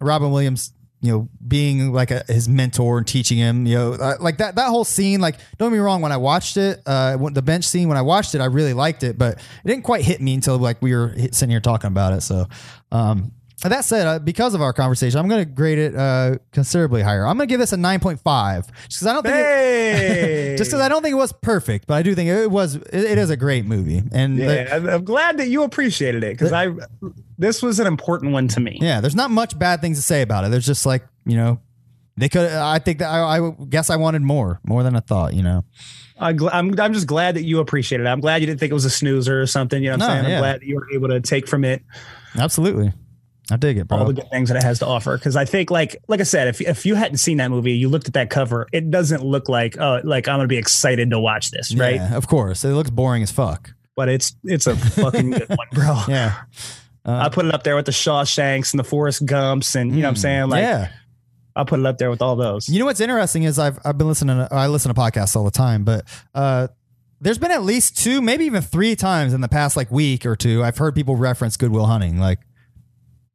[SPEAKER 2] Robin Williams, you know, being like a, his mentor and teaching him, you know, uh, like that that whole scene. Like, don't get me wrong, when I watched it, uh, when- the bench scene when I watched it, I really liked it, but it didn't quite hit me until like we were hit, sitting here talking about it. So, um, that said, uh, because of our conversation, I'm going to grade it uh, considerably higher. I'm going to give this a 9.5 just because I don't think. It,
[SPEAKER 1] *laughs* Hey,
[SPEAKER 2] just because I don't think it was perfect, but I do think it was. It, it is a great movie, and the-
[SPEAKER 1] Yeah, I'm- I'm glad that you appreciated it because I this was an important one to me.
[SPEAKER 2] Yeah, there's not much bad things to say about it. There's just like you know, they could. I think that I, I guess I wanted more, more than I thought. You know,
[SPEAKER 1] I gl- I'm I'm just glad that you appreciated it. I'm glad you didn't think it was a snoozer or something. You know what I'm
[SPEAKER 2] No,
[SPEAKER 1] saying? I'm
[SPEAKER 2] yeah.
[SPEAKER 1] glad that you were able to take from it
[SPEAKER 2] absolutely, I dig it,
[SPEAKER 1] all
[SPEAKER 2] bro.
[SPEAKER 1] the good things that it has to offer. Because I think, like, like I said, if if you hadn't seen that movie, you looked at that cover, it doesn't look like, oh, like I'm gonna be excited to watch this,
[SPEAKER 2] Yeah,
[SPEAKER 1] right?
[SPEAKER 2] of course, it looks boring as fuck.
[SPEAKER 1] But it's it's a fucking good one, bro.
[SPEAKER 2] *laughs* Yeah,
[SPEAKER 1] I put it up there with the Shawshanks and the Forrest Gumps, and you know what I'm saying? Like,
[SPEAKER 2] Mm. yeah.
[SPEAKER 1] I put it up there with all those.
[SPEAKER 2] You know what's interesting is I've I've been listening. To, I listen to podcasts all the time, but uh, there's been at least two, maybe even three times in the past like week or two, I've heard people reference Goodwill Hunting, like.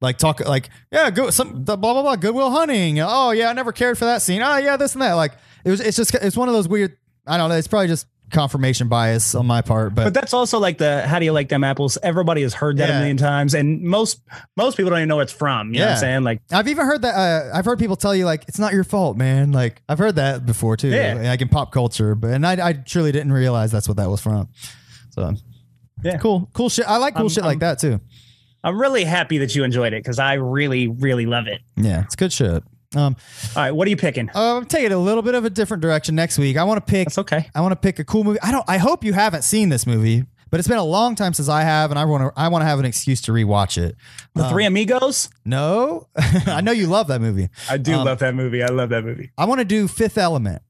[SPEAKER 2] Like talk like yeah go some the blah blah blah Goodwill Hunting oh yeah I never cared for that scene oh yeah this and that like it was it's just it's one of those weird I don't know it's probably just confirmation bias on my part
[SPEAKER 1] But
[SPEAKER 2] but,
[SPEAKER 1] that's also like the how do you like them apples? Everybody has heard that
[SPEAKER 2] Yeah.
[SPEAKER 1] a million times, and most most people don't even know where it's from. You know what
[SPEAKER 2] Yeah.
[SPEAKER 1] I'm saying? Like,
[SPEAKER 2] I've even heard that uh, I've heard people tell you like it's not your fault man like I've heard that before too
[SPEAKER 1] Yeah.
[SPEAKER 2] like in pop culture but and I I truly didn't realize that's what that was from so
[SPEAKER 1] yeah,
[SPEAKER 2] cool cool shit i like cool
[SPEAKER 1] I'm-
[SPEAKER 2] shit like
[SPEAKER 1] I'm-
[SPEAKER 2] that too
[SPEAKER 1] I'm really happy that you enjoyed it because I really, really love it.
[SPEAKER 2] yeah it's good shit
[SPEAKER 1] All
[SPEAKER 2] um
[SPEAKER 1] right, what are you picking?
[SPEAKER 2] uh, i'm taking it a little bit of a different direction next week i want to pick
[SPEAKER 1] That's okay.
[SPEAKER 2] i want to pick a cool movie i don't i hope you haven't seen this movie but it's been a long time since i have and i want to i want to have an excuse to rewatch it
[SPEAKER 1] The Three Amigos.
[SPEAKER 2] no *laughs* i know you love that movie
[SPEAKER 1] I do
[SPEAKER 2] um,
[SPEAKER 1] love that movie. I love that movie.
[SPEAKER 2] i want to do fifth element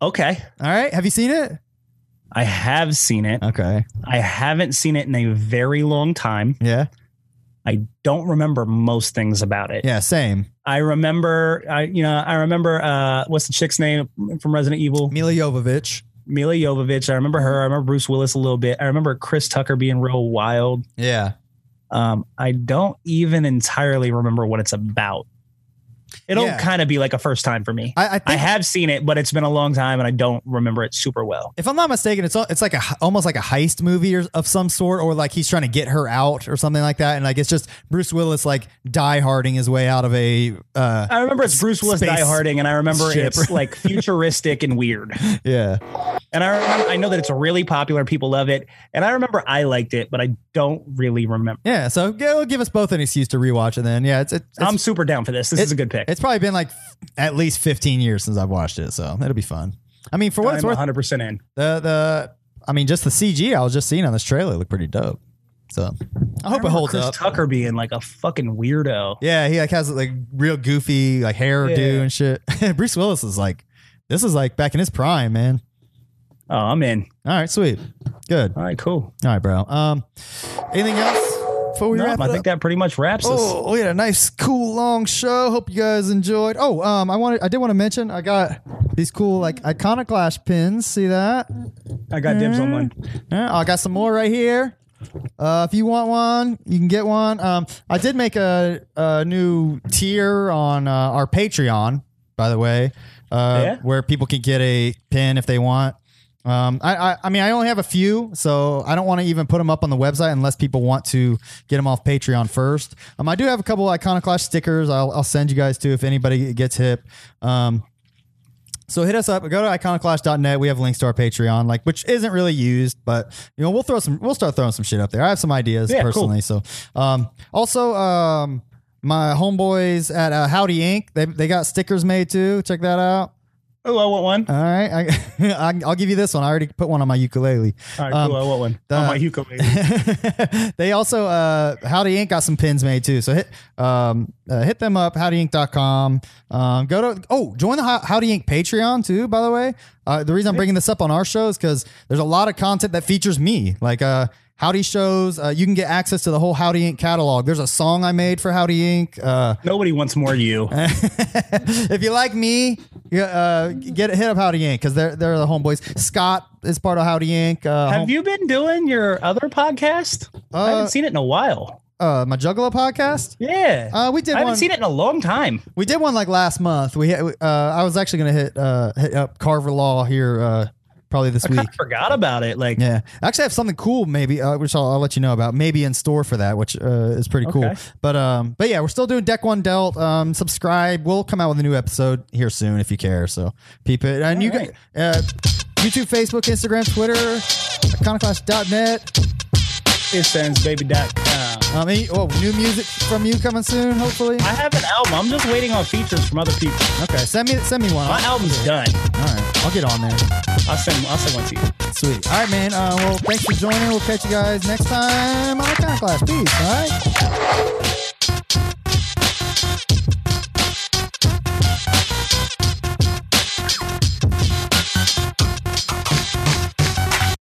[SPEAKER 1] Okay,
[SPEAKER 2] all right have you seen it
[SPEAKER 1] I have seen it.
[SPEAKER 2] okay
[SPEAKER 1] I haven't seen it in a very long time.
[SPEAKER 2] yeah
[SPEAKER 1] I don't remember most things about it.
[SPEAKER 2] yeah same
[SPEAKER 1] I remember, I you know, I remember uh, what's the chick's name from Resident Evil?
[SPEAKER 2] mila jovovich
[SPEAKER 1] Mila Jovovich. I remember her. I remember Bruce Willis a little bit. I remember Chris Tucker being real wild.
[SPEAKER 2] yeah
[SPEAKER 1] Um, I don't even entirely remember what it's about. It'll
[SPEAKER 2] Yeah.
[SPEAKER 1] kind of be like a first time for me. I,
[SPEAKER 2] i, I think
[SPEAKER 1] have seen it, but it's been a long time and I don't remember it super well.
[SPEAKER 2] if I'm not mistaken, it's it's like a almost like a heist movie or, of some sort, or like he's trying to get her out or something like that. And like it's just Bruce Willis like die harding his way out of a uh,
[SPEAKER 1] I remember it's Bruce Willis
[SPEAKER 2] Space
[SPEAKER 1] Die Harding, and I remember
[SPEAKER 2] ship.
[SPEAKER 1] it's like futuristic and weird.
[SPEAKER 2] *laughs* yeah.
[SPEAKER 1] And I remember, I know that it's really popular; people love it. And I remember I liked it, but I don't really remember.
[SPEAKER 2] Yeah, so go give us both an excuse to rewatch it. Then yeah, it's it's
[SPEAKER 1] I'm
[SPEAKER 2] it's,
[SPEAKER 1] super down for this. This
[SPEAKER 2] it-
[SPEAKER 1] is a good pick.
[SPEAKER 2] it's probably been like f- at least 15 years since I've watched it, so it'll be fun. I mean, for what
[SPEAKER 1] I'm
[SPEAKER 2] it's worth,
[SPEAKER 1] 100 percent in.
[SPEAKER 2] the the I mean, just the CG I was just seeing on this trailer looked pretty dope. So I hope it
[SPEAKER 1] remember
[SPEAKER 2] holds
[SPEAKER 1] Chris
[SPEAKER 2] up.
[SPEAKER 1] Tucker being like a fucking weirdo.
[SPEAKER 2] Yeah, he like has like real goofy like hairdo
[SPEAKER 1] Yeah.
[SPEAKER 2] and shit. *laughs* Bruce Willis is like, this is like back in his prime, man.
[SPEAKER 1] Oh, I'm in.
[SPEAKER 2] All right, sweet, good.
[SPEAKER 1] All right, cool.
[SPEAKER 2] All right, bro. Um, anything else before we
[SPEAKER 1] No,
[SPEAKER 2] wrap?
[SPEAKER 1] I
[SPEAKER 2] it
[SPEAKER 1] think
[SPEAKER 2] up?
[SPEAKER 1] that pretty much wraps us.
[SPEAKER 2] Oh, we had a nice, cool, long show. Hope you guys enjoyed. Oh, um, I wanted, I did want to mention, I got these cool like iconoclash pins. See that?
[SPEAKER 1] I got dibs on one.
[SPEAKER 2] Yeah, I got some more right here. Uh, if you want one, you can get one. Um, I did make a, a new tier on uh, our Patreon, by the way, uh,
[SPEAKER 1] Yeah?
[SPEAKER 2] where people can get a pin if they want. Um, I, I, I mean, I only have a few, so I don't want to even put them up on the website unless people want to get them off Patreon first. Um, I do have a couple Iconoclash stickers. I'll, I'll send you guys to if anybody gets hip. Um, so hit us up. Go to iconoclash.net. We have links to our Patreon, like which isn't really used, but you know we'll throw some. We'll start throwing some shit up there. I have some ideas
[SPEAKER 1] Yeah, cool.
[SPEAKER 2] personally. So um, also um, my homeboys at uh, Howdy Inc. They they got stickers made too. Check that out.
[SPEAKER 1] Oh, I want one.
[SPEAKER 2] All right, I, *laughs* I- I'll give you this one. I already put one on my ukulele. *laughs*
[SPEAKER 1] All right,
[SPEAKER 2] um,
[SPEAKER 1] cool. I want one.
[SPEAKER 2] the-
[SPEAKER 1] on my ukulele.
[SPEAKER 2] they also uh, Howdy Inc got some pins made too. So hit um, uh, hit them up howdyinc.com. Um, go to oh join the How- Howdy Inc Patreon too. By the way, uh, the reason I'm bringing this up on our show is because there's a lot of content that features me, like uh, Howdy shows. Uh, you can get access to the whole Howdy Inc catalog. There's a song I made for Howdy Inc. Uh,
[SPEAKER 1] Nobody wants more
[SPEAKER 2] *laughs*
[SPEAKER 1] you.
[SPEAKER 2] if you like me, you, uh, get hit up Howdy Inc because they're they're the homeboys. Scott is part of Howdy Inc. Uh,
[SPEAKER 1] Have
[SPEAKER 2] home-
[SPEAKER 1] you been doing your other podcast? I
[SPEAKER 2] Uh,
[SPEAKER 1] haven't seen it in a while.
[SPEAKER 2] uh, my Juggalo podcast?
[SPEAKER 1] Yeah.
[SPEAKER 2] Uh, we did
[SPEAKER 1] I haven't
[SPEAKER 2] one.
[SPEAKER 1] seen it in a long time.
[SPEAKER 2] We did one like last month. We uh, I was actually gonna hit uh, hit up Carver Law here uh, probably this
[SPEAKER 1] I kind
[SPEAKER 2] week.
[SPEAKER 1] of forgot about it. Like,
[SPEAKER 2] Yeah, I actually have something cool maybe, uh, which I'll, I'll let you know about. Maybe in store for that, which uh, is pretty cool.
[SPEAKER 1] Okay.
[SPEAKER 2] But um, but yeah, we're still doing deck one dealt. Um, subscribe. We'll come out with a new episode here soon if you care. So peep it, and you
[SPEAKER 1] Alright.
[SPEAKER 2] can uh, YouTube, Facebook, Instagram, Twitter, iconoclast.net.
[SPEAKER 1] it sends baby dot com.
[SPEAKER 2] Um, any, oh, new music from you coming soon, hopefully.
[SPEAKER 1] I have an album. I'm just waiting on features from other people.
[SPEAKER 2] Okay, send me send me one.
[SPEAKER 1] My
[SPEAKER 2] All
[SPEAKER 1] album's done.
[SPEAKER 2] right, I'll get on there.
[SPEAKER 1] I'll send. I'll send one to you.
[SPEAKER 2] Sweet. All right, man. Uh, well, thanks for joining. We'll catch you guys next time on Iconoclast. Peace. All right.